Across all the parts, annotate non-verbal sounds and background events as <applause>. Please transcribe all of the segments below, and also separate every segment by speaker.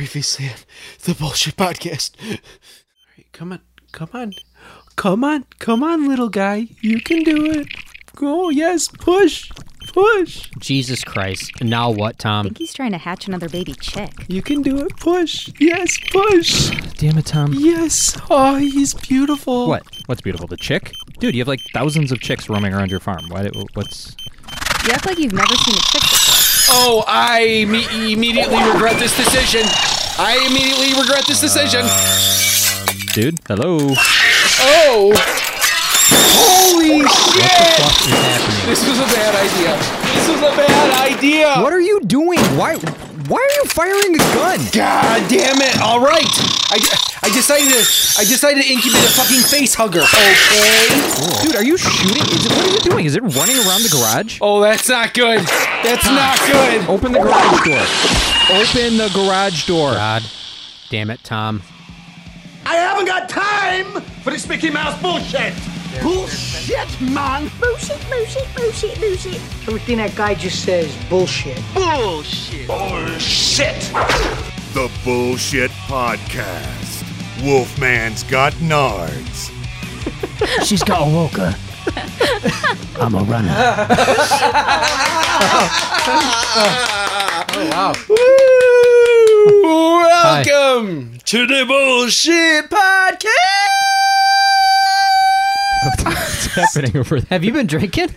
Speaker 1: Previously, the bullshit podcast.
Speaker 2: Alright, Come on, come on, come on, come on, little guy. You can do it. Oh, yes, push, push.
Speaker 3: Jesus Christ. Now what,
Speaker 4: I
Speaker 3: Tom?
Speaker 4: think he's trying to hatch another baby chick.
Speaker 2: You can do it. Push, yes, push.
Speaker 5: Damn it, Tom.
Speaker 2: Yes. Oh, he's beautiful.
Speaker 5: What? What's beautiful? The chick? Dude, you have like thousands of chicks roaming around your farm. Why? do- What's?
Speaker 4: You act like you've never seen a chick before.
Speaker 6: Oh, I me- immediately regret this decision. I immediately regret this decision.
Speaker 5: Dude, hello.
Speaker 6: oh! Holy shit!
Speaker 3: What is happening?
Speaker 6: This was a bad idea. This was a bad idea.
Speaker 7: What are you doing? Why why are you firing a gun?
Speaker 6: God damn it! All right, I, I decided to I decided to incubate a fucking face hugger. Okay.
Speaker 5: Dude, are you shooting? Is it? What are you doing? Is it running around the garage?
Speaker 6: Oh, that's not good. That's not good.
Speaker 5: Open the garage door. Open the garage door.
Speaker 3: God damn it, Tom.
Speaker 8: I haven't got time for this Mickey Mouse bullshit. Bullshit, man. Bullshit, bullshit, bullshit, bullshit.
Speaker 9: Everything that guy just says, bullshit.
Speaker 8: Bullshit. Bullshit.
Speaker 10: The Bullshit Podcast. Wolfman's got nards.
Speaker 9: She's got a walker. I'm a runner.
Speaker 6: Welcome to the bullshit podcast.
Speaker 5: <laughs> What's happening over there?
Speaker 3: Have you been drinking?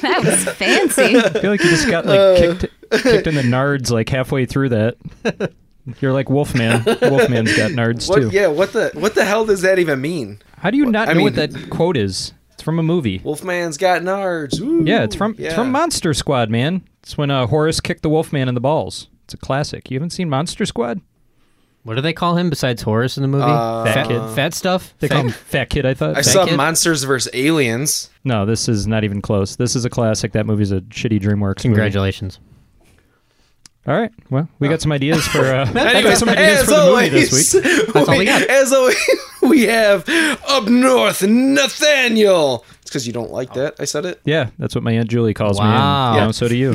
Speaker 4: That was fancy.
Speaker 5: <laughs> I feel like you just got like
Speaker 6: Uh,
Speaker 5: kicked, kicked in the nards like halfway through that.
Speaker 7: <laughs>
Speaker 5: You're like Wolfman. Wolfman's got nards too.
Speaker 6: What, yeah. What the what the hell does that even mean?
Speaker 5: How do you not
Speaker 6: I
Speaker 5: know what
Speaker 6: mean-
Speaker 5: that quote is? It's from a movie.
Speaker 6: Wolfman's got nards. Ooh,
Speaker 5: Yeah, it's from it's from
Speaker 6: yeah.
Speaker 5: Monster Squad, man. It's when uh, Horace kicked the Wolfman in the balls. It's a classic. You haven't seen Monster Squad?
Speaker 3: What do they call him besides Horace in the movie? fat kid. Fat stuff?
Speaker 5: They
Speaker 3: Fat-
Speaker 5: call him <laughs> Fat Kid. I thought.
Speaker 6: I
Speaker 5: Fat
Speaker 6: saw
Speaker 5: Kid?
Speaker 6: Monsters vs. Aliens.
Speaker 5: No, this is not even close. This is a classic. That movie's a shitty DreamWorks. Movie.
Speaker 3: Congratulations.
Speaker 5: All right. Well, we got some ideas
Speaker 6: <laughs>
Speaker 5: for. Uh, I
Speaker 6: Anyway,
Speaker 5: got some ideas
Speaker 6: Oh. as
Speaker 5: for the movie this
Speaker 6: always,
Speaker 5: week.
Speaker 3: all
Speaker 6: <laughs>
Speaker 3: we got.
Speaker 6: As always, we have up north Nathaniel. It's because you don't like that. I said it.
Speaker 5: Yeah, that's what my aunt Julie calls me.
Speaker 3: Wow.
Speaker 5: And, you know, so do you.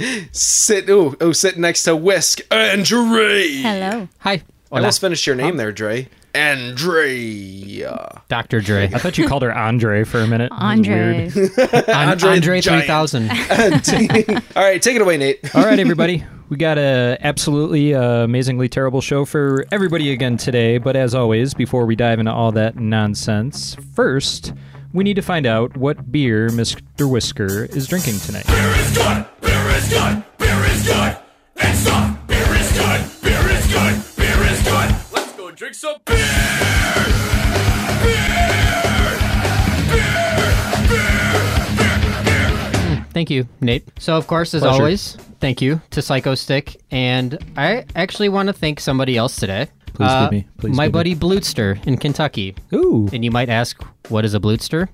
Speaker 6: <laughs>
Speaker 5: you.
Speaker 6: Sit. Oh, oh, sitting next to Whisk and Dre.
Speaker 4: <laughs> Hello.
Speaker 3: Hi.
Speaker 6: I
Speaker 3: Hola,
Speaker 6: almost finished your name there, Dre. Andrea.
Speaker 3: Dr. Dre.
Speaker 5: I thought you called her Andre for a minute. It was
Speaker 4: Andre.
Speaker 5: weird.
Speaker 3: I'm
Speaker 6: Andre
Speaker 3: Andre,
Speaker 6: the Giant.
Speaker 3: 3000.
Speaker 6: All right, take it away, Nate. <laughs>
Speaker 5: All right, everybody. <laughs> We got a absolutely uh, amazingly terrible show for everybody again today. But as always, before we dive into all that nonsense, first we need to find out what beer Mr. Whisker is drinking tonight.
Speaker 8: Beer is good. Beer is good. Beer is good. It's not. Beer is good. Beer is good. Beer is good. Let's go drink some beer.
Speaker 3: <laughs> Thank you, Nate. So, of course, as always, thank you to Psycho Stick. And I actually want to thank somebody else today. Uh,
Speaker 5: Please give me- please
Speaker 3: my
Speaker 5: give me.
Speaker 3: buddy Blootster in Kentucky.
Speaker 5: Ooh,
Speaker 3: And you might ask, what is a Blootster?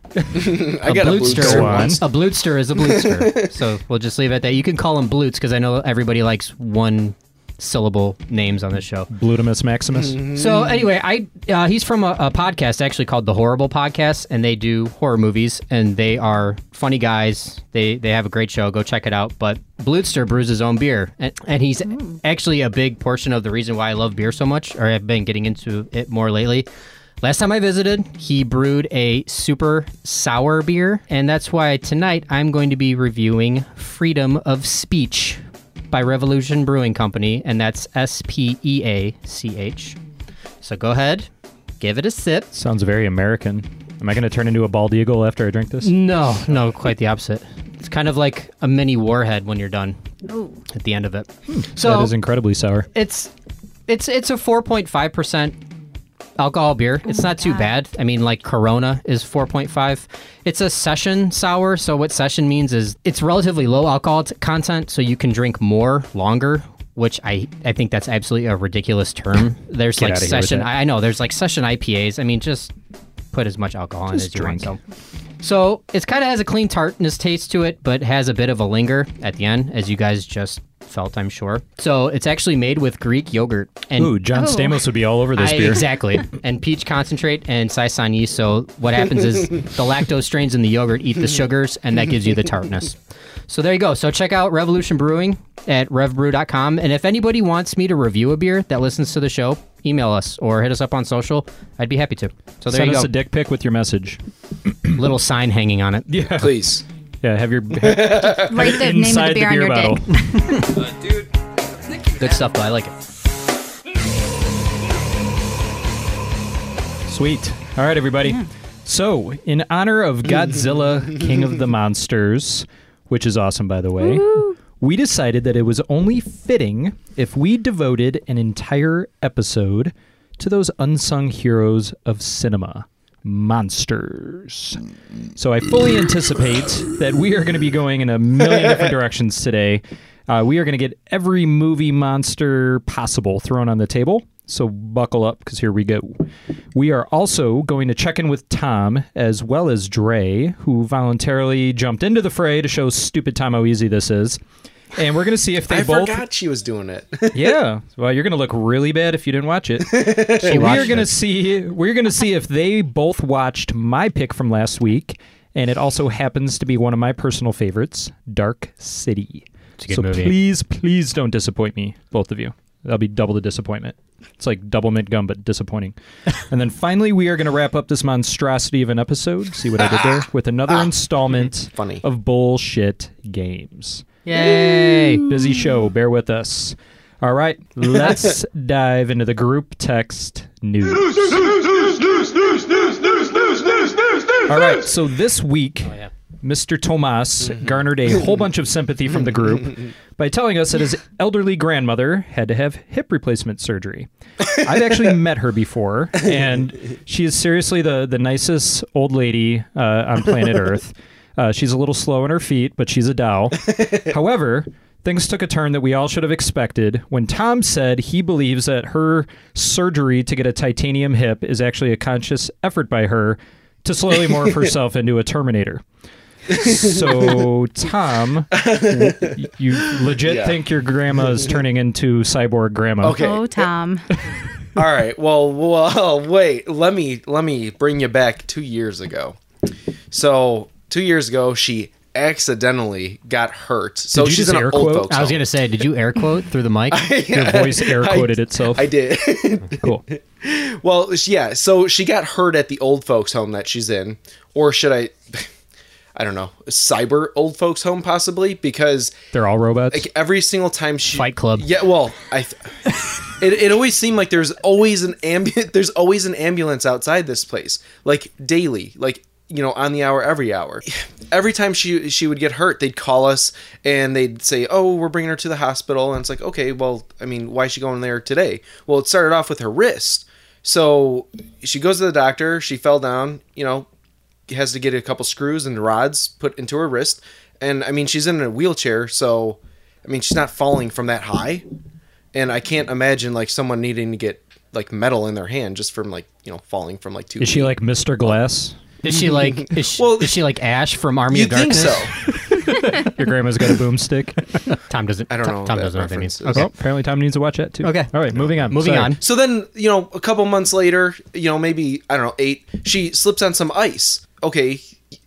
Speaker 6: I got
Speaker 3: Blootster.
Speaker 5: Go <laughs> on.
Speaker 3: A blootster is a blootster.
Speaker 6: <laughs>
Speaker 3: so we'll just leave it at that. You can call them bloots because I know everybody likes one syllable names on this show.
Speaker 5: Glutamus Maximus.
Speaker 3: So anyway, I uh, he's from a, a podcast actually called The Horrible Podcast, and they do horror movies, and they are funny guys. They they have a great show. Go check it out. But Blootster brews his own beer, and, and he's actually a big portion of the reason why I love beer so much, or I've been getting into it more lately. Last time I visited, he brewed a super sour beer, and that's why tonight I'm going to be reviewing Freedom of Speech by Revolution Brewing Company, and that's S P E A C H. So go ahead, give it a sip.
Speaker 5: Sounds very American. Am I going to turn into a bald eagle after I drink this?
Speaker 3: No, no, quite the opposite. It's kind of like a mini warhead when you're done at the end of it. So
Speaker 5: That is incredibly sour.
Speaker 3: it's it's it's a 4.5% alcohol beer. It's
Speaker 5: Oh
Speaker 3: not too bad. I mean like Corona is 4.5. It's a session sour, so what session means is it's relatively low alcohol t- content so you can drink more longer. Which I, I think that's absolutely a ridiculous
Speaker 5: <coughs>
Speaker 3: term. There's like
Speaker 5: outta here with
Speaker 3: session.
Speaker 5: that.
Speaker 3: I I know there's like session IPAs. I mean, just put as much alcohol in it as you want. So,
Speaker 5: drink.
Speaker 3: so it's kind of has a clean tartness taste to it, but has a bit of a linger at the end, as you guys just felt, I'm sure. So it's actually made with Greek yogurt. And
Speaker 5: Ooh, Oh. John Stamos would be all over this
Speaker 3: I-
Speaker 5: beer. <laughs>
Speaker 3: Exactly. and peach concentrate and saison yeast. So what happens is the lactose strains in the yogurt eat the sugars, and that gives you the tartness. So there you go. So check out Revolution Brewing at revbrew.com. And if anybody wants me to review a beer that listens to the show, email us or hit us up on social. I'd be happy to. So there
Speaker 5: Send
Speaker 3: you
Speaker 5: us
Speaker 3: go.
Speaker 5: a dick pic with your message.
Speaker 3: Little sign hanging on it.
Speaker 5: Yeah.
Speaker 6: Please.
Speaker 5: Yeah, have
Speaker 4: <laughs>
Speaker 5: your
Speaker 4: Write the name of
Speaker 5: inside
Speaker 4: the beer on your
Speaker 5: bottle.
Speaker 4: dick.
Speaker 3: Good stuff, though. I like it.
Speaker 5: Sweet. All right, everybody. So, in honor of Godzilla, King of the Monsters, which is awesome, by the way, we decided that it was only fitting if we devoted an entire episode to those unsung heroes of cinema monsters. So, I fully anticipate that we are going to be going in a
Speaker 6: <laughs>
Speaker 5: million different directions today. Uh, we are going to get every movie monster possible thrown on the table. So buckle up because here we go. We are also going to check in with Tom as well as Dre, who voluntarily jumped into the fray to show stupid Tom how easy this is. And we're going to see if they
Speaker 6: I
Speaker 5: both.
Speaker 6: forgot she was doing it.
Speaker 5: Yeah. Well, you're going to look really bad if you didn't
Speaker 6: <laughs>
Speaker 5: watch it. so we are
Speaker 3: watched
Speaker 5: going to
Speaker 3: it.
Speaker 5: see. We're going to see if they both watched my pick from last week, and it also happens to be one of my personal favorites, Dark City.
Speaker 3: It's a good
Speaker 5: so
Speaker 3: movie.
Speaker 5: please, please don't disappoint me, both of you. That'll be double the disappointment. It's like double mint gum, but
Speaker 3: <laughs>
Speaker 5: disappointing. and then finally, we are going to wrap up this monstrosity of an episode. See what I did there
Speaker 3: <laughs>
Speaker 5: with another
Speaker 3: Ah.
Speaker 5: installment
Speaker 6: Funny.
Speaker 5: of bullshit games.
Speaker 3: Yay!
Speaker 5: Busy show. Bear with us.
Speaker 3: <laughs>
Speaker 5: All right, let's dive into the group text news. All right, so this week, Mr. Tomas garnered a whole bunch of sympathy from the group by telling us that his elderly grandmother had to have hip replacement surgery. I've actually met her before, and she is seriously the, the nicest old lady uh, on planet Earth. Uh, she's a little slow on her feet, but she's a doll. However, things took a turn that we all should have expected when Tom said he believes that her surgery to get a titanium hip is actually a conscious effort by her to slowly morph herself into a Terminator. <laughs> So, Tom, w- you legit
Speaker 6: Yeah.
Speaker 5: think your grandma is turning into cyborg grandma?
Speaker 6: Okay.
Speaker 4: <laughs> Oh, Tom.
Speaker 6: All right. Well, well, <laughs> wait. Let me let me bring you back 2 years ago. So, 2 years ago she accidentally got hurt. So
Speaker 5: Did you
Speaker 6: she's
Speaker 5: just
Speaker 6: in an
Speaker 5: air
Speaker 6: old
Speaker 5: quote?
Speaker 6: folks.
Speaker 3: I was
Speaker 6: home.
Speaker 3: going to say, did you air quote through
Speaker 6: <laughs>
Speaker 3: the mic?
Speaker 5: Your voice air quoted itself.
Speaker 6: I did.
Speaker 5: <laughs> cool.
Speaker 6: <laughs> Well, sh- yeah. So she got hurt at the old folks' home that she's in, or should I? <laughs> I don't know. Cyber old folks' home, possibly, because
Speaker 5: They're all robots.
Speaker 6: like every single time she
Speaker 3: Fight Club.
Speaker 6: Yeah. Well, I. Th- <laughs> it, it always seemed like there's always an ambulance. <laughs> There's always an ambulance outside this place, like daily, like you know, on the hour, every hour. Every time she she would get hurt, they'd call us and they'd say, "Oh, we're bringing her to the hospital." And it's like, okay, well, I mean, why is she going there today? Well, it started off with her wrist. So she goes to the doctor. She fell down. You know, has to get a couple screws and rods put into her wrist. And I mean, she's in a wheelchair, so I mean, she's not falling from that high. And I can't imagine like someone needing to get like metal in their hand just from like you know falling from like two.
Speaker 5: Is she
Speaker 6: feet.
Speaker 5: like Mr. Glass?
Speaker 3: Is she like is she,
Speaker 6: Well-
Speaker 3: is she like Ash from Army
Speaker 6: You
Speaker 3: of
Speaker 6: think
Speaker 3: Darkness?
Speaker 6: so?
Speaker 5: Your grandma's got
Speaker 6: <laughs>
Speaker 5: a boomstick.
Speaker 3: Tom doesn't.
Speaker 6: I don't
Speaker 3: Tom,
Speaker 6: know.
Speaker 3: Tom
Speaker 6: that
Speaker 3: doesn't know what that
Speaker 6: reference
Speaker 3: means.
Speaker 6: is.
Speaker 5: Well, apparently Tom needs to watch that too.
Speaker 3: Okay.
Speaker 5: All right, moving on.
Speaker 3: Moving
Speaker 5: Sorry.
Speaker 3: on.
Speaker 6: So then, you know, a couple months later, you know, maybe, I don't know, eight, she slips on some ice. Okay,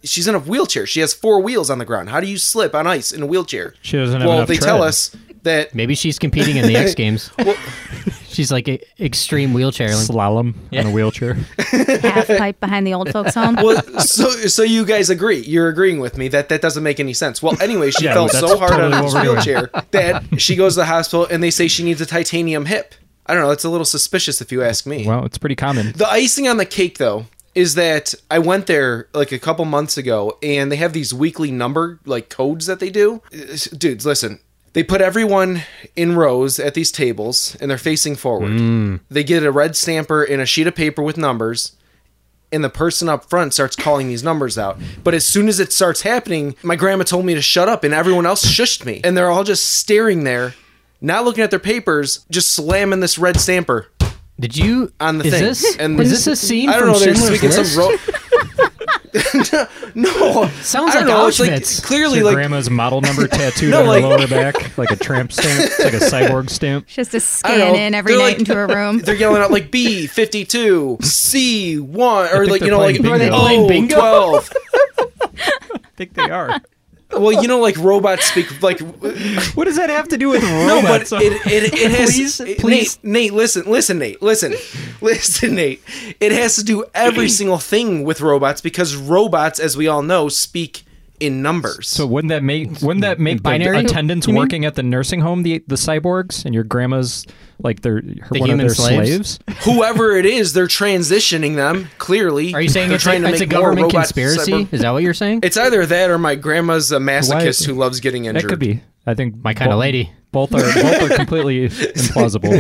Speaker 6: she's in a wheelchair. She has four wheels on the ground. How do you slip on ice in a wheelchair?
Speaker 5: She doesn't have
Speaker 6: Well,
Speaker 5: enough
Speaker 6: they tell
Speaker 5: tread.
Speaker 6: us that.
Speaker 3: Maybe she's
Speaker 6: <laughs>
Speaker 3: competing in the X Games.
Speaker 6: Well,
Speaker 3: She's like a extreme wheelchair. Like,
Speaker 5: Slalom on a wheelchair.
Speaker 4: Half pipe behind the old folks' home.
Speaker 6: well, so so you guys agree? You're agreeing with me that that doesn't make any sense. Well, anyway, she
Speaker 5: Yeah,
Speaker 6: fell
Speaker 5: that's
Speaker 6: so hard
Speaker 5: totally
Speaker 6: on
Speaker 5: what
Speaker 6: this
Speaker 5: we're doing.
Speaker 6: wheelchair that she goes to the hospital and they say she needs a titanium hip. I don't know. It's a little suspicious if you ask me.
Speaker 5: well, it's pretty common.
Speaker 6: The icing on the cake, though, is that I went there like a couple months ago, and they have these weekly number like codes that they do. Uh, Dudes, listen. They put everyone in rows at these tables, and they're facing forward. They get a red stamper and a sheet of paper with numbers. And the person up front starts calling these numbers out. But as soon as it starts happening, my grandma told me to shut up, and everyone else shushed me. And they're all just staring there, not looking at their papers, just slamming this red stamper.
Speaker 3: did you
Speaker 6: On the
Speaker 3: is
Speaker 6: thing.
Speaker 3: This,
Speaker 6: And-
Speaker 3: is this a scene
Speaker 6: I don't
Speaker 3: from
Speaker 6: know. They're
Speaker 3: Schindler's
Speaker 6: speaking
Speaker 3: List?
Speaker 6: some ro- <laughs> no,
Speaker 3: Sounds
Speaker 6: I don't
Speaker 3: like
Speaker 6: know, it's
Speaker 3: Auschwitz.
Speaker 6: clearly,
Speaker 5: Your
Speaker 6: like
Speaker 5: grandma's model number
Speaker 6: <laughs>
Speaker 5: tattooed
Speaker 6: No,
Speaker 5: on
Speaker 6: like- <laughs>
Speaker 5: her lower back, like a tramp stamp, like a cyborg stamp.
Speaker 4: Just to
Speaker 6: I don't
Speaker 4: scan
Speaker 6: know.
Speaker 4: in every
Speaker 6: They're
Speaker 4: night
Speaker 6: like-
Speaker 4: into a room.
Speaker 6: <laughs> they're yelling out like B fifty two, C one,
Speaker 5: I
Speaker 6: or
Speaker 5: think
Speaker 6: like you
Speaker 5: they're
Speaker 6: know like
Speaker 5: playing
Speaker 4: Were they
Speaker 5: bingo.
Speaker 4: playing
Speaker 6: oh,
Speaker 5: <laughs>
Speaker 6: 12.
Speaker 5: I think they are.
Speaker 6: Well, you know, like robots speak like
Speaker 5: What does that have to do with
Speaker 6: No,
Speaker 5: <laughs> robots?
Speaker 6: but it, it, it has.
Speaker 5: Please,
Speaker 6: it-
Speaker 5: please.
Speaker 6: Nate, Nate, listen, listen, Nate, listen, <laughs> listen, Nate. It has to do
Speaker 5: <clears throat>
Speaker 6: every single thing with robots because robots, as we all know, speak in numbers.
Speaker 5: so wouldn't that make wouldn't that make
Speaker 3: binary,
Speaker 5: the attendants
Speaker 3: you mean?
Speaker 5: working at the nursing home the the cyborgs and your grandma's like their her,
Speaker 3: The
Speaker 5: one of
Speaker 3: human
Speaker 5: their
Speaker 3: slaves?
Speaker 5: slaves?
Speaker 6: whoever it is, they're transitioning them. Clearly,
Speaker 3: Are you saying
Speaker 6: They're
Speaker 3: it's a, it's a
Speaker 6: more
Speaker 3: government
Speaker 6: robots
Speaker 3: conspiracy?
Speaker 6: cyber-
Speaker 3: Is that what
Speaker 6: <laughs>
Speaker 3: you're saying?
Speaker 6: It's either that or my grandma's a masochist
Speaker 5: Why-
Speaker 6: who loves getting injured.
Speaker 5: That could be. I think
Speaker 3: My kinda
Speaker 5: bo-
Speaker 3: lady.
Speaker 5: Both are both
Speaker 3: <laughs>
Speaker 5: are completely implausible.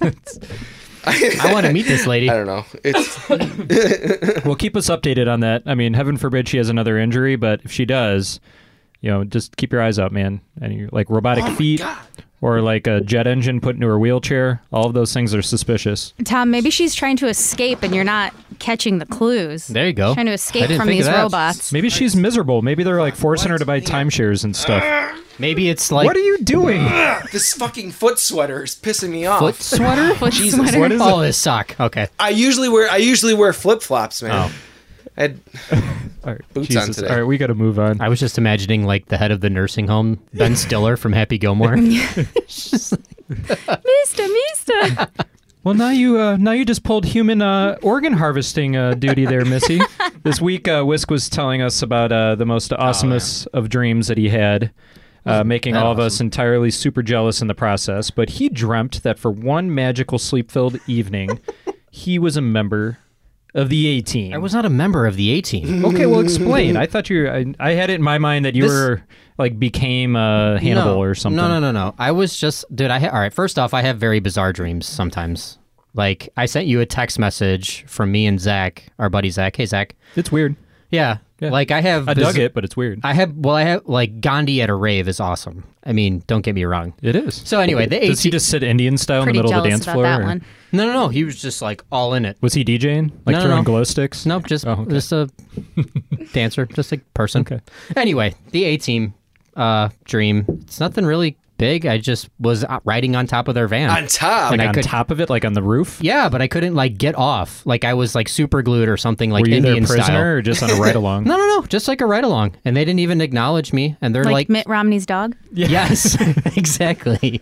Speaker 5: But
Speaker 3: I want to meet this lady.
Speaker 6: I don't know. It's
Speaker 5: well, keep us updated on that. I mean, heaven forbid she has another injury, but if she does, you know, just keep your eyes out, man. And you like robotic feet or like a jet engine put into her wheelchair. All of those things are suspicious.
Speaker 4: Tom, maybe she's trying to escape and you're not catching the clues.
Speaker 3: There you go.
Speaker 4: Trying to
Speaker 3: I
Speaker 4: escape
Speaker 3: didn't
Speaker 4: from
Speaker 3: think of
Speaker 4: these
Speaker 3: that.
Speaker 4: robots.
Speaker 5: Maybe she's miserable. Maybe they're like forcing her to buy timeshares and stuff.
Speaker 3: Maybe it's like
Speaker 5: What are you doing?
Speaker 6: this fucking foot sweater is pissing me off.
Speaker 3: foot
Speaker 6: <laughs>
Speaker 3: sweater? foot Jesus,
Speaker 4: sweater.
Speaker 3: what is oh, this sock. Okay.
Speaker 6: I usually wear I usually wear flip flops, man.
Speaker 3: Oh.
Speaker 6: I had
Speaker 5: All right,
Speaker 6: Boots on
Speaker 5: Jesus.
Speaker 6: today.
Speaker 5: All right, we got to move on.
Speaker 3: I was just imagining like the head of the nursing home, Ben Stiller from Happy <laughs> Gilmore.
Speaker 4: Mister, Mister.
Speaker 5: Well, now you uh, now you just pulled human uh, organ harvesting uh, duty
Speaker 3: <laughs>
Speaker 5: there, Missy. this week, uh, Whisk was telling us about uh, the most
Speaker 6: Oh,
Speaker 5: awesomest of dreams that he had, uh, making all of us entirely super jealous in the process. But he dreamt that for one magical sleep-filled evening, he was a member of the A team.
Speaker 3: I was not a member of the A team.
Speaker 5: okay.
Speaker 3: <laughs>
Speaker 5: Well, explain. I thought you. I, I had it in my mind that you
Speaker 3: This-
Speaker 5: were like became uh, Hannibal
Speaker 3: no,
Speaker 5: or something.
Speaker 3: No, no, no, no. I was just, dude. I ha- all right. First off, I have very bizarre dreams sometimes. Like I sent you a text message from me and Zach, our buddy Zach. Hey, Zach.
Speaker 5: It's weird.
Speaker 3: Yeah.
Speaker 5: Yeah.
Speaker 3: Like I have.
Speaker 5: I dug
Speaker 3: biz-
Speaker 5: it, but it's weird.
Speaker 3: I have. Well, I have like Gandhi at a rave is awesome. I mean, don't get me wrong.
Speaker 5: it is.
Speaker 3: So anyway, the
Speaker 5: Does he
Speaker 3: AT
Speaker 5: just sit Indian style in the
Speaker 4: Pretty
Speaker 5: middle of the
Speaker 4: jealous
Speaker 5: dance
Speaker 4: about
Speaker 5: floor?
Speaker 4: that
Speaker 5: or-
Speaker 4: one.
Speaker 3: No, no, no. He was just like all in it.
Speaker 5: Was he DJing? Like
Speaker 3: No, no,
Speaker 5: throwing
Speaker 3: no.
Speaker 5: glow sticks?
Speaker 3: Nope, just
Speaker 5: Oh, okay.
Speaker 3: just
Speaker 5: <laughs>
Speaker 3: a dancer, just a person.
Speaker 5: Okay.
Speaker 3: Anyway, the A team uh, dream. It's nothing really big. I just was uh, riding on top of their van.
Speaker 6: on top.
Speaker 5: Like
Speaker 3: I
Speaker 5: on
Speaker 3: could-
Speaker 5: top of it, like on the roof?
Speaker 3: yeah, but I couldn't like get off. Like I was like super glued or something like
Speaker 5: Were you
Speaker 3: Indian
Speaker 5: their prisoner
Speaker 3: style.
Speaker 5: or just on
Speaker 3: <laughs>
Speaker 5: a ride along?
Speaker 3: No, no, no. Just like a ride along, and they didn't even acknowledge me. And they're
Speaker 4: Like,
Speaker 3: like,
Speaker 4: Mitt Romney's dog.
Speaker 3: <laughs> "Yes, <laughs> exactly."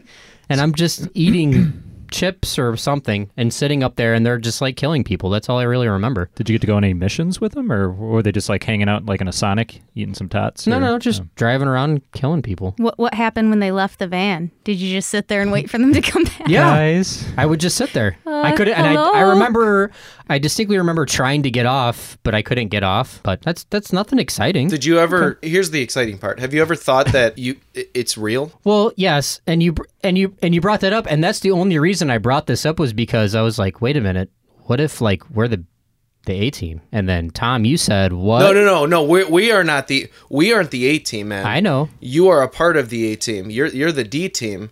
Speaker 3: And I'm just eating <coughs> chips or something and sitting up there, and they're just like killing people. That's all I really remember.
Speaker 5: Did you get to go on any missions with them, or were they just like hanging out like in a Sonic, eating some tots?
Speaker 3: No,
Speaker 5: or- Oh.
Speaker 3: no, just driving around and killing people.
Speaker 4: What what happened when they left the van? Did you just sit there and wait for them to come back?
Speaker 5: Guys,
Speaker 3: I would just sit there. I couldn't, and I,
Speaker 4: Uh, hello?
Speaker 3: I remember, I distinctly remember trying to get off, but I couldn't get off. But that's that's nothing exciting.
Speaker 6: Did you ever? Here's the exciting part. Have you ever thought that you i- it's real?
Speaker 3: well, yes, and you br- and you and you brought that up, and that's the only reason I brought this up was because I was like, wait a minute, what if like we're the the A team, and then Tom, you said what?
Speaker 6: No, no, no, no. We we are not the we aren't the A team, man.
Speaker 3: I know.
Speaker 6: You are a part of the A team. You're you're the D team,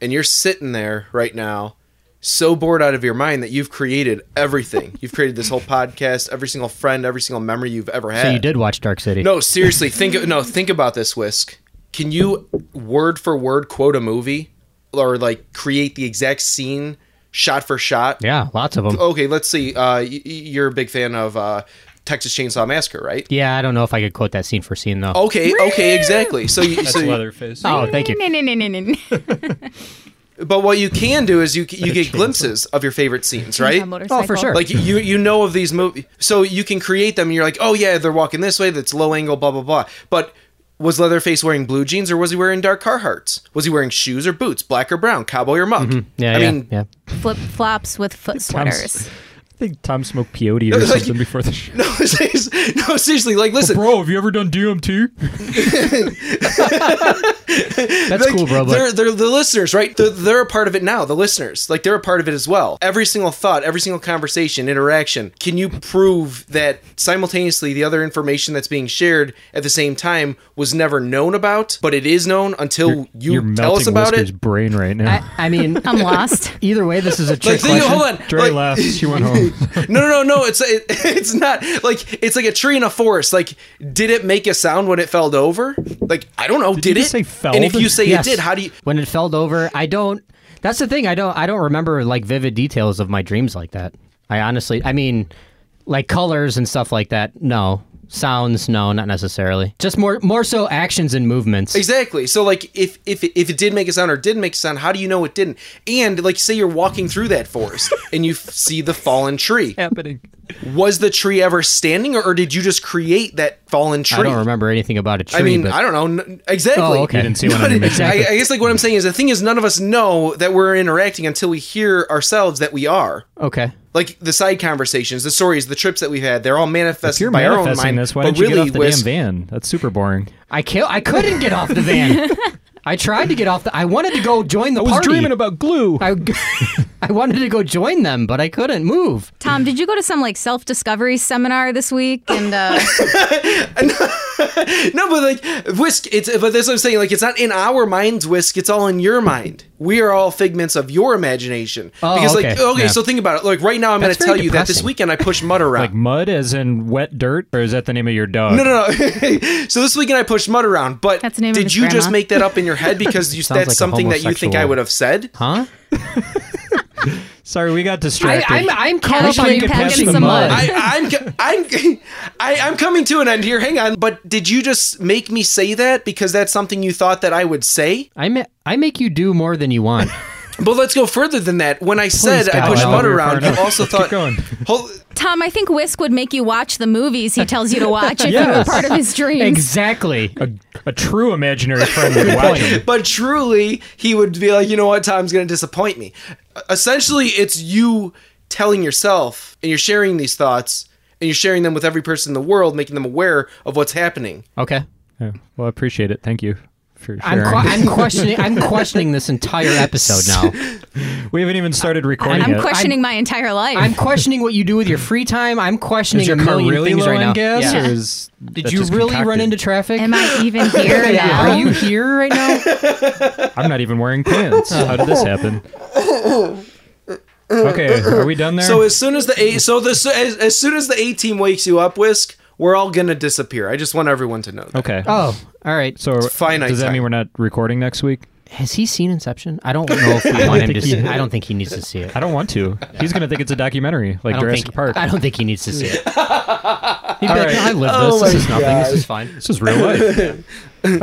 Speaker 6: and you're sitting there right now, so bored out of your mind that you've created
Speaker 3: <laughs>
Speaker 6: everything. you've created this whole podcast, every single friend, every single memory you've ever had.
Speaker 3: So you did watch Dark City.
Speaker 6: Uh, No, seriously. Think no. Think about this, Whisk. Can you word for word quote a movie, or like create the exact scene, shot for shot?
Speaker 3: Yeah, lots of them.
Speaker 6: okay, let's see. Uh, y- y- you're a big fan of uh, Texas Chainsaw Massacre, right?
Speaker 3: Yeah, I don't know if I could quote that scene for scene though.
Speaker 6: Okay, okay, exactly. So, you, so you,
Speaker 5: Leatherface.
Speaker 3: Oh, thank you.
Speaker 4: <laughs> No, no, no, no, no.
Speaker 6: but what you can do is you
Speaker 3: <laughs>
Speaker 6: c- you get glimpses of your favorite scenes,
Speaker 4: <laughs>
Speaker 6: right?
Speaker 3: Oh, for sure.
Speaker 6: Like you you know of these movies, so you can create them. And you're like, oh yeah, they're walking this way. That's low angle, blah blah blah. But was Leatherface wearing blue jeans or was he wearing dark Carhartts? Was he wearing shoes or boots, black or brown, cowboy or monk?
Speaker 3: Mm-hmm. Yeah,
Speaker 6: I
Speaker 3: yeah,
Speaker 6: mean,
Speaker 3: yeah.
Speaker 4: Flip flops with foot sweaters.
Speaker 5: I think Tom smoked
Speaker 6: <laughs>
Speaker 5: peyote or
Speaker 6: like-
Speaker 5: something before the
Speaker 6: <laughs>
Speaker 5: show.
Speaker 6: no, seriously, no, seriously. Like, listen,
Speaker 5: Bro, have you ever done DMT?
Speaker 3: That's cool, bro. But
Speaker 6: They're, they're the listeners, right? They're, they're a part of it now. The listeners, like they're a part of it as well. Every single thought, every single conversation, interaction. Can you prove that simultaneously the other information that's being shared at the same time was never known about, but it is known until
Speaker 5: You're
Speaker 6: you tell us
Speaker 5: melting
Speaker 6: about
Speaker 5: Whisker's
Speaker 6: it?
Speaker 5: brain right now.
Speaker 3: I, I mean,
Speaker 4: <laughs> I'm lost.
Speaker 3: either way, this is a trick
Speaker 6: Like, think-
Speaker 3: question.
Speaker 6: hold on.
Speaker 5: Dre
Speaker 6: like- <laughs>
Speaker 5: left. She went home.
Speaker 6: no, no, no, no. It's it, <laughs> it's not like it's like a tree in a forest. Like, did it make a sound when it fell over? Like, I don't know. Did,
Speaker 3: you
Speaker 6: it?
Speaker 3: just say felled?
Speaker 6: And if you say
Speaker 3: Yes.
Speaker 6: it did, how do you?
Speaker 3: When it fell over, I don't. That's the thing. I don't. I don't remember like vivid details of my dreams like that. I honestly. I mean, like colors and stuff like that. No sounds. No, not necessarily. Just more. More so actions and movements.
Speaker 6: Exactly. So like if if if it did make a sound or didn't make a sound, how do you know it didn't? And like say you're walking through that
Speaker 3: <laughs>
Speaker 6: forest and you f- see the fallen tree.
Speaker 5: Happening.
Speaker 6: Was the tree ever standing or, or did you just create that fallen tree?
Speaker 3: I don't remember anything about a tree.
Speaker 6: I mean,
Speaker 3: but
Speaker 6: I don't know N- exactly.
Speaker 3: Oh, okay. You didn't see
Speaker 6: <laughs>
Speaker 3: one
Speaker 6: No,
Speaker 3: of them,
Speaker 6: I-
Speaker 3: exactly.
Speaker 6: I, I guess like what I'm saying is the thing is none of us know that we're interacting until we hear ourselves that we are.
Speaker 3: Okay.
Speaker 6: Like the side conversations, the stories, the trips that we've had, they're all manifested
Speaker 5: You're
Speaker 6: by our own
Speaker 5: manifesting
Speaker 6: mind.
Speaker 5: this. Why
Speaker 6: but
Speaker 5: don't you
Speaker 6: really,
Speaker 5: get off the
Speaker 6: with-
Speaker 5: damn van? That's super boring.
Speaker 3: I can't. I couldn't get off
Speaker 6: <laughs>
Speaker 3: the van. I tried to get off the. I wanted to go join the
Speaker 5: I was
Speaker 3: party.
Speaker 5: dreaming about glue.
Speaker 3: I, <laughs> I wanted to go join them, but I couldn't move.
Speaker 4: Tom, did you go to some like self discovery seminar this week? And uh,
Speaker 6: No, but like whisk, it's but that's what I'm saying. Like it's not in our minds, whisk. It's all in your mind. We are all figments of your imagination.
Speaker 3: Oh,
Speaker 6: because like
Speaker 3: okay.
Speaker 6: okay,
Speaker 3: Yeah.
Speaker 6: so think about it. Like right now, I'm going
Speaker 3: That's
Speaker 6: to tell
Speaker 3: very
Speaker 6: you that this
Speaker 3: depressing.
Speaker 6: weekend I pushed mud
Speaker 5: Like
Speaker 6: around. <laughs>
Speaker 5: mud, as in wet dirt, or is that the name of your dog?
Speaker 6: no, no, <laughs> no. so this weekend I pushed mud around. But
Speaker 4: That's the name of
Speaker 6: did
Speaker 4: his
Speaker 6: you just
Speaker 4: grandma.
Speaker 6: make that up in your
Speaker 3: <laughs>
Speaker 6: head because you,
Speaker 3: Sounds
Speaker 6: that's
Speaker 3: like a
Speaker 6: something that you think I
Speaker 3: homosexual-
Speaker 6: would have said?
Speaker 3: Huh?
Speaker 5: Sorry, we got
Speaker 3: I,
Speaker 5: distracted.
Speaker 3: I'm I'm caught
Speaker 4: We
Speaker 3: up
Speaker 4: should
Speaker 3: on
Speaker 4: make
Speaker 3: you
Speaker 4: a pack
Speaker 3: pushing
Speaker 4: in
Speaker 3: the
Speaker 4: some
Speaker 3: mud.
Speaker 4: mud.
Speaker 6: I,
Speaker 3: <laughs>
Speaker 6: I'm co- I'm <laughs> I, I'm coming to an end here. Hang on. But did you just make me say that because that's something you thought that I would say?
Speaker 3: I, ma- I make you do more than you want.
Speaker 6: But let's go further than that. When I said I
Speaker 3: God.
Speaker 6: pushed
Speaker 3: Well,
Speaker 6: mud
Speaker 3: we were
Speaker 6: around, you also thought.
Speaker 5: going.
Speaker 6: <laughs> Hold,
Speaker 4: Tom, I think Whisk would make you watch the movies he tells you to watch if you were
Speaker 5: Yes.
Speaker 4: part of his
Speaker 3: <laughs>
Speaker 4: dreams.
Speaker 3: exactly.
Speaker 5: a, a true imaginary friend would watch him.
Speaker 6: but truly, he would be like, you know what, Tom's going to disappoint me. Essentially, it's you telling yourself and you're sharing these thoughts and you're sharing them with every person in the world, making them aware of what's happening.
Speaker 3: Okay.
Speaker 5: Yeah, well, I appreciate it. Thank you for sharing.
Speaker 3: I'm, que- <laughs> I'm questioning. I'm questioning this entire episode <laughs> now.
Speaker 5: we haven't even started recording
Speaker 4: I'm
Speaker 5: yet.
Speaker 4: questioning my entire life.
Speaker 3: I'm questioning what you do with your free time. I'm questioning
Speaker 5: is your
Speaker 3: a
Speaker 5: car
Speaker 3: million
Speaker 5: really
Speaker 3: things
Speaker 5: low
Speaker 3: right
Speaker 5: on
Speaker 3: now.
Speaker 5: gas,
Speaker 3: Yeah.
Speaker 5: or is
Speaker 3: Did
Speaker 5: that
Speaker 3: you
Speaker 5: just
Speaker 3: really run
Speaker 5: concocted?
Speaker 3: into traffic?
Speaker 4: Am I even
Speaker 3: <laughs>
Speaker 4: here now?
Speaker 3: Are you here right now? <laughs>
Speaker 5: I'm not even wearing <laughs> pants. How did this happen? Okay, are we done there?
Speaker 6: So as soon as the A, so the as, as soon as the A team wakes you up, Whisk, we're all going to disappear. I just want everyone to know. That.
Speaker 5: okay.
Speaker 3: Oh, all right.
Speaker 5: so
Speaker 6: finite
Speaker 5: does that
Speaker 6: time.
Speaker 5: mean we're not recording next week?
Speaker 3: Has he seen Inception? I don't know if <laughs> we want him to
Speaker 5: think
Speaker 3: see.
Speaker 5: he-
Speaker 3: I don't think he needs to see it.
Speaker 5: I don't want to. He's gonna think it's a documentary, like
Speaker 3: I don't
Speaker 5: Jurassic
Speaker 3: think.
Speaker 5: Park.
Speaker 3: I don't think he needs to see <laughs> it. He'd be like,
Speaker 5: right.
Speaker 3: "No, I live
Speaker 6: Oh
Speaker 3: this. This
Speaker 6: my
Speaker 3: is nothing. This is fine.
Speaker 5: This is real life.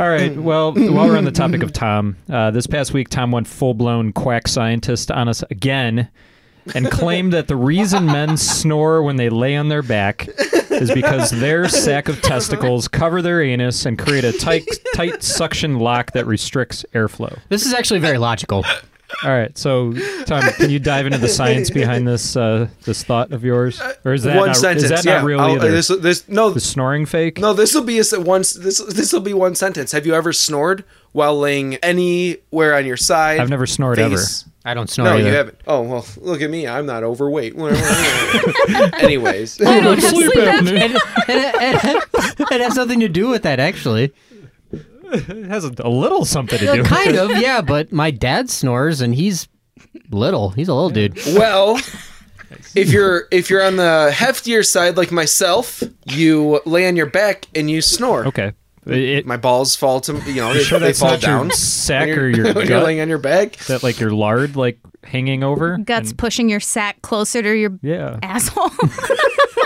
Speaker 6: <laughs>
Speaker 5: All right. Well, while we're on the topic of Tom, uh, this past week Tom went full blown quack scientist on us again, and claimed that the reason men snore when they lay on their back is because their sack of testicles cover their anus and create a tight tight suction lock that restricts airflow.
Speaker 3: This is actually very logical.
Speaker 5: All right. So, Tom, can you dive into the science behind this uh, this thought of yours, or is that
Speaker 6: One
Speaker 5: not,
Speaker 6: sentence.
Speaker 5: is that
Speaker 6: yeah.
Speaker 5: not real
Speaker 6: I'll- uh,
Speaker 5: either?
Speaker 6: This, this, no,
Speaker 5: the snoring fake?
Speaker 6: No, this will be a s- one. s- This this will be one sentence. Have you ever snored while laying anywhere on your side?
Speaker 5: I've never snored ever.
Speaker 3: I don't snore
Speaker 6: No,
Speaker 3: either.
Speaker 6: you haven't. Oh well, look at me. I'm not overweight. <laughs> Anyways,
Speaker 4: I don't have sleep apnea.
Speaker 3: it, it- it- it has nothing to do with that, actually.
Speaker 5: It has a, a little something to do. with
Speaker 3: Kind of, yeah. But my dad snores, and he's little. He's a little dude.
Speaker 6: well, if you're if you're on the heftier side like myself, you lay on your back and you snore.
Speaker 5: Okay. It,
Speaker 6: My balls fall to you know they,
Speaker 5: sure
Speaker 6: they
Speaker 5: that's
Speaker 6: fall
Speaker 5: not your
Speaker 6: down.
Speaker 5: sack
Speaker 6: when you're-
Speaker 5: or
Speaker 6: <laughs>
Speaker 5: your
Speaker 6: when you're
Speaker 5: gut?
Speaker 6: laying on your back.
Speaker 5: that like your lard like hanging over.
Speaker 4: Guts pushing your sack closer to your
Speaker 3: <laughs>
Speaker 5: Yeah.
Speaker 4: asshole.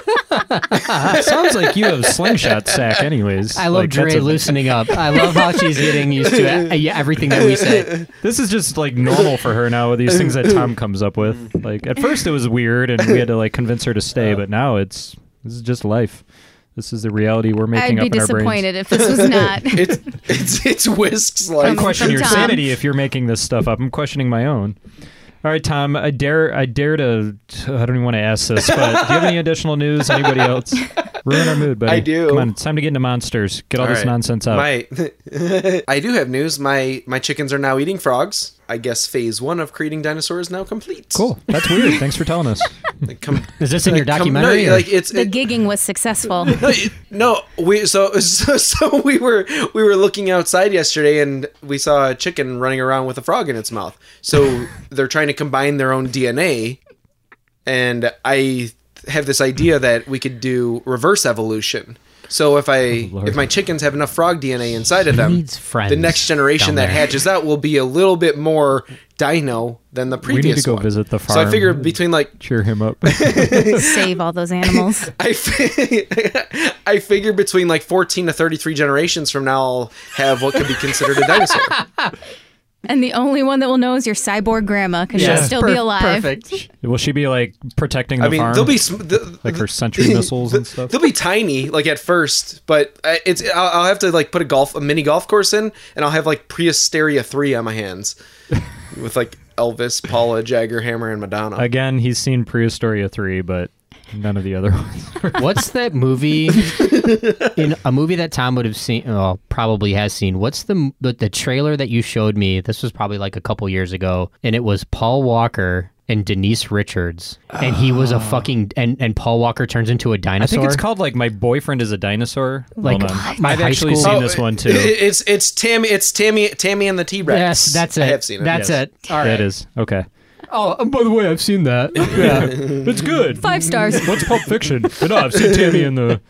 Speaker 5: It sounds like you have slingshot
Speaker 3: <laughs>
Speaker 5: sack anyways.
Speaker 3: I love
Speaker 5: like, that's
Speaker 3: Dre
Speaker 5: a-
Speaker 3: loosening up. I love how she's getting used to it, yeah, everything that we say.
Speaker 5: This is just like normal for her now with these things that Tom comes up with. Like at first it was weird and we had to like convince her to stay, but now it's this is just life. This is the reality we're
Speaker 4: I'd
Speaker 5: making
Speaker 4: be
Speaker 5: up in our brains.
Speaker 4: disappointed if this was not.
Speaker 6: It's it's it's whisks
Speaker 5: I
Speaker 6: like
Speaker 5: question
Speaker 4: from
Speaker 5: your
Speaker 4: Tom.
Speaker 5: sanity if you're making this stuff up. I'm questioning my own. All right, Tom. I dare. I dare to. I don't even want to ask this, but do you have any additional news? Anybody else? Ruin our mood, buddy.
Speaker 6: I do.
Speaker 5: Come on, it's time to get into monsters. Get all, this
Speaker 6: right.
Speaker 5: nonsense out.
Speaker 6: My, <laughs> I do have news. My my chickens are now eating frogs. I guess phase one of creating dinosaurs now complete.
Speaker 5: cool. That's weird. Thanks
Speaker 6: <laughs>
Speaker 5: for telling us.
Speaker 6: Com-
Speaker 3: Is this in your
Speaker 6: com-
Speaker 3: documentary?
Speaker 6: no, <laughs>
Speaker 3: or-
Speaker 6: like it's
Speaker 4: the
Speaker 6: it-
Speaker 4: gigging was successful.
Speaker 6: no. We so, <laughs> so so we were we were looking outside yesterday and we saw a
Speaker 5: <laughs>
Speaker 6: chicken running around with a frog in its mouth. So they're trying to combine their own DNA and I have this idea that we could do reverse evolution. So if
Speaker 5: Oh,
Speaker 6: I if my chickens have enough frog DNA inside of them,
Speaker 3: needs friends
Speaker 6: the next generation
Speaker 3: down
Speaker 6: that
Speaker 3: there.
Speaker 6: hatches out will be a little bit more dino than the
Speaker 5: We
Speaker 6: previous.
Speaker 5: need to go
Speaker 6: one.
Speaker 5: visit the farm.
Speaker 6: So I figure between like
Speaker 5: cheer him
Speaker 6: <laughs>
Speaker 5: up.
Speaker 4: Save all those animals.
Speaker 6: I, fi- <laughs> I figure between like 14 to 33 generations from now, I'll have what could be considered a
Speaker 5: <laughs>
Speaker 6: dinosaur.
Speaker 4: And the only one that will know is your cyborg grandma because she'll still be alive.
Speaker 3: Perfect.
Speaker 5: Will she be like protecting the
Speaker 6: I mean,
Speaker 5: farm?
Speaker 6: they'll be sm- the,
Speaker 5: like
Speaker 6: <laughs>
Speaker 5: her century missiles and stuff.
Speaker 6: they'll be tiny like at first, but I- it's I'll, I'll have to like put a golf a mini golf course in, and I'll have like Preasteria three on my
Speaker 5: <laughs>
Speaker 6: hands with like Elvis, Paula, Jagger, Hammer, and Madonna.
Speaker 5: Again, he's seen Prehistoria three, but none of the other <laughs> ones.
Speaker 3: What's that
Speaker 4: <laughs>
Speaker 3: movie? in a movie that Tom would have seen, well, probably has seen. What's the, the the trailer that you showed me? This was probably like a couple years ago, and it was Paul Walker and Denise Richards, and he was a fucking and and Paul Walker turns into a
Speaker 5: Ah. I
Speaker 3: dinosaur.
Speaker 5: think it's called like My Boyfriend is a Dinosaur.
Speaker 3: Like,
Speaker 5: Hold on.
Speaker 3: what? My
Speaker 5: I've
Speaker 3: high
Speaker 5: actually
Speaker 3: school-
Speaker 5: seen
Speaker 6: Oh,
Speaker 5: this one too.
Speaker 6: it- <laughs> It's it's Tammy it's Tammy Tammy and the T Rex.
Speaker 3: Yes, that's it.
Speaker 6: I have seen it.
Speaker 3: That's
Speaker 5: Yes.
Speaker 3: it. All right.
Speaker 5: That is okay.
Speaker 3: Oh, and by the way, I've
Speaker 6: <laughs>
Speaker 3: seen that.
Speaker 5: Uh, It's good.
Speaker 4: Five stars.
Speaker 5: What's Pulp Fiction? no, I've seen Tammy in the.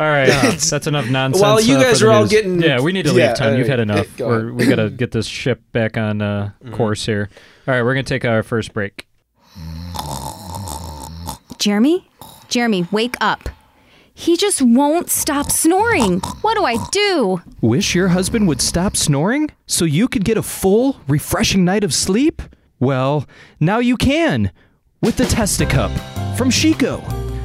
Speaker 5: All right, that's enough nonsense.
Speaker 6: While you
Speaker 5: uh, for
Speaker 6: guys
Speaker 5: the
Speaker 6: are all
Speaker 5: news.
Speaker 6: getting-
Speaker 5: yeah, we need to
Speaker 6: Yeah,
Speaker 5: leave, Tom.
Speaker 6: all
Speaker 5: You've had
Speaker 6: right.
Speaker 5: enough.
Speaker 6: Go
Speaker 5: We're,
Speaker 6: on. Mm-hmm.
Speaker 5: we gotta get this ship back on uh, course here. All right, we're gonna take our first break.
Speaker 4: Jeremy? Jeremy, wake up. He just won't stop snoring. What do I do?
Speaker 7: Wish your husband would stop snoring so you could get a full, refreshing night of sleep? Well, now you can with the Testicup from Chico.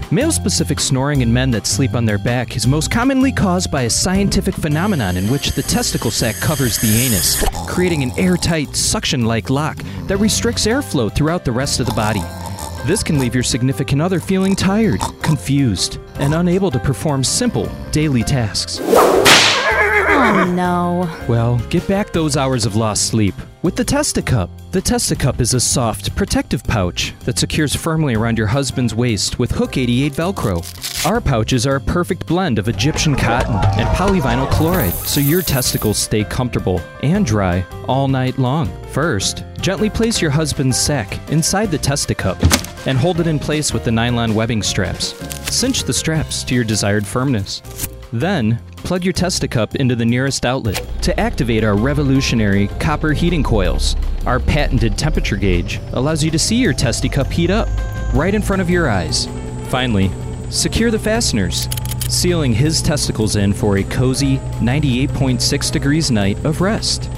Speaker 7: Male specific snoring in men that sleep on their back is most commonly caused by a scientific phenomenon in which the testicle sac covers the anus, creating an airtight, suction like lock that restricts airflow throughout the rest of the body. This can leave your significant other feeling tired, confused, and unable to perform simple daily tasks.
Speaker 4: Oh no.
Speaker 7: Well, get back those hours of lost sleep with the Testicup. The Testicup is a soft, protective pouch that secures firmly around your husband's waist with Hook 88 Velcro. Our pouches are a perfect blend of Egyptian cotton and polyvinyl chloride, so your testicles stay comfortable and dry all night long. First, gently place your husband's sack inside the Testicup and hold it in place with the nylon webbing straps. Cinch the straps to your desired firmness. Then, plug your testicup into the nearest outlet to activate our revolutionary copper heating coils. Our patented temperature gauge allows you to see your testicup heat up right in front of your eyes. Finally, secure the fasteners, sealing his testicles in for a cozy 98.6 degrees night of rest.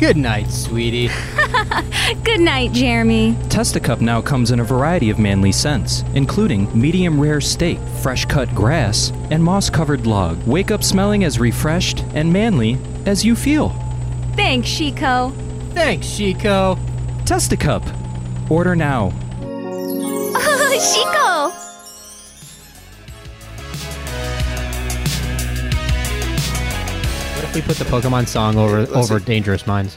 Speaker 3: Good night, sweetie.
Speaker 4: Good night, Jeremy.
Speaker 7: Testicup now comes in a variety of manly scents, including medium rare steak, fresh cut grass, and moss covered log. Wake up smelling as refreshed and manly as you feel.
Speaker 4: Thanks, Chico.
Speaker 3: Thanks, Chico.
Speaker 7: Testicup. Order now.
Speaker 4: Chico!
Speaker 3: What if we put the Pokemon song over over Dangerous Minds?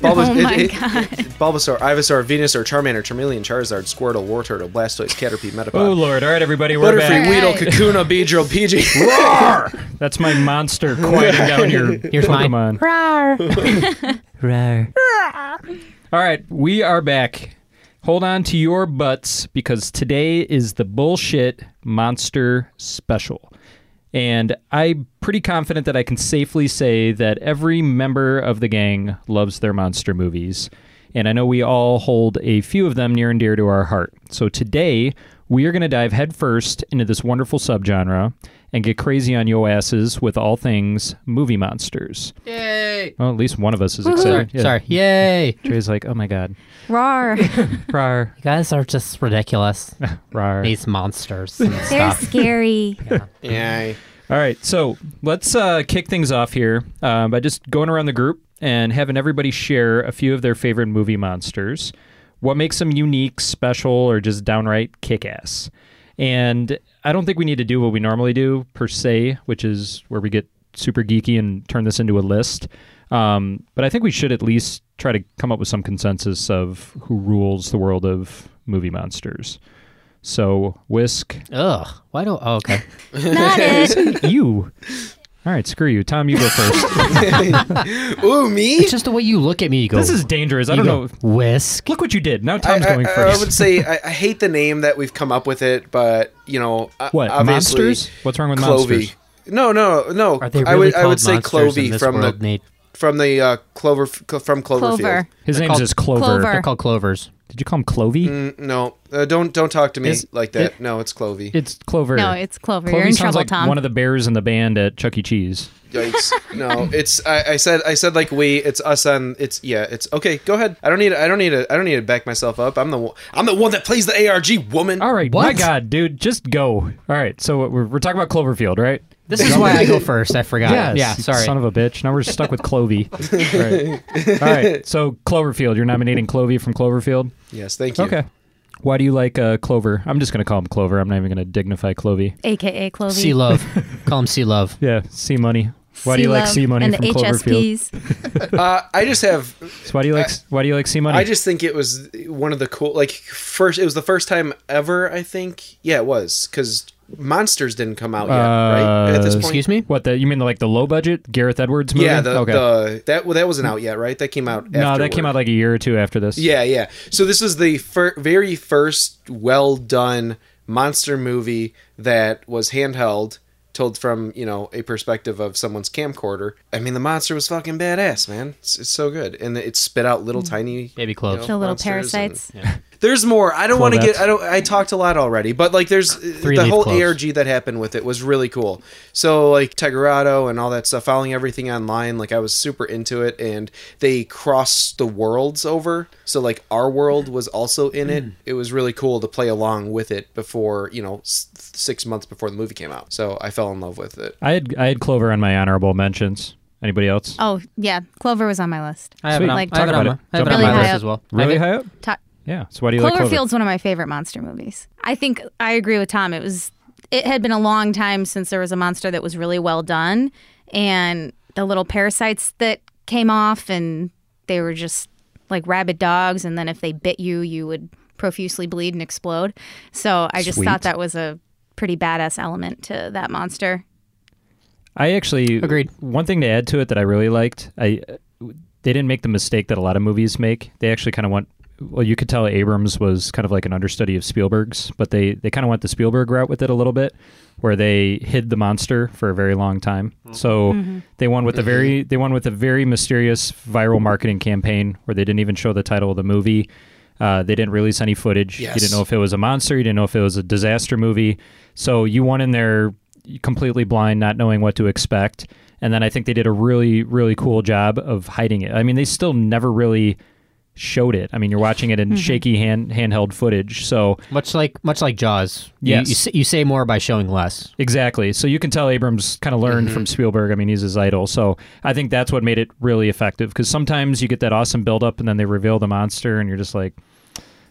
Speaker 6: Bulbas-
Speaker 4: Oh
Speaker 6: it-
Speaker 4: my
Speaker 6: it-
Speaker 4: God.
Speaker 6: it- Bulbasaur, Ivysaur, Venusaur, Charmander, Charmeleon, Charizard, Squirtle, Wartortle, Blastoise, Caterpie, Metapod,
Speaker 5: Oh Lord! All right, everybody, we're
Speaker 6: Butterfree,
Speaker 5: back.
Speaker 4: Alright.
Speaker 6: Weedle, Kakuna, Beedrill, PG.
Speaker 5: That's my monster quieting down your
Speaker 3: Here's mine.
Speaker 5: Pokemon. All right, we are back. Hold on to your butts because today is the bullshit monster special. And I'm pretty confident that I can safely say that every member of the gang loves their monster movies. And I know we all hold a few of them near and dear to our heart. So today, we are going to dive headfirst into this wonderful subgenre and get crazy on your asses with all things movie monsters.
Speaker 3: Yay!
Speaker 5: Well, at least one of us is
Speaker 3: Sorry,
Speaker 5: excited. Yeah.
Speaker 3: sorry. Yay!
Speaker 5: Trey's like, oh my God.
Speaker 4: Rar.
Speaker 5: Rar,
Speaker 3: You guys are just
Speaker 5: <laughs>
Speaker 3: ridiculous.
Speaker 5: rar.
Speaker 3: These monsters and
Speaker 4: They're
Speaker 3: stuff.
Speaker 5: <laughs>
Speaker 4: scary.
Speaker 6: <laughs> Yeah.
Speaker 5: All right, so let's uh, kick things off here uh, by just going around the group and having everybody share a few of their favorite movie monsters, what makes them unique, special, or just downright kick ass. And I don't think we need to do what we normally do per se, which is where we get super geeky and turn this into a list. Um, but I think we should at least try to come up with some consensus of who rules the world of movie monsters. So, Whisk,
Speaker 3: Ugh. Why do? Oh, okay.
Speaker 4: Not it.
Speaker 5: you. All right, screw you, Tom. You go first.
Speaker 6: Ooh, me?
Speaker 3: It's just the way you look at me. You go.
Speaker 5: <laughs> this is dangerous. I
Speaker 3: you
Speaker 5: don't
Speaker 3: go,
Speaker 5: know.
Speaker 3: Whisk.
Speaker 5: Look what you did. Now Tom's
Speaker 6: I,
Speaker 5: going
Speaker 6: I-
Speaker 5: first.
Speaker 6: I would say I, I hate the name that we've come up with it, but you know, o-
Speaker 5: What,
Speaker 6: obviously,
Speaker 5: monsters? What's wrong with monsters?
Speaker 6: No, no, no.
Speaker 3: Are they really
Speaker 6: I would I
Speaker 3: called
Speaker 6: would say
Speaker 3: monsters in
Speaker 6: Clovey
Speaker 3: this
Speaker 6: from
Speaker 3: world,
Speaker 6: the
Speaker 3: Nate?
Speaker 6: from the uh, Clover from Cloverfield.
Speaker 4: Clover.
Speaker 5: His
Speaker 3: They're
Speaker 5: name
Speaker 3: called-
Speaker 5: is Clover.
Speaker 4: Clover.
Speaker 3: They're called clovers.
Speaker 5: Did you call him Clovey?
Speaker 6: Mm, No, uh, don't don't talk to me
Speaker 5: Is-
Speaker 6: like that. no, it's Clovey.
Speaker 5: It's Clover.
Speaker 4: No, it's Clover.
Speaker 5: Clovey
Speaker 4: You're in
Speaker 5: sounds
Speaker 4: trouble,
Speaker 5: like
Speaker 4: Tom.
Speaker 5: one of the bears in the band at Chuck E. Cheese. <laughs>
Speaker 6: Yikes. no, it's I, I said I said like we. It's us on. It's yeah. It's okay. Go ahead. I don't need. I don't need. to. I don't need to back myself up. I'm the. one- I'm the one that plays the ARG woman.
Speaker 5: All right, my
Speaker 3: What?
Speaker 5: God, dude, just go. All right, so we're, we're talking about Cloverfield, right?
Speaker 3: This is why I go first. I forgot. yeah,
Speaker 5: you
Speaker 3: sorry.
Speaker 5: Son of a bitch. Now we're stuck with Clovey. <laughs> All right. All right, so Cloverfield. You're nominating Clovey from Cloverfield.
Speaker 6: Yes. Thank you.
Speaker 5: Okay. Why do you like uh, Clover? I'm just going to call him Clover. I'm not even going to dignify Clovey.
Speaker 4: AKA
Speaker 3: <laughs>
Speaker 4: Clovey.
Speaker 3: Sea love. Call him sea love.
Speaker 5: Yeah, C Money. Why do you like
Speaker 4: Love
Speaker 5: C Money
Speaker 4: and
Speaker 5: from
Speaker 4: the
Speaker 5: Cloverfield?
Speaker 4: HSPs?
Speaker 6: Uh, I just
Speaker 5: <laughs>
Speaker 6: have
Speaker 5: So Why do you like Why do you like C Money?
Speaker 6: I just think it was one of the cool, like first. It was the first time ever. I think, yeah, it was because monsters didn't come out yet, right? At this
Speaker 5: Uh,
Speaker 6: point,
Speaker 3: Excuse me.
Speaker 5: What the you mean like the low budget Gareth Edwards movie?
Speaker 6: Yeah, the,
Speaker 5: okay.
Speaker 6: the that well, that wasn't out yet, right? That came out.
Speaker 5: no, that came out like a year or two after this.
Speaker 6: yeah, yeah. So this is the fir- very first well done monster movie that was handheld. Told from you know a perspective of someone's camcorder. I mean, the monster was fucking badass, man. It's, it's so good, and it spit out little tiny
Speaker 3: Baby cloves.
Speaker 4: The little
Speaker 6: monsters and-
Speaker 4: parasites.
Speaker 6: There's more. I don't want to
Speaker 5: Clovettes.
Speaker 6: get. I don't. I talked a lot already, but like, there's uh, the
Speaker 3: leaf
Speaker 6: whole
Speaker 3: cloves.
Speaker 6: ARG that happened with it was really cool. So like Tegarado and all that stuff, following everything online, like I was super into it, and they crossed the worlds over. So like our world was also in it. It was really cool to play along with it before you know s- six months before the movie came out. So I fell in love with it.
Speaker 5: I had I had Clover on my honorable mentions. Anybody else?
Speaker 4: Oh, yeah. Clover was on my list.
Speaker 3: I have it
Speaker 5: Sweet.
Speaker 3: on,
Speaker 5: Like-
Speaker 3: I have it
Speaker 5: Talk
Speaker 3: on, my-
Speaker 5: about it.
Speaker 3: I have it
Speaker 5: Jump
Speaker 3: on
Speaker 5: into
Speaker 3: my
Speaker 5: it.
Speaker 3: list as well. I
Speaker 5: Really
Speaker 3: have it-
Speaker 5: high up?
Speaker 4: Ta-
Speaker 5: Yeah. So why do you like Clover?
Speaker 4: Cloverfield's one of my favorite monster movies. I think I agree with Tom. It was it had been a long time since there was a monster that was really well done and the little parasites that came off and they were just like rabid dogs and then if they bit you you would profusely bleed and explode. So I just thought that was a pretty badass element to that monster.
Speaker 5: I actually
Speaker 3: Agreed.
Speaker 5: One thing to add to it that I really liked, I they didn't make the mistake that a lot of movies make. They actually kind of went. Well, you could tell Abrams was kind of like an understudy of Spielberg's, but they they kind of went the Spielberg route with it a little bit, where they hid the monster for a very long time. So they won with the very they won with a very mysterious viral marketing campaign where they didn't even show the title of the movie. Uh, they didn't release any footage. You didn't
Speaker 6: Yes.
Speaker 5: know if it was a monster. You didn't know if it was a disaster movie. So you went in there completely blind, not knowing what to expect. And then I think they did a really, really cool job of hiding it. I mean, they still never really showed it. I mean, you're watching it in shaky hand handheld footage. So
Speaker 3: Much like much like Jaws. You-
Speaker 5: Yes.
Speaker 3: You, s- you say more by showing less.
Speaker 5: Exactly. So you can tell Abrams kind of learned from Spielberg. I mean, he's his idol. So I think that's what made it really effective because sometimes you get that awesome buildup and then they reveal the monster and you're just like,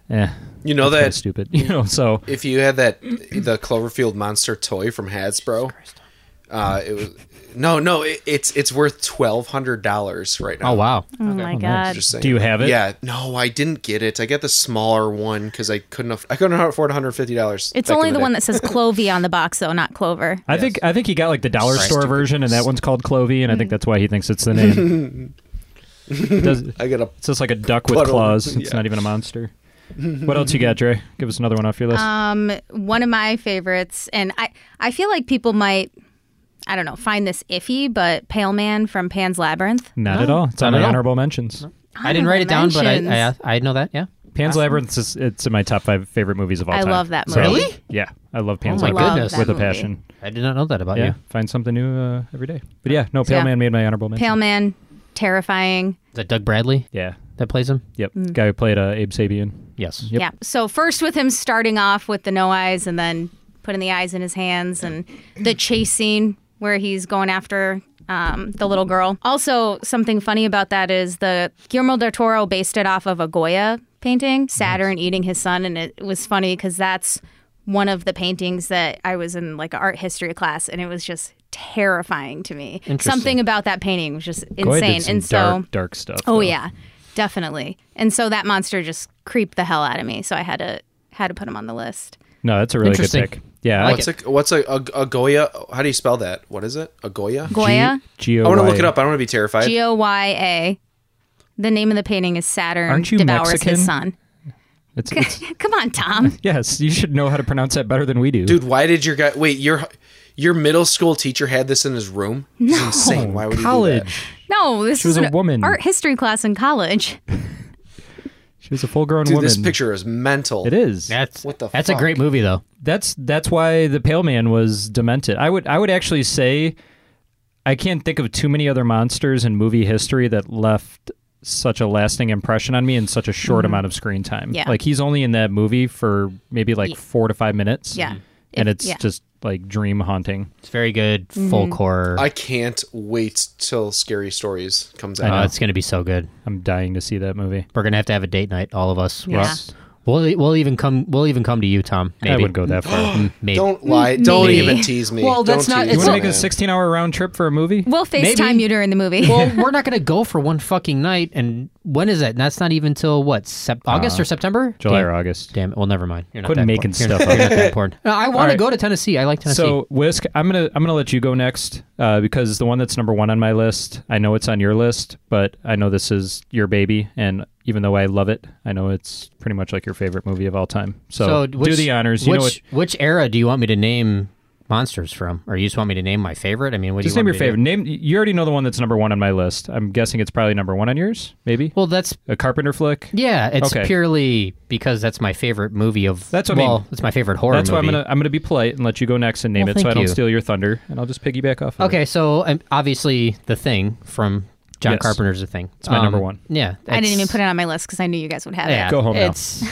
Speaker 5: eh,
Speaker 6: You know
Speaker 5: that's kinda
Speaker 6: that
Speaker 5: stupid. <laughs> You know, so
Speaker 6: if you had that the Cloverfield monster toy from Hasbro, uh, it was no, no, it, it's it's worth twelve hundred dollars right now.
Speaker 3: Oh wow.
Speaker 4: Oh my god.
Speaker 6: Just saying.
Speaker 5: Do you have it?
Speaker 6: Yeah, no, I didn't get it. I got the smaller one because I couldn't. Aff- I couldn't afford one hundred fifty dollars.
Speaker 4: It's only the one that says Clovey on the box though, not Clover.
Speaker 5: I think I think he got like the dollar store version and that one's called Clovey and I think that's why he thinks it's the name.
Speaker 3: <laughs>
Speaker 5: Does, it's
Speaker 6: I got a.
Speaker 5: just like a duck with
Speaker 6: Plural.
Speaker 5: claws. It's
Speaker 6: Yeah.
Speaker 5: not even a monster. What else you got, Dre? Give us another one off your list.
Speaker 4: Um, one of my favorites, and I I feel like people might, I don't know, find this iffy, but Pale Man from Pan's Labyrinth.
Speaker 5: not at all. It's on
Speaker 3: not
Speaker 5: my
Speaker 3: at all.
Speaker 5: honorable mentions.
Speaker 3: I didn't write it down, but I, I I know that. Yeah.
Speaker 5: Pan's Labyrinth is it's in my top five favorite movies of all
Speaker 4: I
Speaker 5: time.
Speaker 4: love that
Speaker 5: So,
Speaker 4: movie.
Speaker 3: Really?
Speaker 5: yeah, I love Pan's
Speaker 3: Oh my
Speaker 5: Labyrinth
Speaker 3: goodness.
Speaker 5: with
Speaker 4: Love
Speaker 5: a
Speaker 4: that movie.
Speaker 5: passion.
Speaker 3: I did not know that about
Speaker 5: Yeah,
Speaker 3: you.
Speaker 5: find something new uh, every day. But yeah, no, Pale
Speaker 4: Yeah.
Speaker 5: Man made my honorable mention.
Speaker 4: Pale Man, terrifying.
Speaker 3: Is that Doug Bradley
Speaker 5: Yeah,
Speaker 3: that plays him?
Speaker 5: yep,
Speaker 4: Mm.
Speaker 5: guy who played uh, Abe Sabian.
Speaker 3: Yes.
Speaker 5: Yep.
Speaker 4: Yeah. So first with him starting off with the no eyes, and then putting the eyes in his hands, and the chase scene where he's going after. Um, the little girl. Also, something funny about that is the Guillermo del Toro based it off of a Goya painting, Saturn eating his son, and it was funny because that's one of the paintings that I was in like an art history class, and it was just terrifying to me. Something about that painting was just
Speaker 5: Goya
Speaker 4: insane,
Speaker 5: did some
Speaker 4: and so
Speaker 5: dark, dark stuff.
Speaker 4: Oh
Speaker 5: though.
Speaker 4: yeah, definitely. And so that monster just creeped the hell out of me. So I had to had to put him on the list.
Speaker 5: no, that's a really good
Speaker 3: Interesting.
Speaker 5: pick.
Speaker 3: I
Speaker 5: Yeah.
Speaker 3: like
Speaker 6: What's a what's a, a, a Goya? How do you spell that? What is it? A Goya?
Speaker 4: Goya,
Speaker 5: G-
Speaker 6: I want to look
Speaker 5: GOY.
Speaker 6: it up. I don't want to be terrified.
Speaker 4: G O Y A. The name of the painting is Saturn
Speaker 5: Aren't you
Speaker 4: devours
Speaker 5: Mexican?
Speaker 4: his son. <laughs>
Speaker 5: It's, it's,
Speaker 4: Come on,
Speaker 5: <laughs>
Speaker 4: Tom.
Speaker 5: yes, you should know how to pronounce that better than we do.
Speaker 6: Dude, why did your guy wait? Your your middle school teacher had this in his room. It's insane. Why would he do that?
Speaker 5: college.
Speaker 4: No, this
Speaker 5: She was
Speaker 4: is
Speaker 5: a
Speaker 4: an
Speaker 5: woman.
Speaker 4: art history class in college.
Speaker 5: She was a full-grown
Speaker 6: Dude,
Speaker 5: woman.
Speaker 6: this picture is mental.
Speaker 5: It is.
Speaker 3: That's
Speaker 6: What the
Speaker 3: that's a
Speaker 6: fuck?
Speaker 3: great movie though.
Speaker 5: That's that's why the Pale Man was demented. I would I would actually say I can't think of too many other monsters in movie history that left such a lasting impression on me in such a short amount of screen time.
Speaker 4: Mm-hmm. Yeah.
Speaker 5: Like he's only in that movie for maybe like 4 to 5 minutes.
Speaker 4: Yeah.
Speaker 5: And
Speaker 4: If-
Speaker 5: it's
Speaker 4: yeah.
Speaker 5: just like dream haunting.
Speaker 3: It's very good folk horror.
Speaker 6: Mm-hmm. I can't wait till Scary Stories comes
Speaker 3: Oh,
Speaker 6: out.
Speaker 3: it's gonna be so good.
Speaker 5: I'm dying to see that movie.
Speaker 3: We're gonna have to have a date night, all of us. We're-
Speaker 4: Yeah.
Speaker 3: We'll we'll even come we'll even come to you, Tom. Maybe.
Speaker 5: I wouldn't go that far.
Speaker 3: Mm, Maybe.
Speaker 6: <gasps> Don't lie. Don't
Speaker 4: maybe.
Speaker 6: even tease me.
Speaker 3: Well, that's
Speaker 6: Don't
Speaker 3: not-
Speaker 6: tease
Speaker 3: it's
Speaker 5: you
Speaker 6: me,
Speaker 5: want to make a
Speaker 6: man.
Speaker 5: 16-hour round trip for a movie?
Speaker 4: We'll FaceTime
Speaker 3: Maybe.
Speaker 4: you during the movie.
Speaker 3: well, we're not gonna go for one fucking night. And when is that? That's not even till what? Sep- August Uh, or September?
Speaker 5: July
Speaker 3: Damn-
Speaker 5: or August.
Speaker 3: Damn it. Well, never mind. You're not
Speaker 5: Quit
Speaker 3: that
Speaker 5: making
Speaker 3: important. <laughs> You're
Speaker 5: stuff
Speaker 3: not-
Speaker 5: up.
Speaker 3: You're not that important. No, I want
Speaker 5: All
Speaker 3: to
Speaker 5: right.
Speaker 3: go to Tennessee. I like Tennessee.
Speaker 5: So Whisk, I'm gonna I'm gonna let you go next uh, because the one that's number one on my list, I know it's on your list, but I know this is your baby, and even though I love it, I know it's pretty much like your favorite movie of all time. So, do the honors. You
Speaker 3: which,
Speaker 5: know what?
Speaker 3: which era do you want me to name monsters from, or you just want me to name my favorite? I mean, what
Speaker 5: Just
Speaker 3: do you
Speaker 5: name your
Speaker 3: want me to do?
Speaker 5: favorite. Name. You already know the one that's number one on my list. I'm guessing it's probably number one on yours. Maybe
Speaker 3: Well, that's
Speaker 5: a Carpenter flick.
Speaker 3: yeah. It's
Speaker 5: Okay.
Speaker 3: purely because that's my favorite movie of.
Speaker 5: That's what I
Speaker 3: well,
Speaker 5: mean.
Speaker 3: it's my favorite horror.
Speaker 5: That's why I'm
Speaker 3: movie.
Speaker 5: gonna I'm gonna be polite and let you go next and name
Speaker 3: Well,
Speaker 5: it, so
Speaker 3: thank
Speaker 5: I don't
Speaker 3: you.
Speaker 5: steal your thunder, and I'll just piggyback off. Of it.
Speaker 3: Okay, so um, obviously the thing from John
Speaker 5: Yes.
Speaker 3: Carpenter's The Thing. It's
Speaker 5: my number one.
Speaker 3: Yeah,
Speaker 4: <laughs> I didn't
Speaker 3: it's-
Speaker 4: even put it on my list because I knew you guys would have
Speaker 3: Yeah,
Speaker 4: it.
Speaker 5: Go home now.
Speaker 3: It's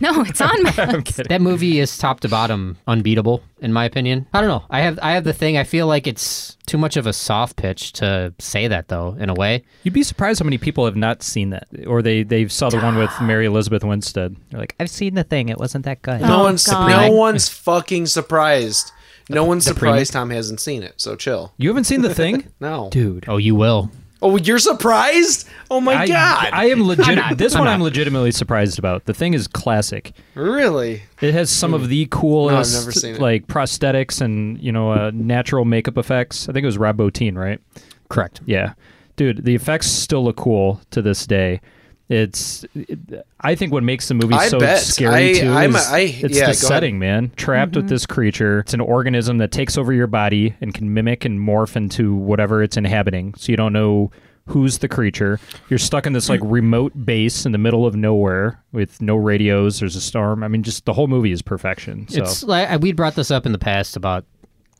Speaker 4: No, it's on
Speaker 5: <laughs>
Speaker 4: my list.
Speaker 3: that movie is top to bottom unbeatable in my opinion. I don't know. I have I have the thing. I feel like it's too much of a soft pitch to say that though. In a way,
Speaker 5: You'd be surprised how many people have not seen that, or they they saw the one with
Speaker 6: Ah.
Speaker 5: Mary Elizabeth Winstead. They're like, I've seen the thing. It wasn't that good.
Speaker 6: No
Speaker 4: Oh,
Speaker 6: one's
Speaker 4: God.
Speaker 6: no one's fucking surprised. No one's surprised Tom hasn't seen it. So chill.
Speaker 5: You haven't seen the thing,
Speaker 6: No.
Speaker 5: dude.
Speaker 3: oh, you will.
Speaker 6: Oh, you're surprised? Oh <laughs> my
Speaker 5: I,
Speaker 6: god.
Speaker 5: I am legit. This one I'm legitimately surprised about. The thing is classic.
Speaker 6: really?
Speaker 5: It has some of the coolest,
Speaker 6: Mm. never seen it.
Speaker 5: like prosthetics and you know uh, natural makeup effects. I think it was Rob Bottin, right?
Speaker 3: Correct.
Speaker 5: Yeah, dude. The effects still look cool to this day. It's, it, I think, what makes the movie
Speaker 6: I
Speaker 5: so
Speaker 6: bet.
Speaker 5: scary
Speaker 6: I-
Speaker 5: too
Speaker 6: I'm-
Speaker 5: is
Speaker 6: I-
Speaker 5: it's
Speaker 6: yeah, go
Speaker 5: the
Speaker 6: ahead.
Speaker 5: setting, man. Trapped
Speaker 4: Mm-hmm.
Speaker 5: with this creature, it's an organism that takes over your body and can mimic and morph into whatever it's inhabiting. So you don't know who's the creature. You're stuck in this like remote base in the middle of nowhere with no radios. There's a storm. I mean, just the whole movie is perfection. So
Speaker 3: It's like I- we brought this up in the past about,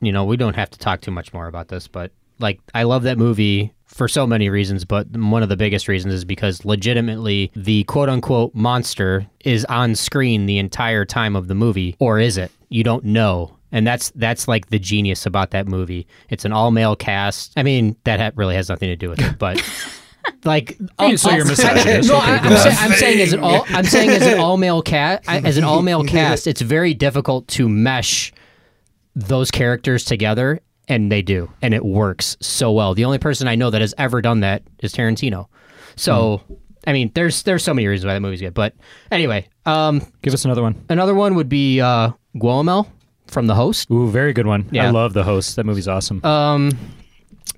Speaker 3: you know, we don't have to talk too much more about this, but like I love that movie for so many reasons, but one of the biggest reasons is because legitimately the quote unquote monster is on screen the entire time of the movie, or is it? You don't know. And that's that's like the genius about that movie. It's an all male cast. I mean, that ha- really has nothing to do with it, but like
Speaker 5: Oh, so you're misogynist.
Speaker 3: No,
Speaker 5: Okay,
Speaker 3: I,
Speaker 5: go
Speaker 3: am saying as an all I'm saying as an all male cast as an all male cast, it's very difficult to mesh those characters together, and they do, and it works so well. The only person I know that has ever done that is Tarantino. So, I mean, there's there's so many reasons why that movie's good, but anyway, um,
Speaker 5: give us another one.
Speaker 3: another one would be uh, Guillermo from The Host,
Speaker 5: Ooh, very good one. I
Speaker 3: Yeah.
Speaker 5: love the host. That movie's awesome.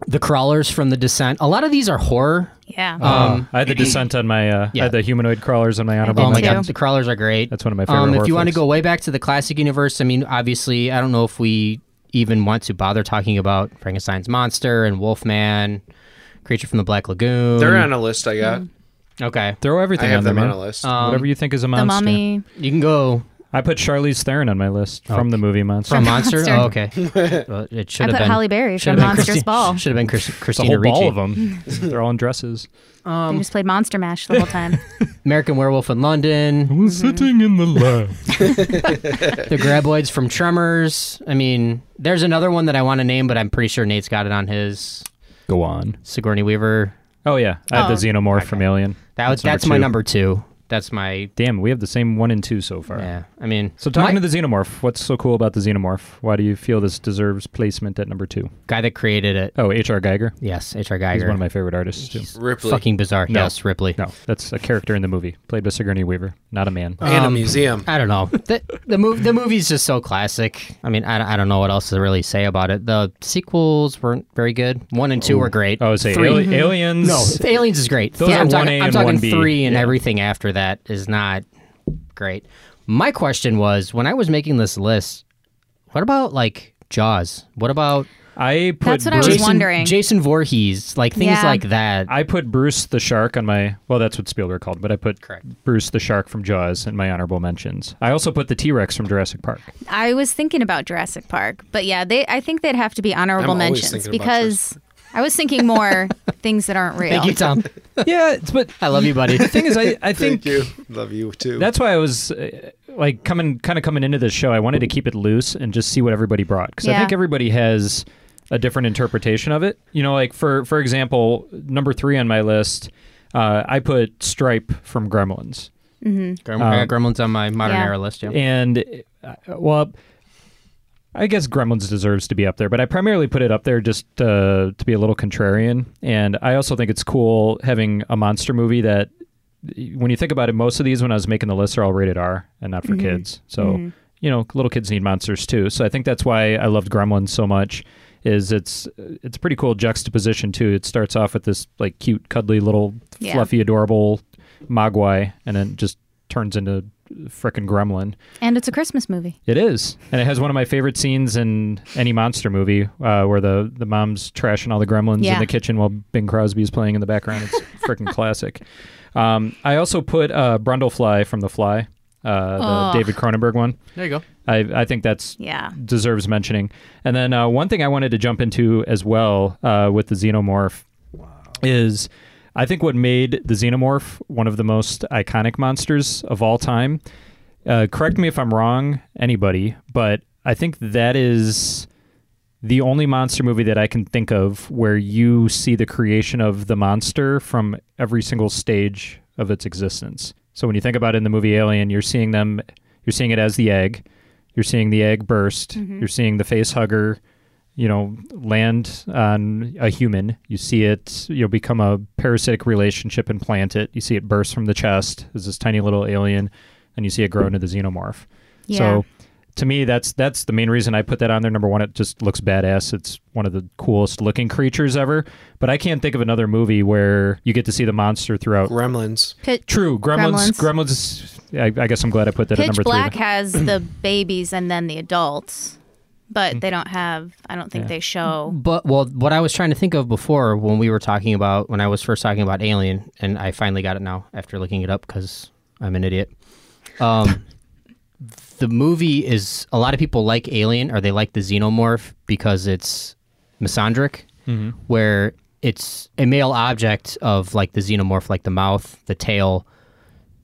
Speaker 3: The Crawlers from The Descent. A lot of these are horror.
Speaker 4: Yeah.
Speaker 5: Um, I had the descent on my. Uh, I
Speaker 3: yeah.
Speaker 5: had the humanoid crawlers on my honorable.
Speaker 3: Oh my
Speaker 5: mention.
Speaker 3: god, the crawlers are great.
Speaker 5: That's one of my favorite
Speaker 3: Um, if
Speaker 5: horror
Speaker 3: you want to
Speaker 5: flicks.
Speaker 3: go way back to the classic universe, I mean, obviously, I don't know if we even want to bother talking about Frankenstein's monster and Wolfman, Creature from the Black Lagoon.
Speaker 6: They're on a list I got.
Speaker 3: okay,
Speaker 5: Throw everything
Speaker 6: I have
Speaker 5: on
Speaker 6: them
Speaker 5: there,
Speaker 6: on
Speaker 5: man.
Speaker 6: a list.
Speaker 5: Whatever you think is a
Speaker 4: the
Speaker 5: monster.
Speaker 4: Mummy.
Speaker 3: you can go
Speaker 5: I put Charlize Theron on my list from the movie Monster.
Speaker 3: from monster.
Speaker 4: Monster.
Speaker 3: Oh, okay,
Speaker 6: <laughs>
Speaker 3: Well, it should
Speaker 4: I
Speaker 3: have
Speaker 4: put
Speaker 3: been
Speaker 4: Halle Berry
Speaker 3: should have
Speaker 4: from
Speaker 3: been
Speaker 4: Monsters
Speaker 3: Christi-
Speaker 4: Ball.
Speaker 3: Should have been Chris-
Speaker 5: the
Speaker 3: Christina
Speaker 5: whole ball
Speaker 3: Ricci.
Speaker 5: of them. <laughs> They're all in dresses.
Speaker 4: they just played Monster Mash the whole
Speaker 5: <laughs>
Speaker 4: time.
Speaker 3: American Werewolf in London,
Speaker 4: Mm-hmm.
Speaker 5: Sitting in the
Speaker 6: <laughs>
Speaker 5: lab.
Speaker 3: the Graboids from Tremors. I mean, there's another one that I want to name, but I'm pretty sure Nate's got it on his
Speaker 5: <laughs> Go on.
Speaker 3: Sigourney Weaver.
Speaker 5: Oh yeah, I had
Speaker 4: Oh.
Speaker 5: the xenomorph from Alien.
Speaker 3: That was that's, my
Speaker 5: two.
Speaker 3: number two. That's my
Speaker 5: Damn, we have the same one and two so far.
Speaker 3: yeah. I mean,
Speaker 5: So talking
Speaker 3: my-
Speaker 5: to the xenomorph, what's so cool about the xenomorph? Why do you feel this deserves placement at number two?
Speaker 3: guy that created it.
Speaker 5: Oh, H.R. Geiger.
Speaker 3: Yes, H.R.
Speaker 5: He's
Speaker 3: Geiger.
Speaker 5: one of my favorite artists too.
Speaker 6: Ripley.
Speaker 3: Fucking bizarre.
Speaker 5: No.
Speaker 3: Yes, Ripley.
Speaker 5: No, that's a character in the movie, played by Sigourney Weaver, not a man.
Speaker 6: and a museum.
Speaker 3: I don't know. The the, mov- the movie's just so classic. I mean, I, don't- I don't know what else to really say about it. The sequels weren't very good. One and two were great.
Speaker 5: Oh, say
Speaker 3: Three-
Speaker 5: ali- aliens.
Speaker 3: No, Aliens is great.
Speaker 5: Those
Speaker 3: yeah,
Speaker 5: are
Speaker 3: I'm
Speaker 5: 1A
Speaker 3: talking, I'm
Speaker 5: and
Speaker 3: talking
Speaker 5: 1B.
Speaker 3: three, and
Speaker 5: Yeah.
Speaker 3: everything after that is not great. My question was when I was making this list, what about like Jaws? What about
Speaker 5: I put
Speaker 4: That's what I was
Speaker 5: Bruce,
Speaker 4: wondering.
Speaker 3: Jason Voorhees? Like things
Speaker 4: Yeah.
Speaker 3: like that.
Speaker 5: I put Bruce the shark on my. Well, that's what Spielberg called, but I put
Speaker 3: Correct.
Speaker 5: Bruce the shark from Jaws in my honorable mentions. I also put the T Rex from Jurassic Park.
Speaker 4: I was thinking about Jurassic Park, but yeah, they I think they'd have to be honorable
Speaker 6: I'm always
Speaker 4: mentions
Speaker 6: thinking about
Speaker 4: because I was
Speaker 3: <laughs>
Speaker 4: thinking more things that aren't real.
Speaker 3: Thank you, Tom.
Speaker 5: <laughs> yeah, it's- but
Speaker 3: I love you, <laughs> buddy.
Speaker 5: the thing is, I I
Speaker 6: <laughs>
Speaker 5: think
Speaker 6: Thank you. Love you too.
Speaker 5: That's why I was uh, like coming, kind of coming into this show. I wanted to keep it loose and just see what everybody brought because I
Speaker 4: Yeah.
Speaker 5: think everybody has a different interpretation of it. You know, like for for example, number three on my list, uh, I put Stripe from Gremlins,
Speaker 3: Grem- I got uh, Gremlins on my modern
Speaker 4: Yeah.
Speaker 3: era list. Yeah.
Speaker 5: and uh, well, I guess Gremlins deserves to be up there, but I primarily put it up there just uh, to be a little contrarian. And I also think it's cool having a monster movie that, when you think about it, most of these when I was making the list are all rated R and not for kids. So you know, little kids need monsters too. So I think that's why I loved Gremlins so much. Is it's it's a pretty cool juxtaposition too. It starts off with this like cute, cuddly little,
Speaker 4: Yeah.
Speaker 5: fluffy, adorable Mogwai, and then just turns into frickin' gremlin.
Speaker 4: And it's a Christmas movie.
Speaker 5: It is, and it has one of my favorite scenes in any monster movie, uh, where the the mom's trashing all the gremlins in
Speaker 4: Yeah.
Speaker 5: the kitchen while Bing Crosby is playing in the background. It's <laughs> freaking classic. Um, I also put uh, Brundlefly from The Fly, uh,
Speaker 4: Oh.
Speaker 5: the David Cronenberg one.
Speaker 3: There you go.
Speaker 5: I I think that's
Speaker 4: Yeah.
Speaker 5: deserves mentioning. And then uh, one thing I wanted to jump into as well uh, with the xenomorph is I think what made the xenomorph one of the most iconic monsters of all time. Uh, correct me if I'm wrong, anybody, but I think that is the only monster movie that I can think of where you see the creation of the monster from every single stage of its existence. So when you think about it in the movie Alien, you're seeing them, you're seeing it as the egg, you're seeing the egg burst, you're seeing the face hugger, you know, land on a human. You see it, you know, become a parasitic relationship and plant it. You see it burst from the chest as this tiny little alien, and you see it grow into the xenomorph.
Speaker 4: Yeah.
Speaker 5: So to me, that's that's the main reason I put that on there. Number one, it just looks badass. It's one of the coolest looking creatures ever. But I can't think of another movie where you get to see the monster throughout.
Speaker 6: Gremlins.
Speaker 4: Pi-
Speaker 5: True, Gremlins. Gremlins. is, I, I guess I'm glad I put that at
Speaker 4: Pitch
Speaker 5: number
Speaker 4: Black
Speaker 5: three.
Speaker 3: <clears throat>
Speaker 4: has the babies and then the adults, but they don't have. I don't think they show.
Speaker 3: But well, what I was trying to think of before when we were talking about when I was first talking about Alien, and I finally got it now after looking it up because I'm an idiot. Um, <laughs> the movie is a lot of people like Alien or they like the Xenomorph because it's misandric, where it's a male object of like the Xenomorph, like the mouth, the tail,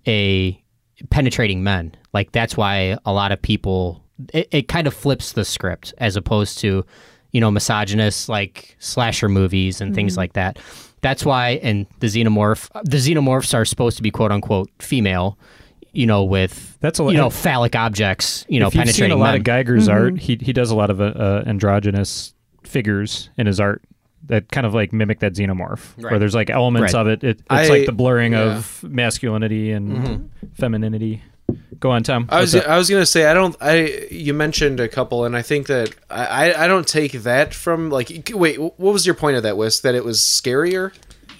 Speaker 3: a penetrating men. Like that's why a lot of people it, it kind of flips the script as opposed to, you know, misogynist like slasher movies and things like that. That's why and the xenomorph uh, the xenomorphs are supposed to be quote unquote female, you know, with
Speaker 5: That's a-
Speaker 3: you know phallic objects, you know,
Speaker 5: if you've seen
Speaker 3: penetrating
Speaker 5: a lot
Speaker 3: men.
Speaker 5: of Geiger's
Speaker 4: Mm-hmm.
Speaker 5: art, he he does a lot of uh, uh, androgynous figures in his art that kind of like mimic that xenomorph, where
Speaker 3: Right.
Speaker 5: there's like elements
Speaker 3: Right.
Speaker 5: of it. it it's
Speaker 6: I-
Speaker 5: like the blurring of masculinity and femininity. Go on, Tom.
Speaker 6: I was
Speaker 5: What's up?
Speaker 6: I was gonna say I don't I you mentioned a couple and I think that I I- I don't take that from like wait what was your point of that Wes that it was scarier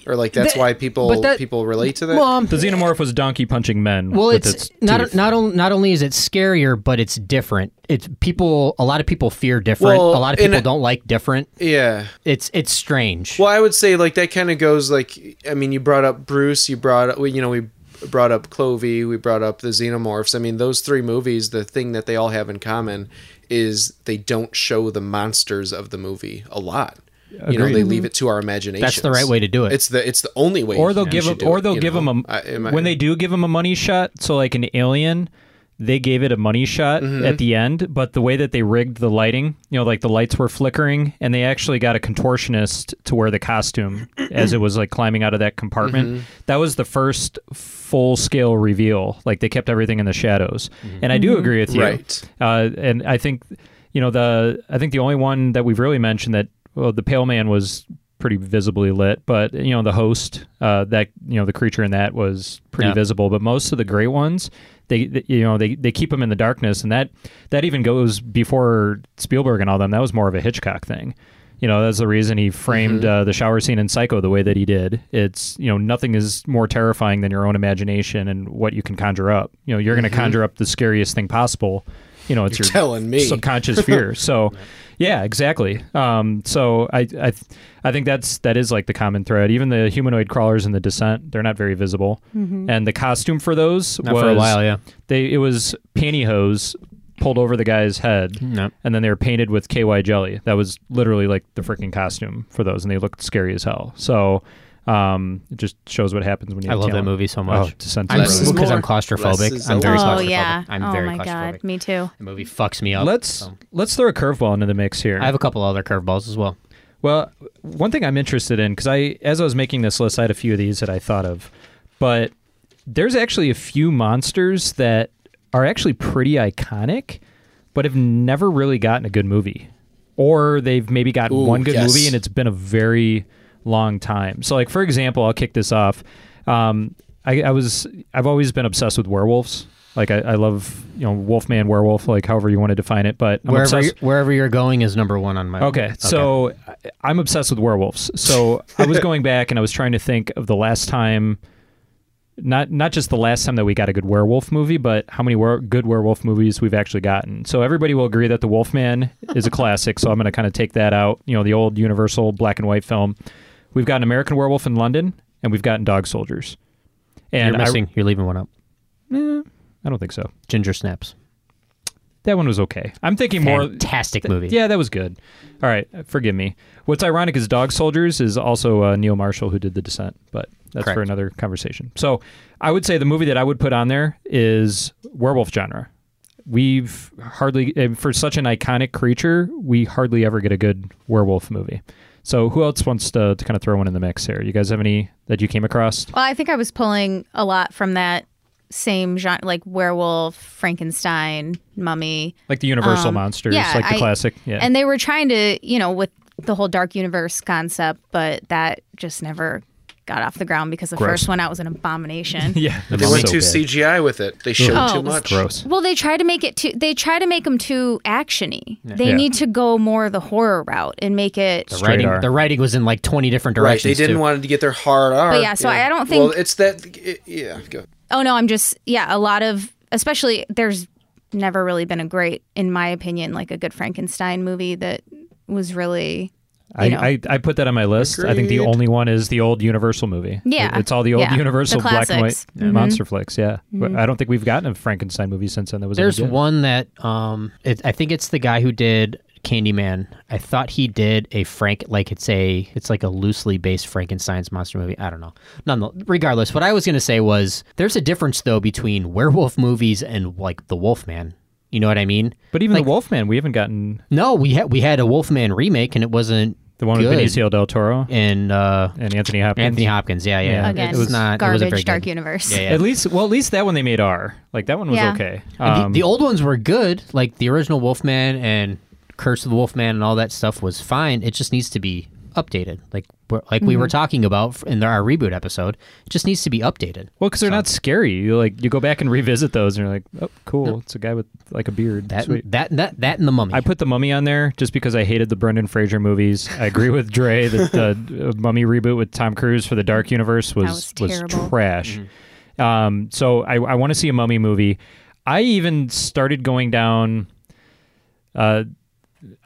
Speaker 6: or like that's
Speaker 3: That-
Speaker 6: why people
Speaker 3: but that-
Speaker 6: people relate to that
Speaker 3: well, um,
Speaker 5: the xenomorph was donkey punching men.
Speaker 3: Well,
Speaker 5: with
Speaker 3: it's,
Speaker 5: its
Speaker 3: not
Speaker 5: teeth.
Speaker 3: not on, not only is it scarier, but it's different. It's people. A lot of people fear different.
Speaker 6: Well,
Speaker 3: a lot of
Speaker 6: and
Speaker 3: people
Speaker 6: it-
Speaker 3: don't like different.
Speaker 6: yeah
Speaker 3: It's it's strange.
Speaker 6: well I would say like that kind of goes like I mean you brought up Bruce you brought up we you know we brought up Clovey we brought up the Xenomorphs I mean those three movies the thing that they all have in common is they don't show the monsters of the movie a lot. You know, they leave it to our imagination.
Speaker 3: right way to do it.
Speaker 6: It's the it's the only way.
Speaker 5: or they'll
Speaker 6: you
Speaker 5: give
Speaker 6: should
Speaker 5: him,
Speaker 6: do
Speaker 5: or
Speaker 6: it,
Speaker 5: they'll
Speaker 6: you
Speaker 5: give
Speaker 6: know?
Speaker 5: him a
Speaker 6: I- am I-
Speaker 5: when they do give him a money shot. So like an alien, they gave it a money shot
Speaker 6: Mm-hmm.
Speaker 5: at the end, but the way that they rigged the lighting, you know, like the lights were flickering, and they actually got a contortionist to wear
Speaker 6: <coughs>
Speaker 5: the costume as it was like climbing out of that compartment.
Speaker 6: Mm-hmm.
Speaker 5: That was the first full scale reveal. Like they kept everything in the shadows, and I
Speaker 3: Mm-hmm.
Speaker 5: do agree with you.
Speaker 6: Mm-hmm. Right.
Speaker 5: Uh, and I think, you know, the I think the only one that we've really mentioned that well, the Pale Man was pretty visibly lit, but you know, the host uh, that you know the creature in that was pretty
Speaker 3: Yeah.
Speaker 5: visible. But most of the great ones, they, they- you know they they keep them in the darkness, and that that even goes before Spielberg and all them. That was more of a Hitchcock thing. You know, that's the reason he framed uh, the shower scene in Psycho the way that he did. It's, you know, nothing is more terrifying than your own imagination and what you can conjure up. You know, you're going to conjure up the scariest thing possible. You know, it's
Speaker 6: You're
Speaker 5: your
Speaker 6: telling me.
Speaker 3: <laughs>
Speaker 5: subconscious fear. So, yeah, exactly. Um, so I, I, th- I think that's that is like the common thread. Even the humanoid crawlers in the descent, they're not very visible,
Speaker 3: Mm-hmm.
Speaker 5: and the costume for those
Speaker 3: Not
Speaker 5: was
Speaker 3: for a while, yeah.
Speaker 5: they it was pantyhose pulled over the guy's head,
Speaker 3: Yep.
Speaker 5: and then they were painted with KY jelly. That was literally like the freaking costume for those, and they looked scary as hell. So. Um, it just shows what happens when you.
Speaker 3: I
Speaker 5: have
Speaker 3: love that
Speaker 5: talent.
Speaker 3: movie so
Speaker 5: Oh,
Speaker 3: much.
Speaker 5: Descent
Speaker 3: I'm
Speaker 5: to
Speaker 6: Less is
Speaker 3: because
Speaker 6: more.
Speaker 3: I'm claustrophobic.
Speaker 6: Less is
Speaker 3: I'm very
Speaker 6: always
Speaker 4: oh
Speaker 3: claustrophobic.
Speaker 4: yeah.
Speaker 3: I'm
Speaker 4: oh
Speaker 3: very
Speaker 4: my
Speaker 3: claustrophobic.
Speaker 4: god. Me too.
Speaker 3: The movie fucks me up.
Speaker 5: Let's
Speaker 3: so.
Speaker 5: let's throw a curveball into the mix here.
Speaker 3: I have a couple other curveballs as well.
Speaker 5: Well, one thing I'm interested in because I, as I was making this list, I had a few of these that I thought of, but there's actually a few monsters that are actually pretty iconic, but have never really gotten a good movie, or they've maybe got
Speaker 6: Ooh,
Speaker 5: one good
Speaker 6: yes.
Speaker 5: movie and it's been a very long time. So, like for example, I'll kick this off. Um, I, I was I've always been obsessed with werewolves. Like I, I love you know Wolfman, werewolf, like however you want to define it. But I'm
Speaker 3: Wherever
Speaker 5: obsessed-
Speaker 3: you're, wherever you're going is number one on my.
Speaker 5: Okay, so I- I'm obsessed with werewolves. So I was going back and I was trying to think of the last time, not not just the last time that we got a good werewolf movie, but how many were- good werewolf movies we've actually gotten. So everybody will agree that The Wolfman is a classic. So I'm going to kind of take that out. You know, the old Universal black and white film. We've gotten American Werewolf in London, and we've gotten Dog Soldiers. And
Speaker 3: you're
Speaker 5: I-
Speaker 3: missing. you're leaving one up.
Speaker 5: I, don't think so.
Speaker 3: Ginger Snaps.
Speaker 5: That one was okay. I'm thinking more.
Speaker 3: Fantastic movie.
Speaker 5: Yeah, that was good. All right, forgive me. What's ironic is Dog Soldiers is also uh, Neil Marshall who did The Descent, but that's for
Speaker 3: Correct.
Speaker 5: another conversation. So I would say the movie that I would put on there is werewolf genre. We've hardly eh, for such an iconic creature, we hardly ever get a good werewolf movie. So who else wants to, to kind of throw one in the mix here? You guys have any that you came across?
Speaker 4: Well, I think I was pulling a lot from that same genre, like werewolf, Frankenstein, mummy.
Speaker 5: Like the Universal
Speaker 4: Um,
Speaker 5: monsters,
Speaker 4: yeah,
Speaker 5: like the
Speaker 4: I-
Speaker 5: classic. Yeah.
Speaker 4: And they were trying to, you know, with the whole dark universe concept, but that just never got off the ground because the first one out was
Speaker 3: <laughs>
Speaker 4: an abomination.
Speaker 5: <laughs> yeah.
Speaker 6: They went too CGI with it. They showed
Speaker 4: Oh,
Speaker 6: too
Speaker 4: it was
Speaker 6: much.
Speaker 5: Gross.
Speaker 4: Well, they try to make it too. They try to make them too actiony. They
Speaker 5: Yeah.
Speaker 4: need to go more the horror route and make it.
Speaker 3: The writing,
Speaker 5: R.
Speaker 3: the writing was in like 20 different
Speaker 6: Right.
Speaker 3: directions.
Speaker 6: They didn't
Speaker 3: too.
Speaker 6: want to get their hard R.
Speaker 4: But yeah, so I don't
Speaker 6: Well,
Speaker 4: think-
Speaker 6: it's that. It, yeah. Go.
Speaker 4: Oh no, I'm just yeah. A lot of especially there's never really been a great, in my opinion, like a good Frankenstein movie that was really.
Speaker 5: I,
Speaker 4: you know.
Speaker 5: I, I put that on my list. I think the
Speaker 6: Agreed.
Speaker 5: only one is the old Universal movie.
Speaker 4: Yeah.
Speaker 5: It- it's all the old
Speaker 4: Yeah.
Speaker 5: Universal
Speaker 4: The
Speaker 5: black and white
Speaker 4: classics. Mm-hmm. Mhm.
Speaker 5: monster flicks. Yeah, But I don't think we've gotten a Frankenstein movie since then. That was any
Speaker 3: There's
Speaker 5: good.
Speaker 3: one that um, it, I think it's the guy who did Candyman. I thought he did a Frank, like it's a, it's like a loosely based Frankenstein's monster movie. I don't know. None, regardless, what I was gonna say was there's a difference though between werewolf movies and like the Wolfman. You know what I mean?
Speaker 5: But even
Speaker 3: like-
Speaker 5: the Wolfman, we haven't gotten
Speaker 3: No, we had we had a Wolfman remake and it wasn't
Speaker 5: the one
Speaker 3: good.
Speaker 5: with Benicio del Toro
Speaker 3: and uh,
Speaker 5: and Anthony Hopkins.
Speaker 3: Anthony Hopkins. Yeah, yeah.
Speaker 5: Yeah.
Speaker 4: Again,
Speaker 3: Uh, it was not it wasn't
Speaker 4: garbage.
Speaker 3: very
Speaker 4: dark
Speaker 3: good.
Speaker 4: universe.
Speaker 3: Yeah, yeah.
Speaker 5: At least, well, at least that one they made R. Like that one was
Speaker 4: Yeah.
Speaker 5: okay.
Speaker 3: The-
Speaker 5: Um,
Speaker 3: the, old ones were good, like the original Wolfman and Curse of the Wolfman and all that stuff was fine. It just needs to be updated, like we're- like
Speaker 4: Mm-hmm.
Speaker 3: we were talking about f- in our reboot episode. It just needs to be updated.
Speaker 5: well, because they're not scary. You like you go back and revisit those, and you're like, oh, cool. It's a guy with like a beard.
Speaker 3: That
Speaker 5: Sweet.
Speaker 3: that that that and the Mummy.
Speaker 5: I put the Mummy on there just because I hated the Brendan Fraser movies. I agree with Dre that the uh, Mummy reboot with Tom Cruise for the Dark Universe was
Speaker 4: was
Speaker 5: was,
Speaker 4: terrible.
Speaker 5: trash. Um, so I, I want to see a Mummy movie. I even started going down. Uh,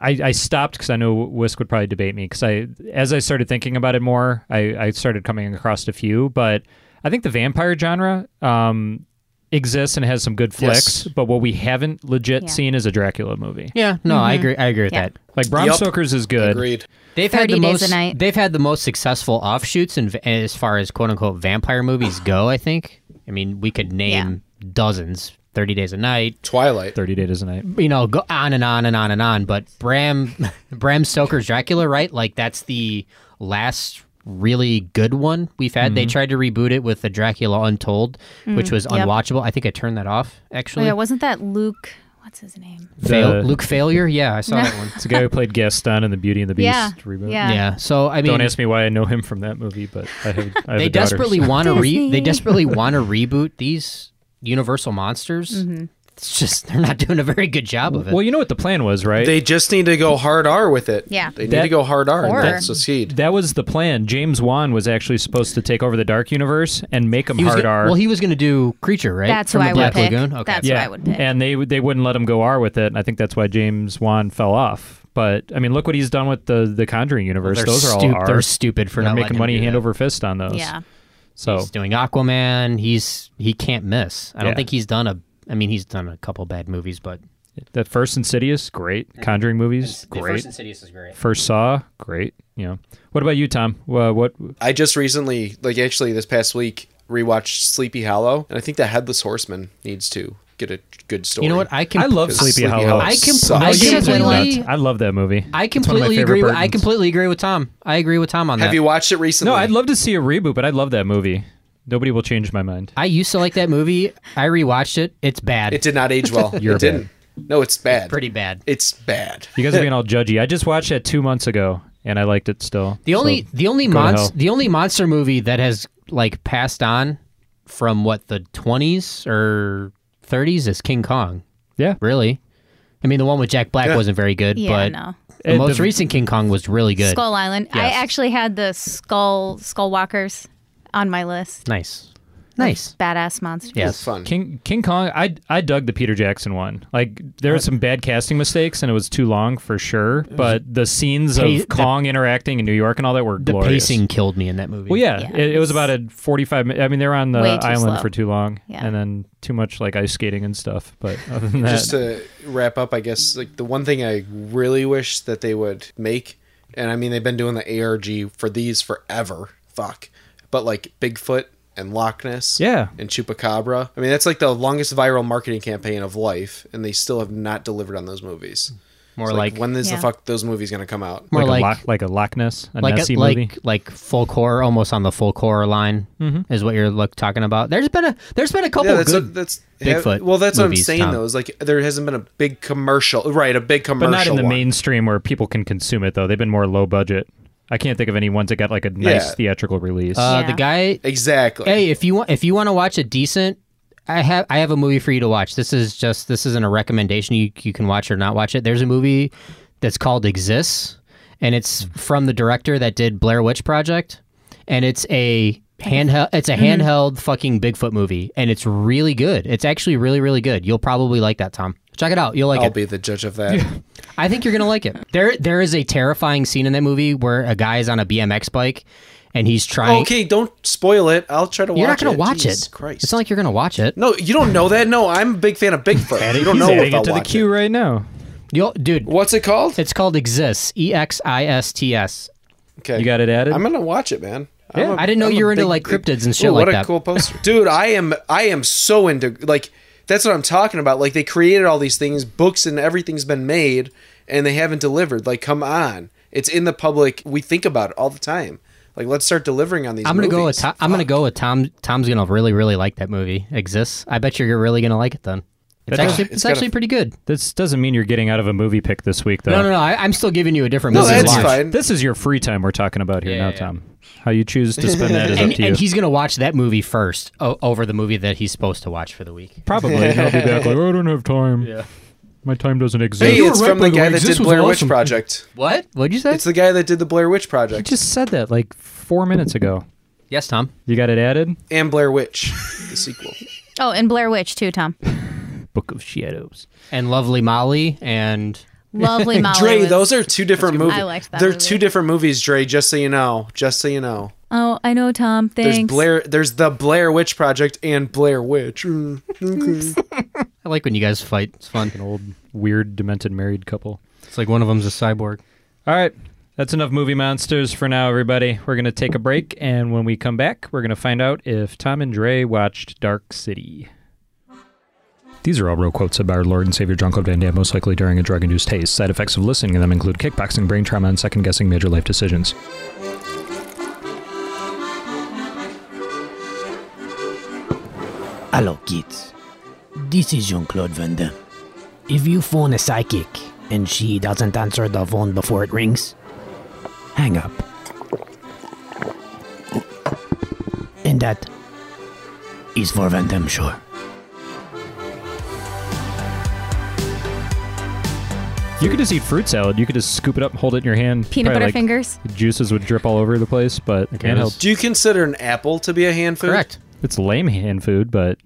Speaker 5: I, I stopped because I know Whisk would probably debate me because I as I started thinking about it more, I, I started coming across a few, but I think the vampire genre um, exists and has some good flicks,
Speaker 6: Yes.
Speaker 5: but what we haven't legit
Speaker 4: Yeah.
Speaker 5: seen is a Dracula movie.
Speaker 3: yeah, no,
Speaker 4: Mm-hmm.
Speaker 3: I agree. I agree with that.
Speaker 5: Like Bram
Speaker 6: Yep.
Speaker 5: Stoker's is good.
Speaker 6: Agreed.
Speaker 3: They've had
Speaker 4: 30
Speaker 3: the
Speaker 4: Days
Speaker 3: most.
Speaker 4: a Night.
Speaker 3: They've had the most successful offshoots, and
Speaker 4: <sighs>
Speaker 3: as far as quote unquote vampire movies go, I think. I mean, we could name dozens 30 Days a Night,
Speaker 6: Twilight.
Speaker 5: 30 days a night.
Speaker 3: you know, go on and on and on and on. But Bram, <laughs> Bram Stoker's Dracula, right? Like that's the last really good one we've had. They tried to reboot it with the Dracula Untold, which was
Speaker 4: Mm-hmm. Mm, yep.
Speaker 3: unwatchable. I think I turned that off
Speaker 4: Oh,
Speaker 3: actually.
Speaker 4: yeah, wasn't that Luke? What's his name?
Speaker 3: Fail-
Speaker 5: The-
Speaker 3: Luke Failure, yeah, I saw that one.
Speaker 5: It's a guy who played Gaston in the Beauty and the Beast
Speaker 4: Yeah, <laughs>
Speaker 5: reboot.
Speaker 4: yeah.
Speaker 3: Yeah, so I mean,
Speaker 5: Don't ask me why I know him from that movie, but I have, I have
Speaker 3: they
Speaker 5: a daughter,
Speaker 3: desperately
Speaker 5: so-
Speaker 3: want to re
Speaker 4: Disney.
Speaker 3: they desperately want to reboot these Universal monsters.
Speaker 4: Mm-hmm.
Speaker 3: It's just they're not doing a very good job of it.
Speaker 5: Well, you know what the plan was, right?
Speaker 6: They just need to go hard R with it.
Speaker 4: Yeah.
Speaker 6: They need
Speaker 5: That-
Speaker 6: to go hard R
Speaker 4: Or-
Speaker 6: and they'll succeed.
Speaker 5: that was the plan. James Wan was actually supposed to take over the Dark Universe and make him
Speaker 3: He was
Speaker 5: hard
Speaker 3: gonna-
Speaker 5: R.
Speaker 3: Well, he was going to do Creature, right?
Speaker 4: That's
Speaker 3: From
Speaker 4: who
Speaker 3: the
Speaker 4: I
Speaker 3: Black
Speaker 4: would pick.
Speaker 3: Lagoon. Okay.
Speaker 4: That's- what I would pick.
Speaker 5: And they they wouldn't let him go R with it, and I think that's why James Wan fell off. But I mean, look what he's done with the the Conjuring universe.
Speaker 3: they're,
Speaker 5: those are all
Speaker 3: stup-
Speaker 5: R.
Speaker 3: they're stupid for not
Speaker 5: They're
Speaker 3: letting
Speaker 5: making
Speaker 3: him
Speaker 5: money
Speaker 3: do
Speaker 5: hand
Speaker 3: that.
Speaker 5: over fist on those.
Speaker 4: Yeah.
Speaker 5: So
Speaker 3: He's doing Aquaman. He's he can't miss. I don't
Speaker 5: Yeah.
Speaker 3: think he's done a. I mean, he's done a couple bad movies, but
Speaker 5: the first Insidious, great. Conjuring movies, great.
Speaker 3: First Insidious is great.
Speaker 5: First Saw, great. You know. What about you, Tom? Uh, what?
Speaker 6: I just recently, like actually this past week, rewatched Sleepy Hollow, and I think the Headless Horseman needs to get a good story.
Speaker 3: You know what? I can.
Speaker 5: I love
Speaker 6: Because Sleepy
Speaker 5: Sleepy Hollow.
Speaker 6: Hollow
Speaker 3: I can.
Speaker 6: sucks.
Speaker 3: I
Speaker 5: I'll give it to you,
Speaker 3: completely.
Speaker 5: Matt. I love that
Speaker 3: I
Speaker 5: movie. It's one of my
Speaker 3: completely
Speaker 5: favorite
Speaker 3: agree. With, I
Speaker 5: Burtons.
Speaker 3: completely agree with Tom. I agree with Tom on that.
Speaker 6: Have you watched it recently?
Speaker 5: No, I'd love to see a reboot, but I love that movie. Nobody will change my mind.
Speaker 3: I used to like that movie. I rewatched it. It's bad.
Speaker 6: It did not age well.
Speaker 5: You're
Speaker 6: it didn't. No, it's bad.
Speaker 3: pretty bad.
Speaker 6: It's bad.
Speaker 5: You guys are being all judgy. I just watched that two months ago, and I liked it still.
Speaker 3: The only
Speaker 5: So,
Speaker 3: the only
Speaker 5: go to hell.
Speaker 3: monster the only monster movie that has like passed on from what the 20s or 30s is King Kong.
Speaker 5: yeah,
Speaker 3: Really? I mean, the one with Jack Black
Speaker 6: Yeah.
Speaker 3: wasn't very good,
Speaker 4: Yeah,
Speaker 3: but
Speaker 4: no.
Speaker 3: the
Speaker 5: And
Speaker 3: most
Speaker 5: the-
Speaker 3: recent King Kong was really good.
Speaker 4: Skull Island. I
Speaker 3: Yes.
Speaker 4: actually had the Skull Skull Walkers on my list.
Speaker 3: Nice, nice.
Speaker 4: Badass monster.
Speaker 6: It's
Speaker 3: Yes.
Speaker 6: fun.
Speaker 5: King King Kong. I I dug the Peter Jackson one. Like there were some bad casting mistakes, and it was too long for sure. But the scenes
Speaker 3: Pa- the-
Speaker 5: of Kong interacting in New York and all that were
Speaker 3: The
Speaker 5: glorious.
Speaker 3: pacing killed me in that movie.
Speaker 5: Well, yeah,
Speaker 4: Yeah,
Speaker 5: it, it was about a forty-five. mi- I mean, they were on the
Speaker 4: Way too
Speaker 5: island
Speaker 4: slow.
Speaker 5: for too long,
Speaker 4: Yeah.
Speaker 5: and then too much like ice skating and stuff.
Speaker 4: <laughs>
Speaker 5: But other
Speaker 3: Uh,
Speaker 5: than that,
Speaker 6: Just to wrap up, I guess like the one thing I really wish that they would make, and I mean they've been doing the ARG for these forever. Fuck, but like Bigfoot and Loch Ness,
Speaker 5: Yeah.
Speaker 6: and Chupacabra. I mean that's like the longest viral marketing campaign of life, and they still have not delivered on those movies.
Speaker 3: more
Speaker 6: It's
Speaker 3: like,
Speaker 6: when is
Speaker 4: Yeah.
Speaker 6: the fuck those movies gonna come out?
Speaker 3: more like
Speaker 5: like, a Loch, like a Loch Ness, a
Speaker 3: like
Speaker 5: Nessie
Speaker 3: a, like
Speaker 5: movie.
Speaker 3: like full core, almost on the full core line
Speaker 5: Mm-hmm.
Speaker 3: is what you're look, talking about. There's been a there's been a couple
Speaker 6: Yeah, that's
Speaker 3: good
Speaker 6: what, that's
Speaker 3: Bigfoot
Speaker 6: well, that's what I'm
Speaker 3: movies,
Speaker 6: saying
Speaker 3: Tom.
Speaker 6: though. Is like there hasn't been a big commercial, right? A big commercial,
Speaker 5: but not in the
Speaker 6: one.
Speaker 5: mainstream where people can consume it though. They've been more low budget. I can't think of any ones that got like a nice
Speaker 6: Yeah.
Speaker 5: theatrical release.
Speaker 3: Uh,
Speaker 4: Yeah.
Speaker 3: The guy
Speaker 6: Exactly.
Speaker 3: Hey, if you want, if you want to watch a decent, I have I have a movie for you to watch. This is just this isn't a recommendation. You you can watch or not watch it. There's a movie that's called Exists, and it's from the director that did Blair Witch Project, and it's a handheld. It's a
Speaker 6: Mm-hmm.
Speaker 3: handheld fucking Bigfoot movie, and it's really good. It's actually really really good. You'll probably like that, Tom. Check it out. You'll like
Speaker 6: I'll
Speaker 3: it.
Speaker 6: be the judge of
Speaker 3: <laughs>
Speaker 6: that.
Speaker 3: I think you're gonna like it. There there is a terrifying scene in that movie where a guy is on a BMX bike, and he's trying.
Speaker 6: Okay, don't spoil it. I'll try to watch it.
Speaker 3: You're not gonna watch
Speaker 6: Jesus
Speaker 3: it.
Speaker 6: Christ.
Speaker 3: It's not like you're gonna watch it.
Speaker 6: No, you don't know that? No, I'm a big fan of Bigfoot. you don't
Speaker 5: He's
Speaker 6: know
Speaker 5: adding
Speaker 6: if I'll
Speaker 5: it to the
Speaker 6: watch
Speaker 5: queue right now.
Speaker 3: You'll, dude,
Speaker 6: it. What's it called?
Speaker 3: it's called Exists. E X I S T S.
Speaker 6: Okay.
Speaker 5: You got it added.
Speaker 6: I'm going to watch it, man. I'm
Speaker 3: Yeah. I didn't know
Speaker 6: I'm
Speaker 3: you were into,
Speaker 6: big-
Speaker 3: like, cryptids and shit
Speaker 6: Ooh,
Speaker 3: like
Speaker 6: What
Speaker 3: that.
Speaker 6: a cool poster. Dude, I am I am so into like that's what I'm talking about. Like they created all these things, books and everything's been made and they haven't delivered. Like come on. It's in the public. We think about it all the time. Like let's start delivering on these
Speaker 3: I'm gonna go with
Speaker 6: movies.
Speaker 3: Tom, I'm gonna go with Tom. Tom's gonna really really like that movie. Exists. I bet you're really gonna like it then. It's
Speaker 5: That-
Speaker 3: actually
Speaker 6: It's
Speaker 3: it's,
Speaker 6: got a-
Speaker 3: actually pretty good.
Speaker 5: this doesn't mean you're getting out of a movie pick this week though.
Speaker 3: No no no. I, I'm still giving you a different
Speaker 6: No,
Speaker 3: movie. to
Speaker 6: that's
Speaker 3: watch.
Speaker 6: fine.
Speaker 5: This is your free time we're talking about here now, Tom. How you choose to spend that is
Speaker 3: <laughs>
Speaker 5: up
Speaker 3: And,
Speaker 5: to you.
Speaker 3: and he's gonna watch that movie first o- over the movie that he's supposed to watch for the week.
Speaker 5: Probably. and <laughs> I'll be back like, "Oh, I don't have time. Yeah. My time doesn't exist.
Speaker 6: Hey,
Speaker 5: You were
Speaker 6: it's
Speaker 5: right,
Speaker 6: from
Speaker 5: by
Speaker 6: the guy
Speaker 5: way.
Speaker 6: that
Speaker 5: This
Speaker 6: did
Speaker 5: was
Speaker 6: Blair
Speaker 5: awesome.
Speaker 6: Witch Project.
Speaker 3: What? What'd you say?
Speaker 6: It's the guy that did the Blair Witch
Speaker 5: You
Speaker 6: Project
Speaker 5: just said that like four minutes ago.
Speaker 3: yes, Tom.
Speaker 5: You got it added?
Speaker 6: and Blair Witch, the sequel.
Speaker 4: <laughs> Oh, and Blair Witch too,
Speaker 5: <laughs>
Speaker 4: Tom.
Speaker 5: Book of Shadows.
Speaker 3: And Lovely Molly and
Speaker 4: Lovely Molly.
Speaker 6: Dre,
Speaker 4: was-
Speaker 6: those are two different movies.
Speaker 4: I liked that
Speaker 6: They're
Speaker 4: movie.
Speaker 6: two different movies, Dre. Just so you know, just so you know.
Speaker 4: Oh, I know, Tom. Thanks.
Speaker 6: There's Blair. There's the Blair Witch Project and Blair Witch. Mm.
Speaker 3: I like when you guys fight. It's fun.
Speaker 5: An old, weird, demented married couple.
Speaker 3: It's like one of them's a cyborg.
Speaker 5: All right. That's enough movie monsters for now, everybody. We're going to take a break, and when we come back, we're going to find out if Tom and Dre watched Dark City. These are all real quotes of our Lord and Savior John Claude Van Damme, most likely during a drug induced haze. Side effects of listening to them include kickboxing, brain trauma, and second guessing major life decisions.
Speaker 9: Hello, kids. This is Jean Claude Van Damme. If you phone a psychic and she doesn't answer the phone before it rings, hang up. And that is for Van Damme, sure.
Speaker 5: You could just eat fruit salad. You could just scoop it up, hold it in your hand.
Speaker 4: Peanut
Speaker 5: Probably,
Speaker 4: butter
Speaker 5: like,
Speaker 4: fingers.
Speaker 5: Juices would drip all over the place, but handheld-
Speaker 3: that's-
Speaker 6: Do you consider an apple to be a hand food?
Speaker 3: Correct.
Speaker 5: it's lame hand food, but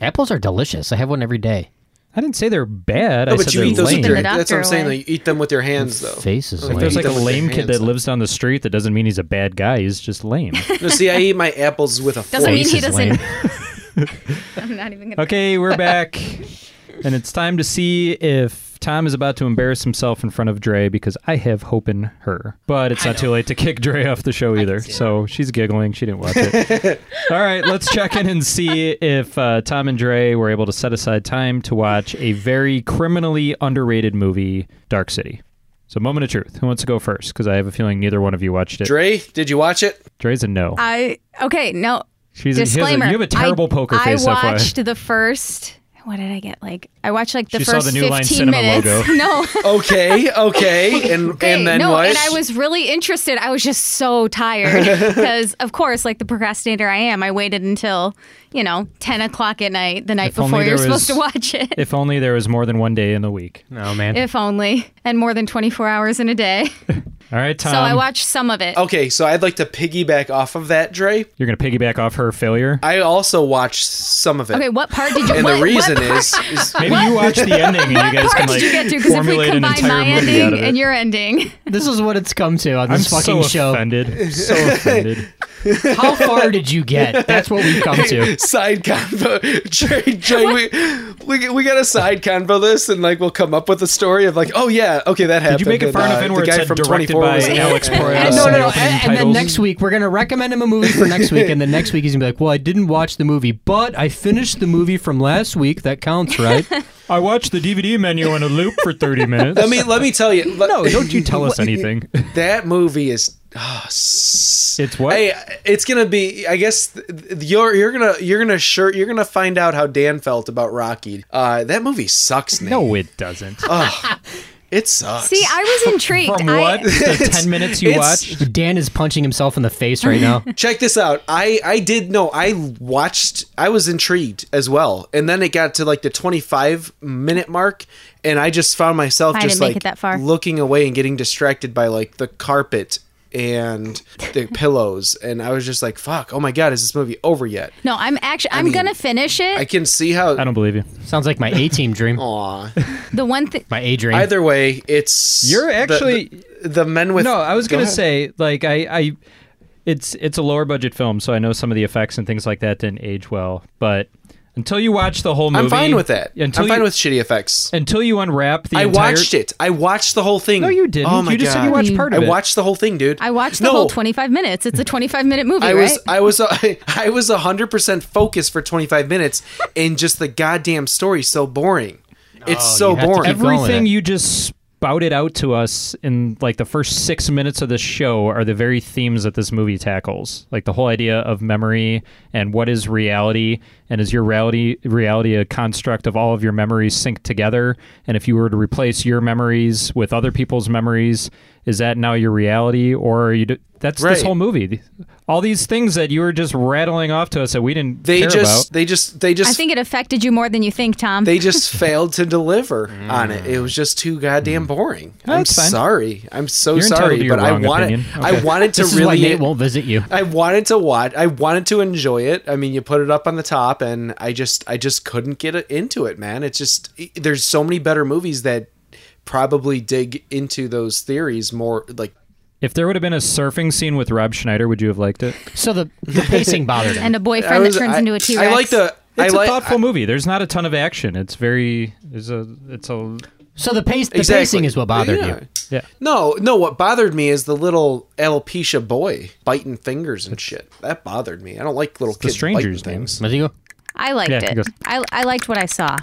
Speaker 3: Apples are delicious. I have one every day.
Speaker 5: I didn't say they're bad.
Speaker 6: No,
Speaker 5: I
Speaker 6: but
Speaker 5: said
Speaker 6: you
Speaker 5: they're
Speaker 6: eat those
Speaker 5: lame.
Speaker 6: with
Speaker 4: Even
Speaker 6: your.
Speaker 4: the
Speaker 6: That's what I'm
Speaker 4: doctor
Speaker 6: saying. Though
Speaker 4: way.
Speaker 6: you eat them with your hands, though.
Speaker 3: Face is
Speaker 5: If
Speaker 3: lame.
Speaker 5: there's like a
Speaker 6: Eat them with
Speaker 5: lame
Speaker 6: your
Speaker 5: kid that
Speaker 6: hands.
Speaker 5: lives down the street that doesn't mean he's a bad guy. He's just lame.
Speaker 4: <laughs>
Speaker 6: No, see, I eat my apples with a fork.
Speaker 4: Doesn't mean
Speaker 5: <laughs>
Speaker 3: Face
Speaker 4: he
Speaker 3: is
Speaker 4: doesn't.
Speaker 3: lame.
Speaker 4: <laughs> I'm not even gonna.
Speaker 5: okay, we're back. and it's time to see if Tom is about to embarrass himself in front of Dre because I have hope in her. But it's not too late to kick Dre off the show either. So she's giggling. She didn't watch it. All right, let's check in and see if uh, Tom and Dre were able to set aside time to watch a very criminally underrated movie, Dark City. So, moment of truth. Who wants to go first? Because I have a feeling neither one of you watched it.
Speaker 6: Dre, did you watch it?
Speaker 5: Dre's a no.
Speaker 4: I okay. No
Speaker 5: She's a- he has a-
Speaker 4: Uh, disclaimer.
Speaker 5: you have a terrible
Speaker 4: I,
Speaker 5: poker face,
Speaker 4: I
Speaker 5: FYI.
Speaker 4: watched the first. What did I get? Like I watched like the
Speaker 5: She saw
Speaker 4: first
Speaker 5: the New Line
Speaker 4: 15
Speaker 5: Cinema
Speaker 4: minutes. <laughs>
Speaker 5: logo.
Speaker 4: No.
Speaker 6: Okay,
Speaker 4: <laughs>
Speaker 6: okay, and
Speaker 4: Okay,
Speaker 6: and then
Speaker 4: no,
Speaker 6: what?
Speaker 4: and I was really interested. I was just so
Speaker 5: <laughs>
Speaker 4: tired because, of course, like the procrastinator I am, I waited until you know ten o'clock at night the night
Speaker 5: If only
Speaker 4: before you're
Speaker 5: there was-
Speaker 4: supposed to watch it. If,
Speaker 5: <laughs> if only there was more than one day in the week.
Speaker 3: Oh man.
Speaker 4: only, and more than twenty four hours in a day.
Speaker 5: All right, Tom.
Speaker 4: so I watched some of it.
Speaker 6: Okay, so I'd like to piggyback off of that, Dre.
Speaker 5: You're going to piggyback off her failure.
Speaker 6: I also watched some of it.
Speaker 4: Okay, what part did you?
Speaker 6: and
Speaker 4: what,
Speaker 6: the reason
Speaker 4: what part,
Speaker 6: is, is
Speaker 4: <laughs>
Speaker 5: Maybe you watch the ending and you guys
Speaker 4: part
Speaker 5: can like
Speaker 4: did you get to? Because if we
Speaker 5: formulate an
Speaker 4: combine
Speaker 5: entire
Speaker 4: my
Speaker 5: movie out of
Speaker 4: ending
Speaker 5: it.
Speaker 4: and your ending,
Speaker 3: This is what it's come to on
Speaker 5: I'm
Speaker 3: this fucking
Speaker 5: so
Speaker 3: show.
Speaker 5: <laughs> offended. I'm so offended.
Speaker 3: How far did you get? That's what we've come to.
Speaker 6: side convo. Dre, Dre we, we we got a side convo this, and like we'll come up with a story of like, oh yeah, okay, that happened.
Speaker 5: Did you make it far
Speaker 6: and,
Speaker 5: enough
Speaker 6: uh,
Speaker 5: in
Speaker 6: the
Speaker 5: where it
Speaker 6: guy
Speaker 5: said
Speaker 6: from
Speaker 5: directed
Speaker 6: 24
Speaker 5: by
Speaker 6: was-
Speaker 5: Alex Proyas?
Speaker 3: And no,
Speaker 5: in the
Speaker 3: no, no.
Speaker 5: opening
Speaker 3: And, and then
Speaker 5: titles?
Speaker 3: next week we're gonna recommend him a movie for next week, and the next week he's gonna be like, "Well, I didn't watch the movie, but I finished the movie from last week. That counts,
Speaker 4: <laughs>
Speaker 3: right?"
Speaker 5: I watched the DVD menu on a loop for 30 minutes.
Speaker 6: Let me let me tell you. Let, <laughs>
Speaker 5: no, don't you tell us anything. <laughs>
Speaker 6: that movie is. ah, s-
Speaker 5: It's what?
Speaker 6: Hey, it's gonna be. I guess th- th- you're you're gonna you're gonna sure you're gonna find out how Dan felt about Rocky. Uh, that movie sucks. Nate.
Speaker 5: no, it doesn't.
Speaker 6: uh, it sucks.
Speaker 4: see, I was intrigued.
Speaker 5: From
Speaker 4: I-
Speaker 6: <laughs>
Speaker 5: what? The 10 minutes you
Speaker 6: it's-
Speaker 5: watched?
Speaker 3: Dan is punching himself in the face right now.
Speaker 6: check this out i i did no i watched i was intrigued as well and then it got to like the 25 minute mark and i just found myself
Speaker 4: I
Speaker 6: just
Speaker 4: didn't make
Speaker 6: like
Speaker 4: it that far.
Speaker 6: looking away and getting distracted by like the carpet and
Speaker 4: <laughs>
Speaker 6: the pillows and i was just like fuck oh my god is this movie over yet
Speaker 4: No, I'm actually I'm gonna finish it.
Speaker 6: i can see how
Speaker 5: I don't believe you.
Speaker 3: <laughs> Sounds like my A team
Speaker 6: <laughs>
Speaker 3: dream,
Speaker 6: Aw.
Speaker 4: the one thing
Speaker 3: my A dream.
Speaker 6: either way it's
Speaker 5: You're
Speaker 6: the-
Speaker 5: actually-
Speaker 6: the, the men with
Speaker 5: no i was
Speaker 6: Go
Speaker 5: gonna
Speaker 6: ahead.
Speaker 5: say like i i it's it's a lower budget film so i know some of the effects and things like that didn't age well but until you watch the whole movie
Speaker 6: i'm fine with that i'm
Speaker 5: until
Speaker 6: fine
Speaker 5: you,
Speaker 6: with shitty effects
Speaker 5: until you unwrap the
Speaker 6: I
Speaker 5: entire
Speaker 6: watched it. I watched the whole thing.
Speaker 5: no you didn't
Speaker 6: Oh my
Speaker 5: you just
Speaker 6: God.
Speaker 5: said you watched
Speaker 4: Mm.
Speaker 5: part
Speaker 6: I
Speaker 5: of it
Speaker 6: watched the whole thing, dude.
Speaker 4: I watched the
Speaker 6: No,
Speaker 4: whole 25 minutes. It's a 25 minute movie,
Speaker 6: I
Speaker 4: right?
Speaker 6: was I was <laughs> I, was a hundred percent focused for twenty five minutes, and just the goddamn story so boring. it's so
Speaker 3: you have to
Speaker 6: boring.
Speaker 3: keep going.
Speaker 5: everything
Speaker 3: it.
Speaker 5: you just spouted out to us in like the first six minutes of the show are the very themes that this movie tackles like the whole idea of memory and what is reality and is your reality reality a construct of all of your memories synced together and if you were to replace your memories with other people's memories is that now your reality or are you d- that's this
Speaker 6: Right.
Speaker 5: whole movie all these things that you were just rattling off to us that we didn't
Speaker 6: They
Speaker 5: care
Speaker 6: just,
Speaker 5: about
Speaker 6: they just they just
Speaker 4: I think it affected you more than you think, Tom.
Speaker 6: they just <laughs> failed to deliver on it.
Speaker 3: Mm.
Speaker 6: It was just too goddamn boring. I'm
Speaker 5: it's fine.
Speaker 6: sorry. I'm so
Speaker 5: You're entitled to
Speaker 6: sorry,
Speaker 5: your
Speaker 6: but I
Speaker 5: wrong
Speaker 6: wanted
Speaker 5: opinion.
Speaker 6: I wanted to
Speaker 3: this is why
Speaker 6: really
Speaker 3: Nate won't visit you.
Speaker 6: I wanted to watch. I wanted to enjoy it. I mean, you put it up on the top, and I just, I just couldn't get it- into it, man. It's just e, there's so many better movies that probably dig into those theories more. Like,
Speaker 5: if there would have been a surfing scene with rob schneider would you have liked it
Speaker 3: So the, the pacing bothered him.
Speaker 4: and a boyfriend that turns
Speaker 6: I,
Speaker 4: into a T
Speaker 6: I
Speaker 4: Rex.
Speaker 6: like the.
Speaker 5: It's
Speaker 6: I
Speaker 5: a
Speaker 6: like,
Speaker 5: thoughtful movie. There's not a ton of action. It's very there's a it's a
Speaker 3: So the pace, the
Speaker 6: Exactly.
Speaker 3: pacing is what bothered
Speaker 6: Yeah.
Speaker 3: you.
Speaker 5: yeah.
Speaker 6: No, no. What bothered me is the little alopecia boy biting fingers and shit. That bothered me. I don't like little
Speaker 5: The
Speaker 6: kids biting
Speaker 5: stranger's name.
Speaker 6: things.
Speaker 3: Does he go?
Speaker 4: I liked
Speaker 5: Yeah, he
Speaker 4: it.
Speaker 5: goes-
Speaker 4: I, I liked what I saw.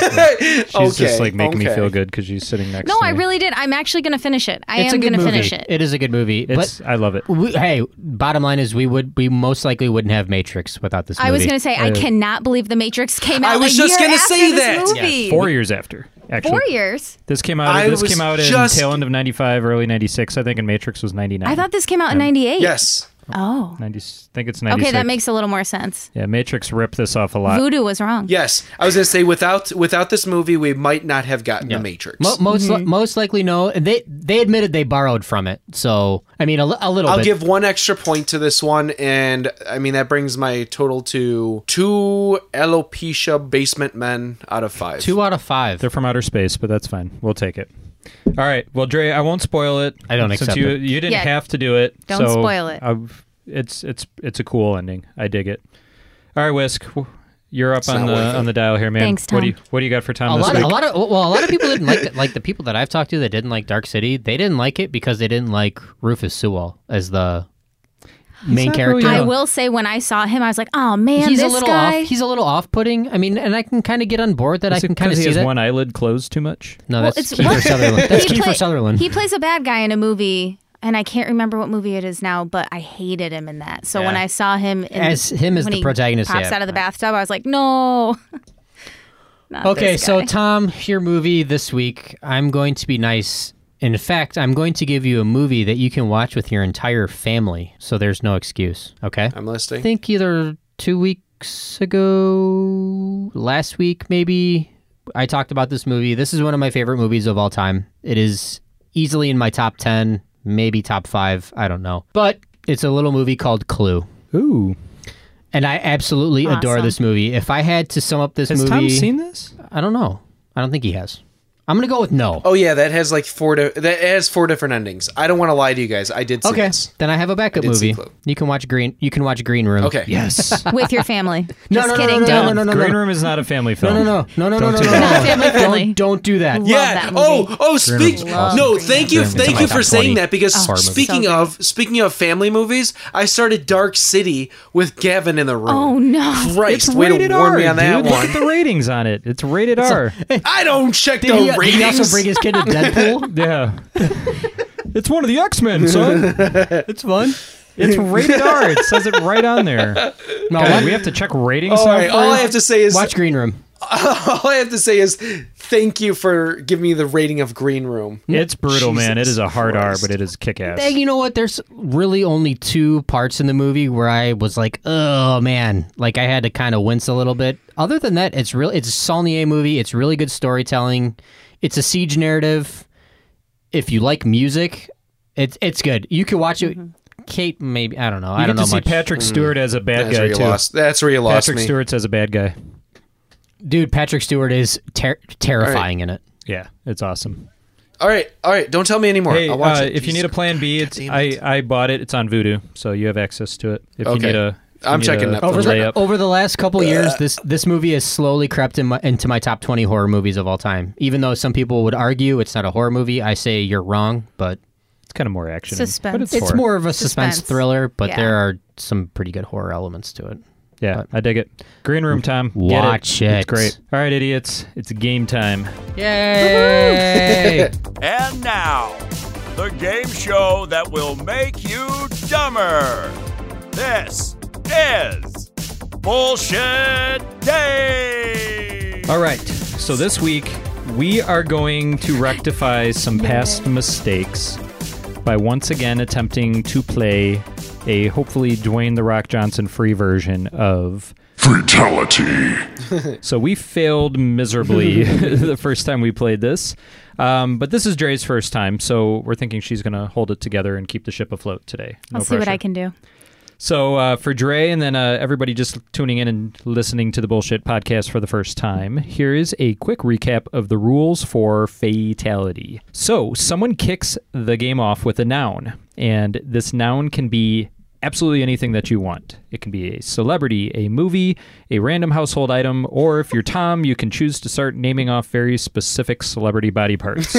Speaker 5: She's just
Speaker 6: Okay,
Speaker 5: like making me
Speaker 6: okay.
Speaker 5: feel good because she's sitting next
Speaker 4: No,
Speaker 5: to me.
Speaker 4: I really did. I'm actually going to finish it. I
Speaker 3: it's
Speaker 4: am
Speaker 3: a good
Speaker 4: going to
Speaker 3: movie.
Speaker 4: finish it.
Speaker 3: It is a good movie.
Speaker 5: It's,
Speaker 3: but
Speaker 5: I love it.
Speaker 3: we, hey, bottom line is we would we most likely wouldn't have Matrix without this movie.
Speaker 4: I was going to say, I cannot believe The Matrix came out
Speaker 6: I was
Speaker 4: a
Speaker 6: just
Speaker 4: year
Speaker 6: gonna
Speaker 4: after
Speaker 6: say
Speaker 4: this
Speaker 6: that. Yeah,
Speaker 4: movie.
Speaker 5: Four years after, actually.
Speaker 4: Four years?
Speaker 5: This came out.
Speaker 6: I
Speaker 5: this
Speaker 6: was
Speaker 5: came out
Speaker 6: just-
Speaker 5: in tail end of '95, early '96. I think, and Matrix was '99.
Speaker 4: I thought this came out in 98.
Speaker 6: Yes.
Speaker 4: Oh.
Speaker 5: 90, think it's '96.
Speaker 4: Okay, that makes a little more sense.
Speaker 5: Yeah, Matrix ripped this off a lot.
Speaker 4: Voodoo was wrong.
Speaker 6: Yes. I was gonna say without without this movie we might not have gotten the Matrix.
Speaker 3: Mo- most li-
Speaker 4: Mm-hmm.
Speaker 3: most likely no. They they admitted they borrowed from it. So I mean a, li- a little
Speaker 6: I'll
Speaker 3: bit.
Speaker 6: give one extra point to this one, and I mean that brings my total to two alopecia basement men out of five.
Speaker 3: two out of five.
Speaker 5: They're from outer space, but that's fine. We'll take it. All right. Well, Dre, I won't spoil it.
Speaker 3: I don't
Speaker 5: since
Speaker 3: accept
Speaker 5: you,
Speaker 3: it.
Speaker 5: You didn't
Speaker 4: Yeah.
Speaker 5: have to do it.
Speaker 4: Don't
Speaker 5: so
Speaker 4: spoil it.
Speaker 5: I've- it's it's it's a cool ending. I dig it. All right, Whisk, w- you're up on the on the dial here, man.
Speaker 4: Thanks,
Speaker 5: What do you
Speaker 4: Tom.
Speaker 5: What do you got for Tom
Speaker 3: a
Speaker 5: this
Speaker 3: lot,
Speaker 5: week?
Speaker 3: of, a lot of well, a lot of people didn't like it. Like the people that I've talked to that didn't like Dark City, they didn't like it because they didn't like Rufus Sewell as the main
Speaker 5: not
Speaker 3: character.
Speaker 5: really
Speaker 4: I will say, when I saw him, I was like, oh, man,
Speaker 3: he's a
Speaker 4: this
Speaker 3: little
Speaker 4: guy.
Speaker 3: off. He's a little off-putting. I mean, and I can kind of get on board that
Speaker 5: Is
Speaker 3: I
Speaker 5: it
Speaker 3: can kind of
Speaker 5: because he
Speaker 3: see
Speaker 5: has
Speaker 3: that.
Speaker 5: one eyelid closed too much?
Speaker 3: No,
Speaker 4: Well,
Speaker 3: that's
Speaker 4: it's- what? <laughs>
Speaker 3: Kiefer Sutherland. That's
Speaker 4: He
Speaker 3: Kiefer
Speaker 4: play-
Speaker 3: Sutherland.
Speaker 4: He plays a bad guy in a movie, and I can't remember what movie it is now, but I hated him in that. So when I saw him in,
Speaker 3: As him as
Speaker 4: when
Speaker 3: the
Speaker 4: he
Speaker 3: protagonist,
Speaker 4: pops
Speaker 3: yeah.
Speaker 4: out of the bathtub, I was like, no. <laughs> Not
Speaker 3: Okay,
Speaker 4: this
Speaker 3: so
Speaker 4: guy.
Speaker 3: Tom, your movie this week, I'm going to be nice. In fact, I'm going to give you a movie that you can watch with your entire family, so there's no excuse. Okay.
Speaker 6: I'm
Speaker 3: I
Speaker 6: listening.
Speaker 3: think either two weeks ago, last week maybe, I talked about this movie. This is one of my favorite movies of all time. It is easily in my top 10, maybe top five. I don't know. But it's a little movie called Clue.
Speaker 5: Ooh,
Speaker 3: And I absolutely adore
Speaker 4: Awesome.
Speaker 3: this movie. If I had to sum up this
Speaker 5: has
Speaker 3: movie,
Speaker 5: Tom seen this?
Speaker 3: I don't know. I don't think he has. I'm gonna go with no.
Speaker 6: Oh yeah, that has like four. Di- that has four different endings. I don't want to lie to you guys. I did see
Speaker 3: okay,
Speaker 6: this.
Speaker 3: then I have a backup
Speaker 6: did see
Speaker 3: movie.
Speaker 6: Clue.
Speaker 3: You can watch Green. You can watch Green Room.
Speaker 6: Okay.
Speaker 5: Yes.
Speaker 4: with your family.
Speaker 3: <laughs> No,
Speaker 4: Just
Speaker 3: no, no,
Speaker 4: kidding.
Speaker 3: no,
Speaker 4: don't.
Speaker 3: no, no, no, no,
Speaker 5: Green
Speaker 3: no,
Speaker 5: Room is not a family
Speaker 3: no,
Speaker 5: film.
Speaker 3: no, no, no, no, no,
Speaker 5: Don't
Speaker 3: no,
Speaker 5: do
Speaker 3: no,
Speaker 5: that.
Speaker 4: Not family
Speaker 3: no.
Speaker 4: friendly.
Speaker 3: Don't, don't do that.
Speaker 4: Love
Speaker 6: Yeah.
Speaker 4: that movie.
Speaker 6: Oh, oh. Speak.
Speaker 4: was awesome.
Speaker 6: No,
Speaker 4: Green
Speaker 6: thank you,
Speaker 3: Room. It's in
Speaker 6: thank
Speaker 3: my
Speaker 6: you
Speaker 3: top
Speaker 6: for
Speaker 3: 20.
Speaker 6: saying that because
Speaker 3: Horror movie.
Speaker 6: speaking
Speaker 4: So
Speaker 6: of speaking of family movies, I started Dark City with Gavin in the room.
Speaker 4: Oh, no.
Speaker 6: Christ,
Speaker 5: It's
Speaker 6: way to
Speaker 5: rated
Speaker 6: warn
Speaker 5: R,
Speaker 6: me on that
Speaker 5: dude. Look at
Speaker 6: one.
Speaker 3: <laughs>
Speaker 5: the ratings on it. It's rated R.
Speaker 6: I don't check the
Speaker 3: Did he, did he
Speaker 6: ratings.
Speaker 3: also bring his kid to Deadpool?
Speaker 5: Yeah. <laughs> it's one of the X Men, son.
Speaker 3: it's fun.
Speaker 5: <laughs> It's rated R. It says it right on there.
Speaker 3: No,
Speaker 5: God,
Speaker 3: watch,
Speaker 5: we have to check ratings.
Speaker 6: all
Speaker 5: now
Speaker 6: right,
Speaker 5: for
Speaker 6: all
Speaker 5: you?
Speaker 6: I have to say is
Speaker 3: watch Green Room.
Speaker 6: all I have to say is thank you for giving me the rating of Green Room.
Speaker 5: It's brutal, man. It
Speaker 6: Jesus
Speaker 5: is a hard
Speaker 6: Christ.
Speaker 5: R, but it is kick ass.
Speaker 3: Hey, you know what? There's really only two parts in the movie where I was like, "Oh man!" Like I had to kind of wince a little bit. Other than that, it's real. It's a Saulnier movie. It's really good storytelling. It's a siege narrative. If you like music, it's it's good. You can watch it. Kate, maybe I don't know. I
Speaker 5: You
Speaker 3: don't
Speaker 5: get
Speaker 3: know
Speaker 5: to see
Speaker 3: much.
Speaker 5: Patrick Stewart as a bad
Speaker 6: That's
Speaker 5: guy
Speaker 6: where you
Speaker 5: too.
Speaker 6: lost. That's where you lost
Speaker 5: Patrick
Speaker 6: me.
Speaker 5: Stewart's as a bad guy.
Speaker 3: Dude, Patrick Stewart is ter- terrifying in it.
Speaker 5: Yeah, it's awesome.
Speaker 6: All right, all right. Don't tell me anymore.
Speaker 5: Hey,
Speaker 6: I'll watch
Speaker 5: uh,
Speaker 6: it.
Speaker 5: if you need a
Speaker 6: Jesus. <laughs>
Speaker 5: plan B, it's
Speaker 6: God damn
Speaker 5: I, I bought it. It's on Voodoo, so you have access to it. If you
Speaker 6: Okay.
Speaker 5: need a, if you
Speaker 6: I'm
Speaker 5: need
Speaker 6: checking
Speaker 5: a,
Speaker 6: that.
Speaker 5: a
Speaker 3: Over the,
Speaker 5: layup.
Speaker 3: over the last
Speaker 5: Uh,
Speaker 3: couple years, this this movie has slowly crept in my, into my top twenty horror movies of all time. Even though some people would argue it's not a horror movie, I say you're wrong. But
Speaker 5: It's kind of more action, but
Speaker 4: Suspense.
Speaker 5: it's,
Speaker 4: It's
Speaker 5: horror.
Speaker 3: it's more of a suspense,
Speaker 4: Suspense.
Speaker 3: thriller, but
Speaker 4: Yeah.
Speaker 3: there are some pretty good horror elements to it.
Speaker 5: Yeah, I dig it. Green Room time. Get
Speaker 3: Watch
Speaker 5: It's
Speaker 3: it.
Speaker 5: great. All right, idiots. It's game time.
Speaker 3: Yay!
Speaker 11: And now, the game show that will make you dumber. This is Bullshit Day.
Speaker 5: All right. So this week we are going to rectify some past mistakes by once again attempting to play a hopefully Dwayne the Rock Johnson free version of
Speaker 10: Fatality.
Speaker 5: <laughs> so we failed miserably <laughs> the first time we played this. Um, but this is Dre's first time, so we're thinking she's going to hold it together and keep the ship afloat today. No
Speaker 4: I'll see what
Speaker 5: pressure.
Speaker 4: I can do.
Speaker 5: So uh, for Dre and then uh, everybody just tuning in and listening to the Bullshit Podcast for the first time, here is a quick recap of the rules for fatality. So someone kicks the game off with a noun, and this noun can be absolutely anything that you want. It can be a celebrity, a movie, a random household item, or if you're Tom, you can choose to start naming off very specific celebrity body parts.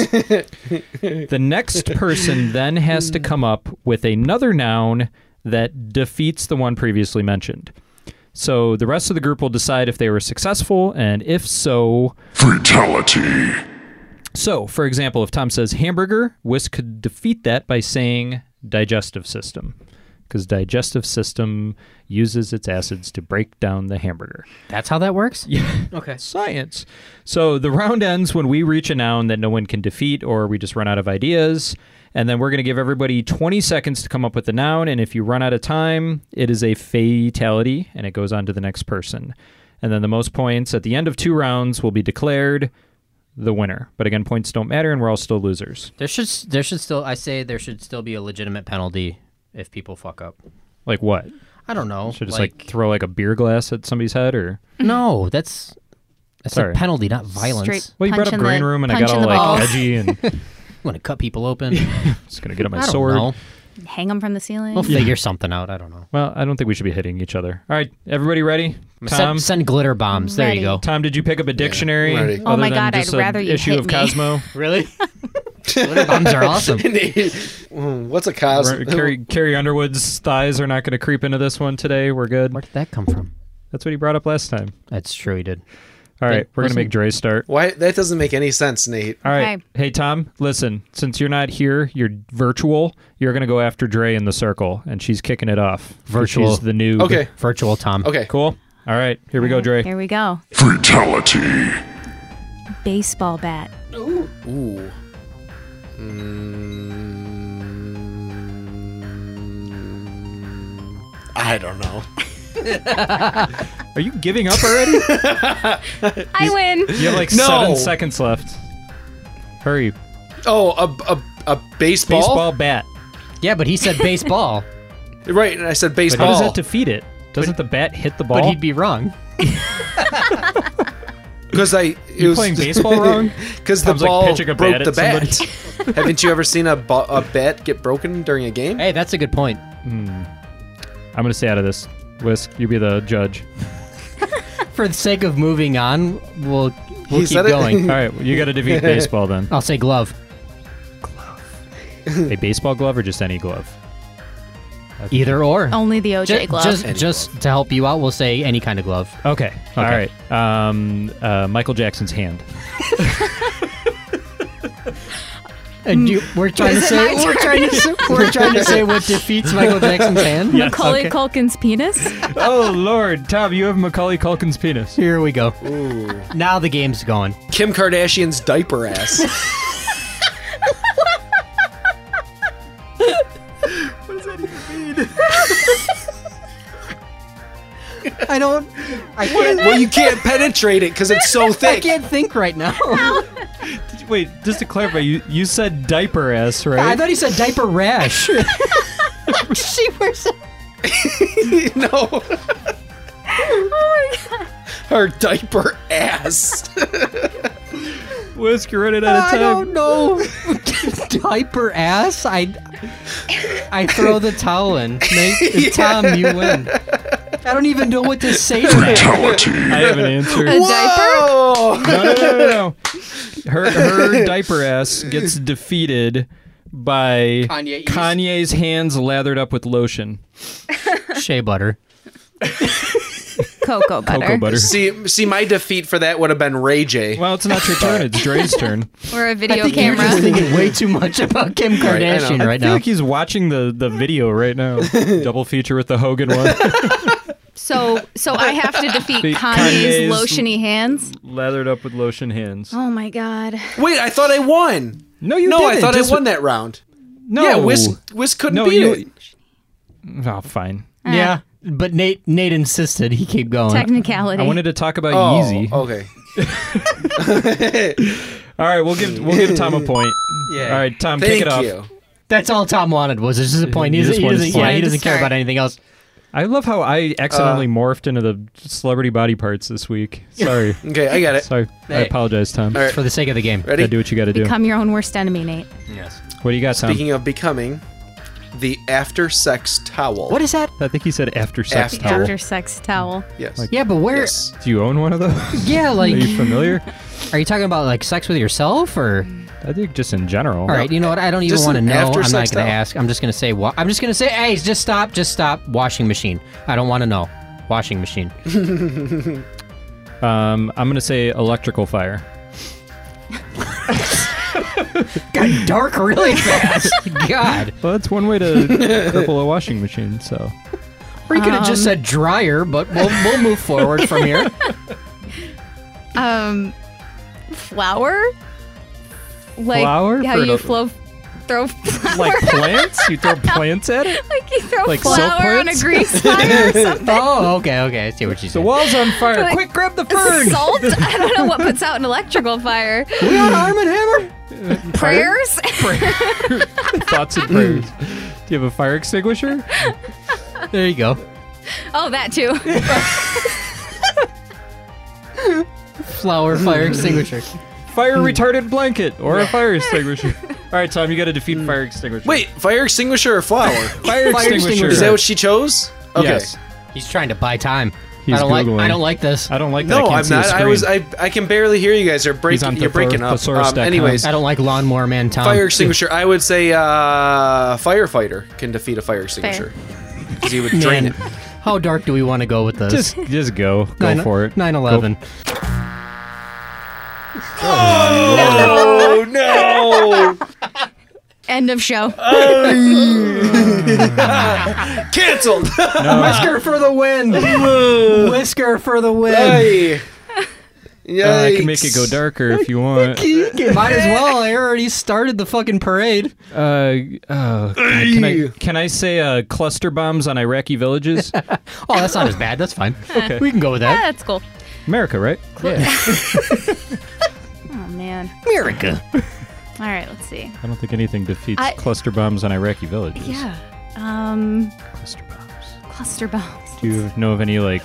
Speaker 5: The next person then has to come up with another noun that defeats the one previously mentioned. So the rest of the group will decide if they were successful, and if so,
Speaker 10: Fatality.
Speaker 5: so, for example, if Tom says hamburger, Whisk could defeat that by saying digestive system, because digestive system uses its acids to break down the hamburger.
Speaker 3: <laughs> That's how that works?
Speaker 5: Yeah.
Speaker 3: Okay.
Speaker 5: Science. So the round ends when we reach a noun that no one can defeat, or we just run out of ideas. And then we're going to give everybody 20 seconds to come up with the noun. And if you run out of time, it is a fatality and it goes on to the next person. And then the most points at the end of two rounds will be declared the winner. But again, points don't matter and we're all still losers.
Speaker 3: There should s- there should still I say there should still be a legitimate penalty if people fuck up.
Speaker 5: Like what?
Speaker 3: I don't know.
Speaker 5: Should just like, throw like a beer glass at somebody's head or.
Speaker 3: No, that's that's
Speaker 5: Sorry.
Speaker 3: a penalty, not violence.
Speaker 5: Straight Well, you brought punch up in the- green room and I
Speaker 3: punch in
Speaker 5: got all,
Speaker 3: the
Speaker 5: like,
Speaker 3: balls.
Speaker 5: edgy and-
Speaker 3: <laughs> want to cut people open.
Speaker 5: just gonna get on <laughs> my
Speaker 3: I don't
Speaker 5: sword.
Speaker 3: know.
Speaker 4: Hang them from the ceiling.
Speaker 5: Oh,
Speaker 3: We'll figure something out. I don't know.
Speaker 5: Well, I don't think we should be hitting each other. All right, everybody ready?
Speaker 3: Send- send glitter bombs. There you Ready. go.
Speaker 5: Tom, did you pick up a dictionary?
Speaker 3: Ready.
Speaker 5: other
Speaker 3: Oh my
Speaker 5: than
Speaker 3: God,
Speaker 5: just
Speaker 3: I'd
Speaker 5: an
Speaker 3: rather you
Speaker 5: issue
Speaker 3: hit
Speaker 5: of
Speaker 3: me.
Speaker 5: Cosmo.
Speaker 3: really? glitter bombs are awesome.
Speaker 6: Mm, What's a Cosmo?
Speaker 5: We're- Carrie, Carrie Underwood's thighs are not going to creep into this one today. We're good. Where
Speaker 3: did that come from?
Speaker 5: That's what he brought up last time.
Speaker 3: That's true. He did.
Speaker 5: All right,
Speaker 6: Did-
Speaker 5: we're going to
Speaker 6: wasn't-
Speaker 5: make Dre start.
Speaker 6: Why that doesn't make any sense, Nate.
Speaker 5: All right. Hey, Tom, listen, since you're not here, you're virtual, you're going to go after Dre in the circle, and she's kicking it off. 'Cause
Speaker 3: Virtual.
Speaker 5: She's the new.
Speaker 3: Okay. Virtual Tom.
Speaker 6: Okay.
Speaker 5: Cool. All right, here we go, Dre.
Speaker 4: Here we go.
Speaker 10: Fatality.
Speaker 4: Baseball bat.
Speaker 6: Ooh. Mm. I don't know.
Speaker 5: Are you giving up
Speaker 3: <laughs>
Speaker 5: already?
Speaker 4: I win.
Speaker 5: You have like
Speaker 6: No.
Speaker 5: seven seconds left. Hurry.
Speaker 6: Oh, a, a, a baseball?
Speaker 5: Baseball bat.
Speaker 3: Yeah, but he said
Speaker 5: <laughs>
Speaker 3: baseball.
Speaker 6: Right, and I said baseball.
Speaker 5: How does that defeat it? Doesn't the bat hit the ball?
Speaker 3: But he'd be wrong.
Speaker 6: Because I <laughs>
Speaker 5: You playing baseball wrong?
Speaker 6: Because the
Speaker 5: Tom's, like,
Speaker 6: ball
Speaker 5: pitching a
Speaker 6: broke
Speaker 5: bat
Speaker 6: the
Speaker 5: at
Speaker 6: bat.
Speaker 5: <laughs>
Speaker 6: Haven't you ever seen a, ba- a bat get broken during a game?
Speaker 3: Hey, that's a good point.
Speaker 5: I'm gonna stay out of this. Whisk, you be
Speaker 3: <laughs>
Speaker 5: the judge.
Speaker 3: For the sake of moving on, we'll we'll
Speaker 5: He
Speaker 3: keep
Speaker 5: said it.
Speaker 3: going.
Speaker 5: <laughs> All right, well, you gotta
Speaker 3: <laughs>
Speaker 5: defeat baseball then.
Speaker 3: I'll say glove.
Speaker 5: A baseball glove or just any glove?
Speaker 3: Either or.
Speaker 4: Only the OJ
Speaker 3: Ju-
Speaker 4: glove.
Speaker 3: Just, just to help you out, we'll say any kind of glove. <laughs>
Speaker 5: Okay. All right. Um, uh, Michael Jackson's
Speaker 3: <laughs>
Speaker 5: hand.
Speaker 3: And you, we're trying to
Speaker 4: Is it
Speaker 3: say
Speaker 4: my
Speaker 3: we're
Speaker 4: turn?
Speaker 3: trying to <laughs> say, we're trying to say what defeats Michael Jackson's hand.
Speaker 5: Yes,
Speaker 4: Macaulay
Speaker 5: okay.
Speaker 4: Culkin's penis. <laughs>
Speaker 5: oh Lord, Tom, you have Macaulay Culkin's penis.
Speaker 3: Here we go. Now the game's going.
Speaker 6: Kim Kardashian's diaper ass.
Speaker 3: I don't. I can't.
Speaker 6: well, you can't penetrate it because it's
Speaker 5: <laughs>
Speaker 6: so
Speaker 3: I
Speaker 6: thick.
Speaker 3: can't think right now.
Speaker 5: Wait, just to clarify, you, you said diaper ass, right?
Speaker 3: I thought he said diaper rash. <laughs> she wears.
Speaker 5: <laughs>
Speaker 6: no. Her diaper ass.
Speaker 5: Whisk, you're running out of
Speaker 3: I
Speaker 5: time.
Speaker 3: don't know. <laughs> diaper ass. I. I throw the towel in. Nate, Tom, you win. I don't even know what to <laughs> say to that.
Speaker 5: I have an answer.
Speaker 4: A diaper.
Speaker 6: Oh,
Speaker 5: no, no, no, no, no. <laughs> Her, her diaper ass gets defeated by
Speaker 3: Kanye East.
Speaker 5: Kanye's hands lathered up with lotion,
Speaker 3: Shea butter.
Speaker 4: Cocoa butter.
Speaker 5: cocoa butter.
Speaker 6: see, see, my defeat for that would have been Ray J.
Speaker 5: Well, it's not your turn. It's Dre's
Speaker 6: <laughs>
Speaker 5: turn.
Speaker 4: Or a video
Speaker 3: I think
Speaker 4: camera.
Speaker 3: you're just thinking <laughs> way too much about Kim
Speaker 6: I know.
Speaker 3: Kardashian right,
Speaker 5: I feel
Speaker 3: now.
Speaker 5: like he's watching the, the video
Speaker 6: <laughs>
Speaker 5: right now. Double feature with the Hogan one.
Speaker 4: So, so I have to
Speaker 5: <laughs>
Speaker 4: defeat
Speaker 5: Be-
Speaker 4: Kanye's,
Speaker 5: Kanye's-
Speaker 4: lotiony hands.
Speaker 5: lathered up with lotion hands.
Speaker 4: Oh my god.
Speaker 6: Wait, I thought I won.
Speaker 5: No, you
Speaker 6: no,
Speaker 5: didn't.
Speaker 6: I thought
Speaker 5: Just-
Speaker 6: I won that round.
Speaker 5: No.
Speaker 6: Yeah, Whisk, Whisk couldn't
Speaker 5: No,
Speaker 6: beat
Speaker 5: you-
Speaker 6: it.
Speaker 5: Oh, fine.
Speaker 4: Uh,
Speaker 3: yeah, but Nate Nate insisted he keep going.
Speaker 4: Technicality.
Speaker 5: I wanted to talk about
Speaker 6: Oh,
Speaker 5: Yeezy.
Speaker 6: okay.
Speaker 5: All right, we'll give we'll give Tom a point. yeah. All right, Tom,
Speaker 6: Thank
Speaker 5: kick it off.
Speaker 6: you.
Speaker 3: That's all Tom wanted was it's just a point. He,
Speaker 5: He
Speaker 3: doesn't,
Speaker 5: just
Speaker 3: he
Speaker 5: wanted
Speaker 3: doesn't,
Speaker 5: his
Speaker 3: yeah,
Speaker 5: point.
Speaker 3: he doesn't care
Speaker 4: Sorry.
Speaker 3: about anything else.
Speaker 5: I love how I
Speaker 6: Uh,
Speaker 5: accidentally morphed into the celebrity body parts
Speaker 6: <laughs>
Speaker 5: this week. Sorry.
Speaker 6: Okay, I got it.
Speaker 5: Sorry. I
Speaker 3: Hey.
Speaker 5: apologize, Tom.
Speaker 6: All right.
Speaker 3: It's for the sake of the game.
Speaker 5: Gotta
Speaker 6: Ready?
Speaker 5: do what you gotta do.
Speaker 4: Become your own worst enemy, Nate.
Speaker 5: What do you got, Tom?
Speaker 6: Speaking of becoming, the after sex towel.
Speaker 3: What is that?
Speaker 5: I think he said after sex
Speaker 6: After-
Speaker 5: towel.
Speaker 4: After sex towel.
Speaker 6: Yes.
Speaker 3: Yeah, but where?
Speaker 6: yes.
Speaker 5: Do you own one of those?
Speaker 3: <laughs> Yeah, like
Speaker 5: Are you familiar?
Speaker 3: are you talking about like sex with yourself or?
Speaker 5: I think just in general.
Speaker 3: All right, you know what? I don't even
Speaker 6: Just
Speaker 3: want to
Speaker 6: an
Speaker 3: know.
Speaker 6: after
Speaker 3: I'm not
Speaker 6: sex
Speaker 3: going to
Speaker 6: towel.
Speaker 3: ask. I'm just going to say what? I'm just going to say, hey, just stop, just stop. Washing machine. I don't want to know. Washing machine.
Speaker 5: Um, I'm gonna say electrical fire.
Speaker 3: Got <laughs> dark <laughs> really fast. God.
Speaker 5: Well, that's one way to <laughs> cripple a washing machine. So
Speaker 3: Or you could have just
Speaker 4: Um.
Speaker 3: said dryer, but we'll, we'll move forward from here.
Speaker 4: Um, flour. Like
Speaker 5: Flour
Speaker 4: how
Speaker 5: for
Speaker 4: you
Speaker 5: the-
Speaker 4: flow,
Speaker 5: <laughs>
Speaker 4: throw
Speaker 3: <laughs>
Speaker 4: flour.
Speaker 5: like plants, you throw plants at it.
Speaker 4: <laughs> like you throw
Speaker 5: like soap
Speaker 4: flour on a
Speaker 5: plants?
Speaker 4: grease fire
Speaker 5: <laughs>
Speaker 4: or something.
Speaker 3: Oh, <laughs> okay, okay. I see what you
Speaker 5: The
Speaker 3: said.
Speaker 5: wall's on fire.
Speaker 4: Like-
Speaker 5: Quick, grab the
Speaker 4: <laughs>
Speaker 5: fern.
Speaker 4: Salt? I don't know what puts out an electrical fire.
Speaker 5: We on Arm
Speaker 3: <laughs>
Speaker 5: and Hammer.
Speaker 4: Prayers?
Speaker 5: Thoughts and <laughs> prayers. Do you have a fire extinguisher?
Speaker 3: There you go.
Speaker 4: <laughs> oh, that
Speaker 5: <laughs>
Speaker 4: too.
Speaker 3: Flower <laughs> fire extinguisher.
Speaker 5: Fire retardant blanket or a
Speaker 3: <laughs>
Speaker 5: fire extinguisher. All right, Tom, you got to defeat fire extinguisher.
Speaker 6: Wait, fire extinguisher or flower?
Speaker 5: <laughs> fire,
Speaker 3: fire
Speaker 5: extinguisher.
Speaker 3: extinguisher.
Speaker 6: Is that what she chose? Okay.
Speaker 5: Yes.
Speaker 3: He's trying to buy time.
Speaker 5: He's
Speaker 3: I don't like.
Speaker 5: Googling.
Speaker 3: I don't like this.
Speaker 5: I don't like that.
Speaker 6: No,
Speaker 5: I
Speaker 6: I'm not. I was. I, I can barely hear you guys. You're
Speaker 5: on
Speaker 6: breaking. You're
Speaker 5: thesaur-
Speaker 6: breaking up.
Speaker 5: thesaurus.com.
Speaker 6: Um, anyways,
Speaker 3: I don't like lawnmower man Tom.
Speaker 6: fire extinguisher. I would say uh, firefighter can defeat a fire extinguisher because he <laughs> would drain
Speaker 3: Man,
Speaker 6: it.
Speaker 3: how dark do we want to go with this?
Speaker 5: just, just go. Go
Speaker 3: Nine-
Speaker 5: for it.
Speaker 3: 9/11.
Speaker 6: Oh <laughs> no!
Speaker 4: End of show.
Speaker 5: Uh.
Speaker 6: Cancelled.
Speaker 3: Whisker for the <laughs> win. Whisker for the win.
Speaker 6: <laughs> Hey.
Speaker 5: Uh, I can make
Speaker 6: Yikes.
Speaker 5: it go darker if you
Speaker 3: <laughs>
Speaker 5: want.
Speaker 3: Might as well. I already started the fucking parade.
Speaker 5: Uh, uh, God, can I can I say uh, cluster bombs on
Speaker 6: <laughs>
Speaker 5: Iraqi villages?
Speaker 3: Oh, that's not as bad. That's fine. <laughs> Okay. We can go with
Speaker 4: Ah,
Speaker 3: that.
Speaker 4: that's cool.
Speaker 5: America, right?
Speaker 4: Oh, man.
Speaker 3: America.
Speaker 4: All right, let's see.
Speaker 5: I don't think anything defeats
Speaker 4: I-
Speaker 5: cluster bombs on Iraqi villages.
Speaker 4: Yeah. Um,
Speaker 5: Cluster bombs.
Speaker 4: cluster bombs.
Speaker 5: Do you know of any like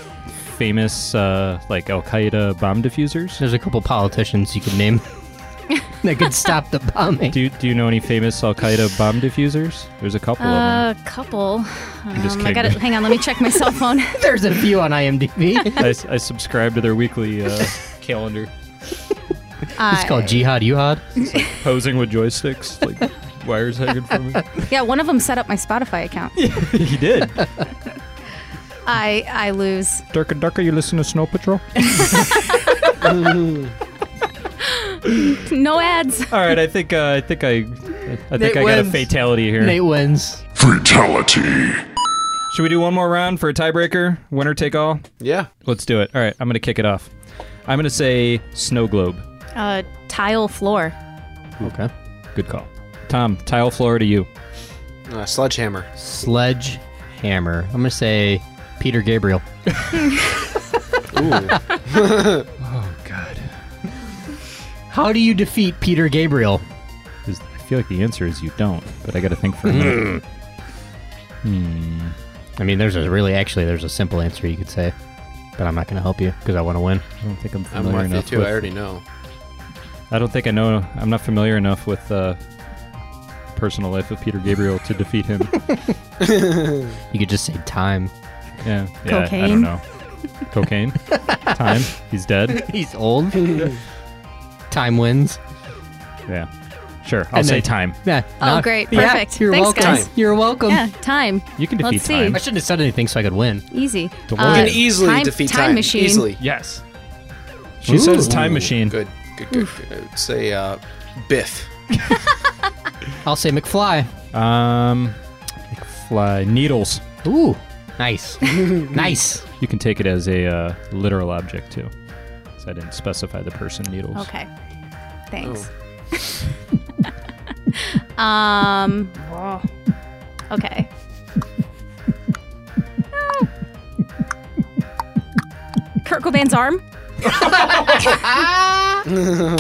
Speaker 5: famous uh, like Al Qaeda bomb diffusers?
Speaker 3: There's a couple politicians you could <laughs> name that could stop the bombing.
Speaker 5: Do you, do you know any famous Al Qaeda bomb diffusers? There's a couple of
Speaker 4: A couple.
Speaker 5: just
Speaker 4: Uh, Um, I gotta <laughs>
Speaker 5: kidding.
Speaker 4: hang on. Let me check my cell
Speaker 5: <laughs>
Speaker 4: phone.
Speaker 3: There's a few on IMDb.
Speaker 5: them. I, s- I subscribe to their weekly uh, calendar.
Speaker 3: It's called Jihad Yuhad.
Speaker 5: Posing with joysticks,
Speaker 6: <laughs>
Speaker 5: like wires hanging from it.
Speaker 4: yeah, one of them set up my Spotify account.
Speaker 5: he did.
Speaker 4: I I lose.
Speaker 5: Darker, darker. You listen to Snow Patrol?
Speaker 4: No ads.
Speaker 5: <laughs> All right, I think uh, I think I I think
Speaker 3: Nate
Speaker 5: I got a
Speaker 3: wins.
Speaker 5: fatality here.
Speaker 3: Nate wins.
Speaker 10: Fatality.
Speaker 5: Should we do one more round for a tiebreaker? Winner take all?
Speaker 6: Yeah.
Speaker 5: Let's do it. All right, I'm going to kick it off. I'm going to say snow globe.
Speaker 4: Uh, tile floor.
Speaker 3: Okay.
Speaker 5: Good call. Tom, tile floor to you.
Speaker 6: Uh, sledgehammer.
Speaker 3: Sledge Hammer. I'm gonna say Peter Gabriel.
Speaker 6: Ooh.
Speaker 3: How do you defeat Peter Gabriel?
Speaker 5: 'Cause I feel like the answer is you don't, but I got to think for a minute.
Speaker 6: Hmm.
Speaker 3: I mean, there's a really actually there's a simple answer you could say, but I'm not gonna help you because I want to win.
Speaker 5: I don't think I'm
Speaker 6: I'm
Speaker 5: familiar
Speaker 6: with you
Speaker 5: enough
Speaker 6: too. I
Speaker 5: with.
Speaker 6: already know.
Speaker 5: I don't think I know. I'm not familiar enough with uh, personal life of Peter Gabriel to
Speaker 6: <laughs>
Speaker 5: defeat him.
Speaker 3: You could just say time.
Speaker 5: yeah. yeah I
Speaker 4: Cocaine?
Speaker 5: don't know. Cocaine. Time.
Speaker 3: <laughs>
Speaker 5: He's dead.
Speaker 3: He's old. time wins.
Speaker 5: Yeah. Sure. I'll
Speaker 3: And
Speaker 5: say
Speaker 3: then-
Speaker 5: time.
Speaker 3: Yeah.
Speaker 4: Oh,
Speaker 3: no-
Speaker 4: great.
Speaker 3: Yeah,
Speaker 4: Perfect.
Speaker 3: you're
Speaker 4: Thanks,
Speaker 3: welcome.
Speaker 4: guys.
Speaker 3: You're welcome.
Speaker 4: Yeah, time.
Speaker 5: You can defeat
Speaker 4: Let's see.
Speaker 5: time.
Speaker 3: I shouldn't have said anything so I could win.
Speaker 4: Easy.
Speaker 5: Don't worry. You
Speaker 6: Can easily defeat time.
Speaker 4: machine.
Speaker 6: Easily.
Speaker 5: Yes. She says time machine.
Speaker 6: Good. Good. Good. good. I would say uh, Biff.
Speaker 3: I'll say McFly.
Speaker 5: Um, fly needles.
Speaker 3: Ooh, <laughs> nice, nice.
Speaker 5: You can take it as a uh, literal object too. 'Cause I didn't specify the person needles.
Speaker 4: Okay. Thanks. <laughs> um. Okay. <laughs> Oh. Kurt Cobain's arm.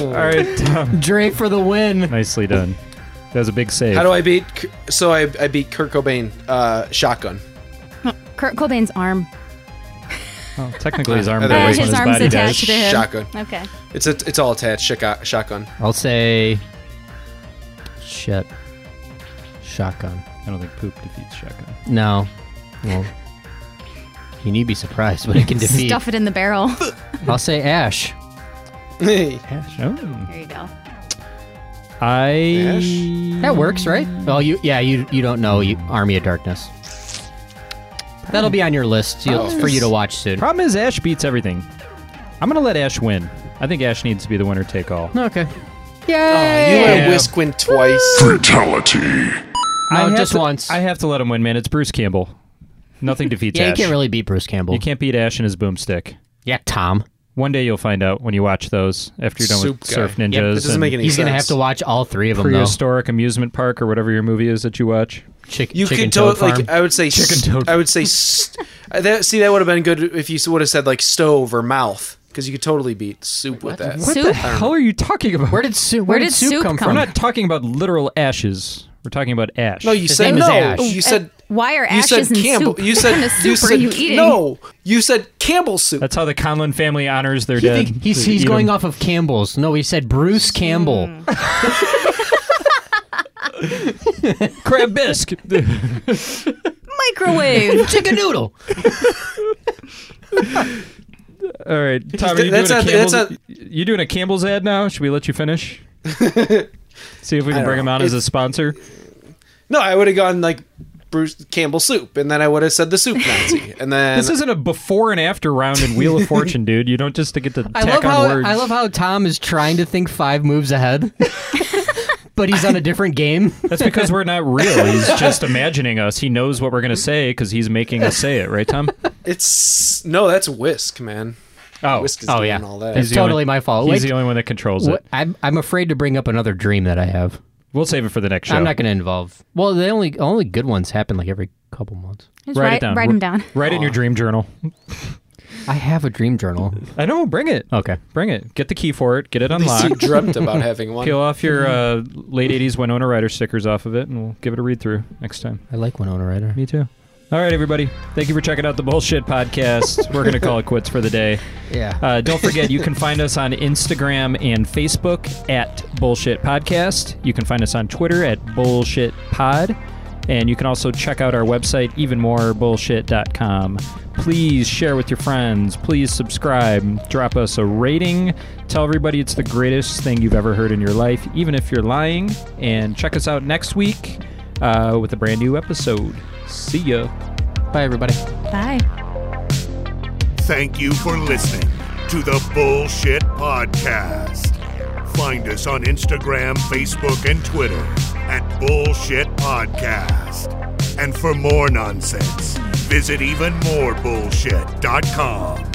Speaker 5: All right, Tom.
Speaker 3: Drake for the win.
Speaker 5: <laughs> Nicely done. That was a big save.
Speaker 6: How do I beat? K- So I, I beat Kurt Cobain. Uh, shotgun.
Speaker 4: Kurt Cobain's arm.
Speaker 5: Well, technically, his arm
Speaker 6: Uh,
Speaker 5: goes
Speaker 6: That
Speaker 5: on
Speaker 6: way
Speaker 4: his,
Speaker 5: his
Speaker 4: arm's
Speaker 5: body
Speaker 4: attached to
Speaker 5: does.
Speaker 4: him.
Speaker 6: Shotgun.
Speaker 4: Okay.
Speaker 6: It's a, it's all attached. Shotgun. Shotgun. <laughs>
Speaker 3: I'll say shit. Shotgun.
Speaker 5: I don't think poop defeats shotgun.
Speaker 3: No. Well, you need to be surprised what it can defeat.
Speaker 4: Stuff it in the
Speaker 5: <laughs>
Speaker 4: barrel.
Speaker 3: I'll say Ash.
Speaker 6: Hey.
Speaker 5: Oh.
Speaker 4: there you go.
Speaker 5: I.
Speaker 3: That works, right? Well, you yeah you you don't know you, Army of Darkness. That'll be on your list you'll-
Speaker 5: Oh.
Speaker 3: for you to watch soon.
Speaker 5: Problem is, Ash beats everything. I'm gonna let Ash win. I think Ash needs to be the winner take all.
Speaker 3: Okay.
Speaker 6: You
Speaker 3: Yay!
Speaker 6: and Wisquin twice.
Speaker 10: Fatality.
Speaker 5: I have
Speaker 3: just
Speaker 5: to-
Speaker 3: once.
Speaker 5: I have to let him win, man. It's Bruce Campbell.
Speaker 3: <laughs>
Speaker 5: Nothing defeats
Speaker 3: yeah,
Speaker 5: Ash.
Speaker 3: you can't really beat Bruce Campbell.
Speaker 5: You can't beat Ash and his boomstick.
Speaker 3: yeah, Tom.
Speaker 5: One day you'll find out when you watch those after you're done
Speaker 6: Soup
Speaker 5: with
Speaker 6: guy.
Speaker 5: Surf Ninjas.
Speaker 6: This doesn't
Speaker 5: and
Speaker 6: make any
Speaker 3: He's gonna
Speaker 6: sense.
Speaker 3: have to watch all three of them though.
Speaker 5: Prehistoric amusement park or whatever your movie is that you watch.
Speaker 3: Chick-
Speaker 6: You
Speaker 3: chicken
Speaker 6: could do
Speaker 3: Toad
Speaker 6: like uh,
Speaker 3: Farm.
Speaker 6: I would say chicken
Speaker 5: toad.
Speaker 6: I would say st- uh, that, see that would have been good if you would have said like stove or mouth because you could totally beat soup with that.
Speaker 5: What the
Speaker 4: Soup?
Speaker 5: hell are you talking about?
Speaker 3: Where did soup?
Speaker 4: Where did soup come
Speaker 5: I'm
Speaker 4: from?
Speaker 5: not talking about literal ashes. We're talking about Ash.
Speaker 6: No, you said
Speaker 3: name is
Speaker 6: no.
Speaker 3: Ash.
Speaker 6: You said
Speaker 4: Uh, Why are
Speaker 6: you said
Speaker 4: ashes and
Speaker 6: Campbell.
Speaker 4: soup?
Speaker 6: You
Speaker 4: What
Speaker 6: said
Speaker 4: kind of soup
Speaker 6: you
Speaker 4: are
Speaker 6: said
Speaker 4: you eating?
Speaker 6: no. You said Campbell soup.
Speaker 5: That's how the Conlon family honors their
Speaker 3: You
Speaker 5: dead.
Speaker 3: think he's
Speaker 5: They
Speaker 3: he's
Speaker 5: eat
Speaker 3: going
Speaker 5: them.
Speaker 3: off of Campbell's. No, he said Bruce Campbell. <laughs>
Speaker 5: crab bisque. <laughs>
Speaker 4: microwave.
Speaker 3: Chicken noodle.
Speaker 5: All right, Tom, are you,
Speaker 6: That's
Speaker 5: doing a
Speaker 6: not- that's
Speaker 5: Campbell's, you doing a Campbell's ad now? Should we let you finish? See if we can
Speaker 6: don't
Speaker 5: bring him
Speaker 6: know.
Speaker 5: out as a
Speaker 6: It's-
Speaker 5: sponsor.
Speaker 6: No, I would have gone like Bruce Campbell soup, and then I would have said the soup Nazi, <laughs> and then
Speaker 5: This isn't a before and after round in Wheel of Fortune, dude. You don't just get to tack
Speaker 3: I love
Speaker 5: on
Speaker 3: how
Speaker 5: words.
Speaker 3: I love how Tom is trying to think five moves ahead, but he's on a different game.
Speaker 5: That's because we're not real. He's just imagining us. He knows what we're gonna say because he's making us say it, right, Tom?
Speaker 6: it's no, that's whisk, man.
Speaker 5: Oh,
Speaker 6: Whisk is
Speaker 3: oh,
Speaker 6: doing
Speaker 3: yeah.
Speaker 6: all that.
Speaker 3: It's
Speaker 5: the only-
Speaker 3: totally my fault.
Speaker 5: he's
Speaker 3: Wait,
Speaker 5: the only one that controls
Speaker 3: what-
Speaker 5: it.
Speaker 3: I'm I'm afraid to bring up another dream that I have.
Speaker 5: We'll save it for the next show.
Speaker 3: I'm not going to involve. Well, the only only good ones happen like every couple months.
Speaker 4: Just
Speaker 5: write,
Speaker 4: write,
Speaker 5: it down.
Speaker 4: write
Speaker 5: Wr-
Speaker 4: them down.
Speaker 5: Write it in your dream journal.
Speaker 3: I have a dream journal.
Speaker 5: I know. Bring it.
Speaker 3: Okay.
Speaker 5: Bring it. Get the key for it. Get it
Speaker 6: You
Speaker 5: unlocked.
Speaker 6: dreamt <laughs> about having one.
Speaker 5: Peel off your uh, late '80s Winona Ryder stickers off of it, and we'll give it a read through next time.
Speaker 3: I like Winona Ryder.
Speaker 5: Me too. All right, everybody. Thank you for checking out the Bullshit Podcast. We're going <laughs> to call it quits for the day.
Speaker 3: Yeah.
Speaker 5: Uh, don't forget, you can find us on Instagram and Facebook at Bullshit Podcast. You can find us on Twitter at Bullshit Pod. And you can also check out our website, evenmorebullshit.com. Please share with your friends. Please subscribe. Drop us a rating. Tell everybody it's the greatest thing you've ever heard in your life, even if you're lying. And check us out next week uh, with a brand new episode. See ya.
Speaker 3: Bye, everybody.
Speaker 4: Bye.
Speaker 10: Thank you for listening to the Bullshit Podcast. Find us on Instagram, Facebook, and Twitter at Bullshit Podcast. And for more nonsense, visit evenmorebullshit.com.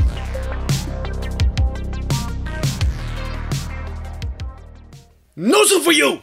Speaker 6: No soup for you.